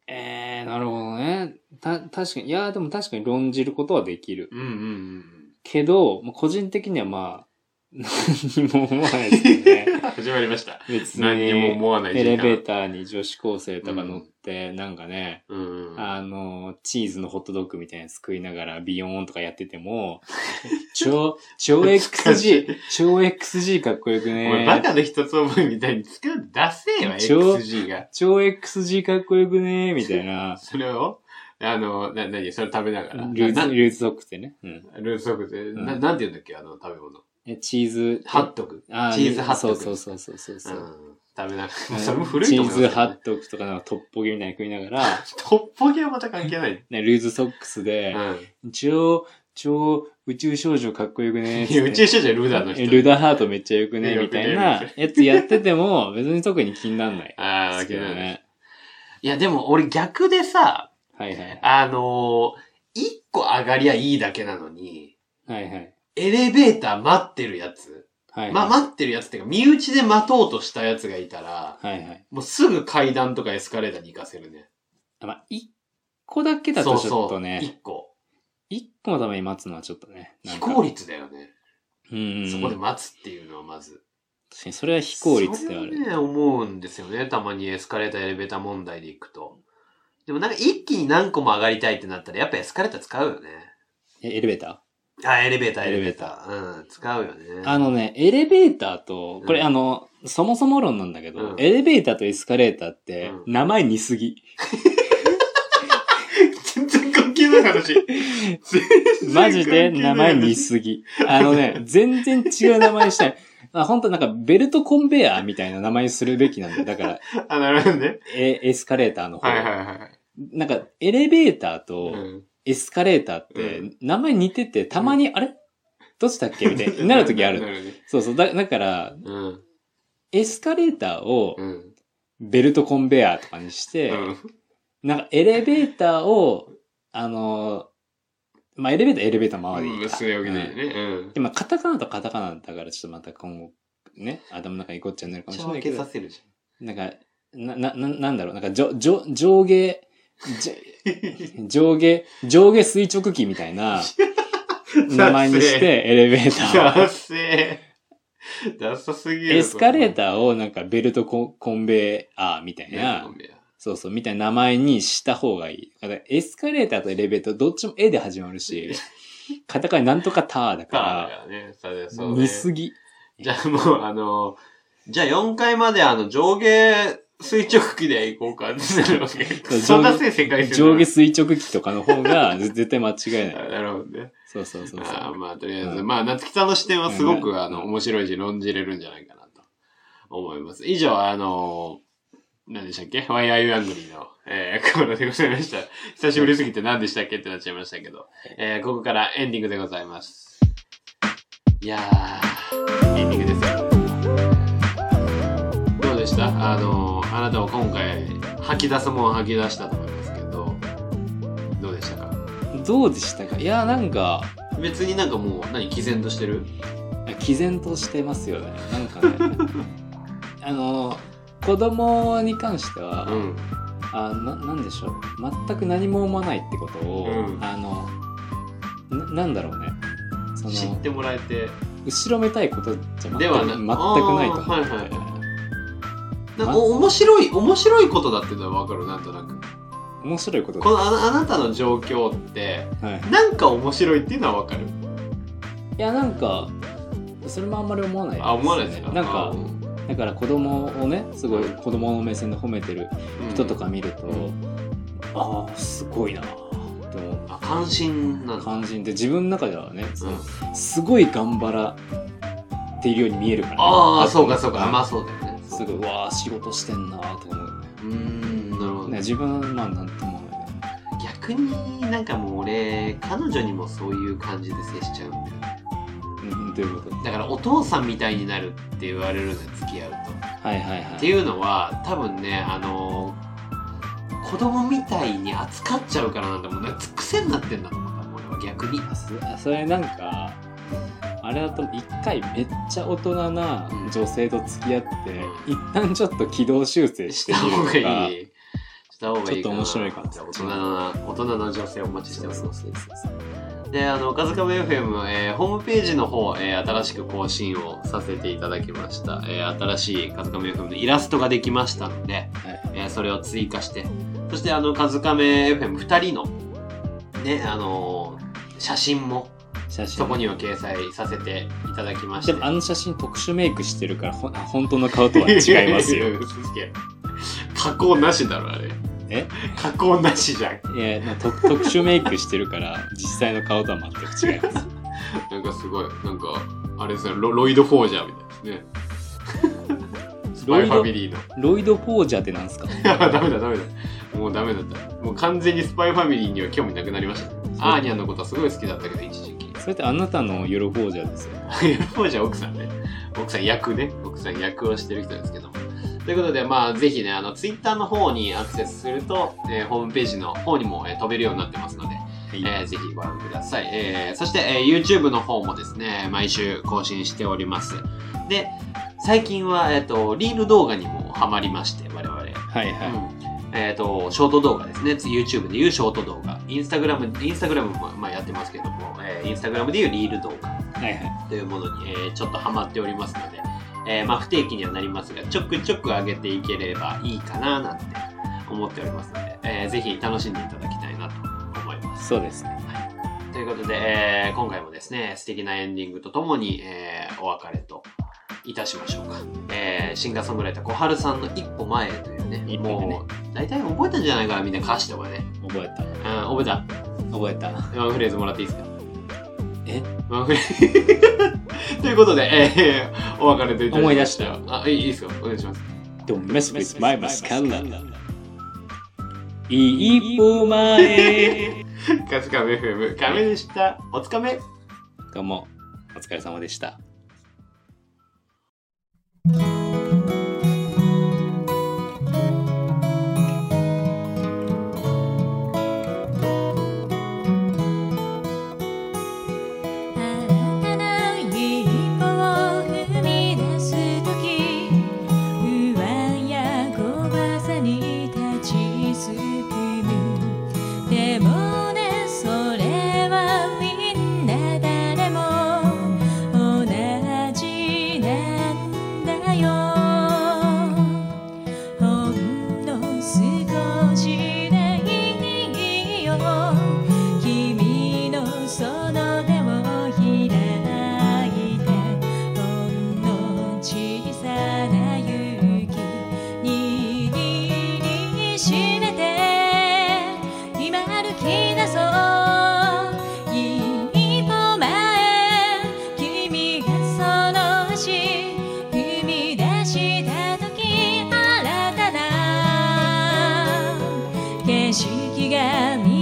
Speaker 3: えー、なるほどね。た、確かに、いやでも確かに論じることはできる。
Speaker 1: うんうんうん。
Speaker 3: けど、もう個人的にはまあ、何も思わないですけどね。
Speaker 1: 始まりました。
Speaker 3: 別に、
Speaker 1: 何にも思わない
Speaker 3: エレベー
Speaker 1: タ
Speaker 3: ターに女子高生とか乗って、なんかね、
Speaker 1: ー。うん。
Speaker 3: あの、チーズのホットドッグみたいなやつ食いながらビヨーンとかやってても、 超、超 XG、超 XG かっこよく
Speaker 1: お前バ
Speaker 3: ね
Speaker 1: カの一つ思いみたいに作る出せよ、
Speaker 3: ちょ
Speaker 1: XG が。
Speaker 3: 超 XG かっこよくねみたいな。
Speaker 1: それを、あの、な、なに、それ食べ ながら。
Speaker 3: ルー
Speaker 1: な
Speaker 3: ズ、ルーズドッグってね。うん。
Speaker 1: ルーズソックス、な、なんて言うんだっけ、あの、食べ物。
Speaker 3: えチーズ、
Speaker 1: ハットグ。チ
Speaker 3: あ
Speaker 1: ーズハットグ。
Speaker 3: そうそうそうそうそう。う
Speaker 1: うん食べながら。それも古い
Speaker 3: チ
Speaker 1: と思
Speaker 3: ー
Speaker 1: います
Speaker 3: ズ
Speaker 1: よ
Speaker 3: ハットグとかなんかトッポギみたいに食いな がら、
Speaker 1: トッポギはまた関係ない。
Speaker 3: ね、ルーズソックスで、超、超宇宙少女かっこよくねーっ
Speaker 1: い
Speaker 3: つっ
Speaker 1: や
Speaker 3: て。
Speaker 1: 宇宙少女ルーダーの人。
Speaker 3: えルダーハートめっちゃよくね
Speaker 1: よ
Speaker 3: み
Speaker 1: くね
Speaker 3: たいなやつやってても別に特に気になんない。
Speaker 1: あ
Speaker 3: で
Speaker 1: あ、
Speaker 3: すけ
Speaker 1: け
Speaker 3: ど
Speaker 1: どね。
Speaker 3: ね。
Speaker 1: いや、でも俺逆でさ、
Speaker 3: はいはい。
Speaker 1: あのー一個上がりゃいいだけなのに、
Speaker 3: はいはい。
Speaker 1: エレベーター待ってるやつ。
Speaker 3: はいはい。
Speaker 1: まあ、待ってるやつっていうか、身内で待とうとしたやつがいたら、
Speaker 3: はいはい。
Speaker 1: もうすぐ階段とかエスカレーターに行かせるね。
Speaker 3: あまあ、一個だけだ
Speaker 1: そ
Speaker 3: と
Speaker 1: う
Speaker 3: ちょっ
Speaker 1: そ
Speaker 3: と
Speaker 1: う。
Speaker 3: ね、
Speaker 1: 一個。
Speaker 3: 一個のために待つのはちょっとね。なん
Speaker 1: 非
Speaker 3: か
Speaker 1: 効率だよね。
Speaker 3: うんうんうん。
Speaker 1: そこで待つっていうのはまず。
Speaker 3: 確かにそれは非効率ではあ
Speaker 1: それはね、
Speaker 3: る。
Speaker 1: 思うんですよね。たまにエスカレーター、エレベーター問題で行くと。でもなんか一気に何個も上がりたいってなったら、やっぱエスカレーター使うよね。
Speaker 3: えエレベータ
Speaker 1: あ、エレベーター、エ
Speaker 3: エ
Speaker 1: レ
Speaker 3: レ
Speaker 1: ベー
Speaker 3: ベー
Speaker 1: タ
Speaker 3: タ
Speaker 1: ー。うん、使うよね。
Speaker 3: ーあのね、エレベーターと、これ
Speaker 1: うん
Speaker 3: あの、そもそも論なんだけど
Speaker 1: う、ん
Speaker 3: エレベーターとエスカレーターって
Speaker 1: う、ん
Speaker 3: 名前似 すぎ。
Speaker 1: 全然関係ない話。
Speaker 3: マジで名前似すぎ。あのね、全然違う名前にしたい。 あ本当なんかベルトコンベヤーみたいな名前にするべきなんだ。だから、
Speaker 1: あ、なるほどね。
Speaker 3: えエスカレーターの方。
Speaker 1: はいはいはい。
Speaker 3: なんか、エレベーターと
Speaker 1: うん
Speaker 3: エスカレーターっ
Speaker 1: う
Speaker 3: て、名前似てて、たまに、あれどっちだっけみたいになる時あ
Speaker 1: な
Speaker 3: る。
Speaker 1: るね
Speaker 3: そうそう。だだから、
Speaker 1: うん。
Speaker 3: エスカレーターを
Speaker 1: うん。
Speaker 3: ベルトコンベヤーとかにして、
Speaker 1: うん
Speaker 3: なんかエレベーターを、あのー、まあ、エレベーターはエレベーターままでいいか。
Speaker 1: それわけだよ
Speaker 3: うん
Speaker 1: ね。うん。
Speaker 3: でも、カタカナとカタカナだから、ちょっとまた今後、ね、頭の中にごっちゃになるかもしれないけど、
Speaker 1: せるじ
Speaker 3: なんか、な、な、ななんだろう、なんか、じょ、じょ、上下、じ ょ上下、上下垂直機みたいな 名前にして、エレベー
Speaker 1: ゃ
Speaker 3: タ
Speaker 1: ん。
Speaker 3: ー
Speaker 1: ダ
Speaker 3: を。
Speaker 1: セーダサすぎる。
Speaker 3: エスカレーターをなんかベルトコンコンベアーみたいな、そうそう、みたいな名前にした方がいい。だからエスカレーターとエレベーターどっちも絵で始ま るし、カタカナなんとかター
Speaker 1: タ
Speaker 3: だ
Speaker 1: ー
Speaker 3: か
Speaker 1: だからね。そうだよ
Speaker 3: ら、
Speaker 1: そうね
Speaker 3: 似すぎ。
Speaker 1: じゃあもう、あの、じゃあ4階まであの、上下垂直機で行こうかってなるわけ。
Speaker 3: う
Speaker 1: そんなせい世界線
Speaker 3: 上
Speaker 1: だな
Speaker 3: 下垂直機とかの方がぜ絶対間違いない。
Speaker 1: あなるほどね。
Speaker 3: そうそうそうそ
Speaker 1: あー
Speaker 3: う。
Speaker 1: まあ、とりあえず、
Speaker 3: うん
Speaker 1: まあ、夏木さんの視点はすご
Speaker 3: うん
Speaker 1: く、あの、面白いし、論じれるんじゃないかなと思います。以上、あの、何でしたっけ ?Why are you angry? の、えー、コーナーでございました。久しぶりすぎて何でしたっけってなっちゃいましたけど、えー、ここからエンディングでございます。いやー、エンディングですよ。どうでしたあの、あなたは今回、吐き出すもん吐き出したと思いますけど、どうでしたか
Speaker 3: どうでしたかいや、なんか、
Speaker 1: 別になんかもう、何、毅然としてる
Speaker 3: 毅然としてますよね。なんかね。 あの、子供に関しては、
Speaker 1: うん。
Speaker 3: あななんでしょう全く何も思わないってことを、
Speaker 1: うん
Speaker 3: あのななんだろうねそ
Speaker 1: 知っ
Speaker 3: の
Speaker 1: てもらえて
Speaker 3: 後ろめたいことじゃ全く
Speaker 1: ではな
Speaker 3: 全くないと思う、
Speaker 1: あーはいはいなんかお面白い面白いことだってのは分かるなんとなく
Speaker 3: 面白いこと
Speaker 1: こ
Speaker 3: だ、
Speaker 1: のあなあなたの状況って
Speaker 3: はい、
Speaker 1: なんか面白いっていうのは分かる
Speaker 3: いやなんかそれもあんまり思わない
Speaker 1: あ思わないですか
Speaker 3: なんか
Speaker 1: あうん
Speaker 3: だから子供をねすごい子供の目線で褒めてる人とか見ると、
Speaker 1: うん
Speaker 3: ああすごいなーって思
Speaker 1: あ関心な
Speaker 3: うん
Speaker 1: だ
Speaker 3: 感じで自分の中ではねその
Speaker 1: うん
Speaker 3: すごい頑張らっているように見えるからね、
Speaker 1: ああ
Speaker 3: と
Speaker 1: そうかそうかまあそうだよね
Speaker 3: すごいわあ仕事してんなーと思うよね
Speaker 1: うーんなるほど
Speaker 3: ね、
Speaker 1: ね
Speaker 3: 自分はまあなんとも思わないね
Speaker 1: 逆になんかもう俺彼女にもそういう感じで接しちゃうんだよね
Speaker 3: うん、どういうこと
Speaker 1: だからお父さんみたいになるって言われるのよ付き合うと
Speaker 3: はいはいはい
Speaker 1: っていうのは多分ねあの子供みたいに扱っちゃうからなんだもんね癖になってんだと思ったもん俺は逆に
Speaker 3: あそあそれなんかあれだと一回めっちゃ大人な女性と付き合って、一旦ちょっと軌道修正し
Speaker 1: してた方
Speaker 3: みると
Speaker 1: が
Speaker 3: か
Speaker 1: いいした方がいい
Speaker 3: ちょっと面白い
Speaker 1: な
Speaker 3: かな
Speaker 1: 大人な大人な女性をお待ちして
Speaker 3: そ
Speaker 1: お
Speaker 3: う
Speaker 1: り
Speaker 3: そ
Speaker 1: ま
Speaker 3: う
Speaker 1: す
Speaker 3: そうそう
Speaker 1: であの「カズカメ FM、えー」ホームページの方、えー新しく更新をさせていただきました、えー新しい「カズカメ FM」のイラストができましたので、
Speaker 3: はい
Speaker 1: えーそれを追加してそしてあの「カズカメ FM2 人の」ねあのー写真も
Speaker 3: 写真
Speaker 1: そこには掲載させていただきまし
Speaker 3: で
Speaker 1: て
Speaker 3: もあの写真特殊メイクして るからほ本当の顔とは違いますよ
Speaker 1: ややや。すげえ加工なしだろあれ。
Speaker 3: え
Speaker 1: 加工なしじゃん。
Speaker 3: いや、まあ、特特殊メイクしてるから実際の顔とは全く違います
Speaker 1: なんかすごい、なんか、あれですね、ロロイド・フォージャーみたい ですね。スパイファミリーの。
Speaker 3: ロイド・フォージャーってなんですか
Speaker 1: ダメだ、ダメだ。もうダメだった。もう完全にスパイファミリーには興味なくなりました。アーニャのことはすごい好きだったけど、一時期。
Speaker 3: それってあなたのヨロ・フォージャーですよ
Speaker 1: そうじゃ奥さんね。奥さん役ね。奥さん役をしてる人ですけども。ということで、まあ、ぜひね、あの、ツイッターの方にアクセスすると、えーホームページの方にも、えー飛べるようになってますので、えーぜひご覧ください。えーそして、えー YouTube の方もですね、毎週更新しております。で、最近は、えっ、と、リール動画にもハマりまして、我々。
Speaker 3: はいはい、
Speaker 1: うんえっ、と、ショート動画ですね。YouTube でいうショート動画。インスタグラム、インスタグラムも、まあ、やってますけども、えーインスタグラムでいうリール動画。
Speaker 3: はいはい
Speaker 1: というものに、えーちょっとハマっておりますので、えーまあ、不定期にはなりますがちょくちょく上げていければいいかななんて思っておりますので、えーぜひ楽しんでいただきたいなと思います。
Speaker 3: そうですね
Speaker 1: ということで、えー今回もですね素敵なエンディングとともに、えーお別れといたしましょうか、えーシンガーソングライター小春さんの一歩前へというね
Speaker 3: 一歩ね
Speaker 1: もう大体覚えたんじゃないかなみんな歌詞とかね、
Speaker 3: 覚え
Speaker 1: う
Speaker 3: た
Speaker 1: ん、覚えた
Speaker 3: 覚えた
Speaker 1: ワンフレーズもらっていいですか
Speaker 3: え
Speaker 1: ワンフレーズ ということで、えー、お別れといたしましょう
Speaker 3: 思い出したよ
Speaker 1: あ、いいいいですよ。お願いします。
Speaker 3: Don't mess with my mascara 一歩前
Speaker 1: カズカメ FM、カメでした。おつかめ。
Speaker 3: どうもお疲れ様でした
Speaker 6: 新たな一歩を踏み出すとき不安や怖さに立ちすくむでもねそれはみんな誰も同じなんだよほんの少しでいいよ君のその手を開いてほんの小さな勇気握りしめて今歩き出そう一歩前君がその足踏み出した時新たな景色が見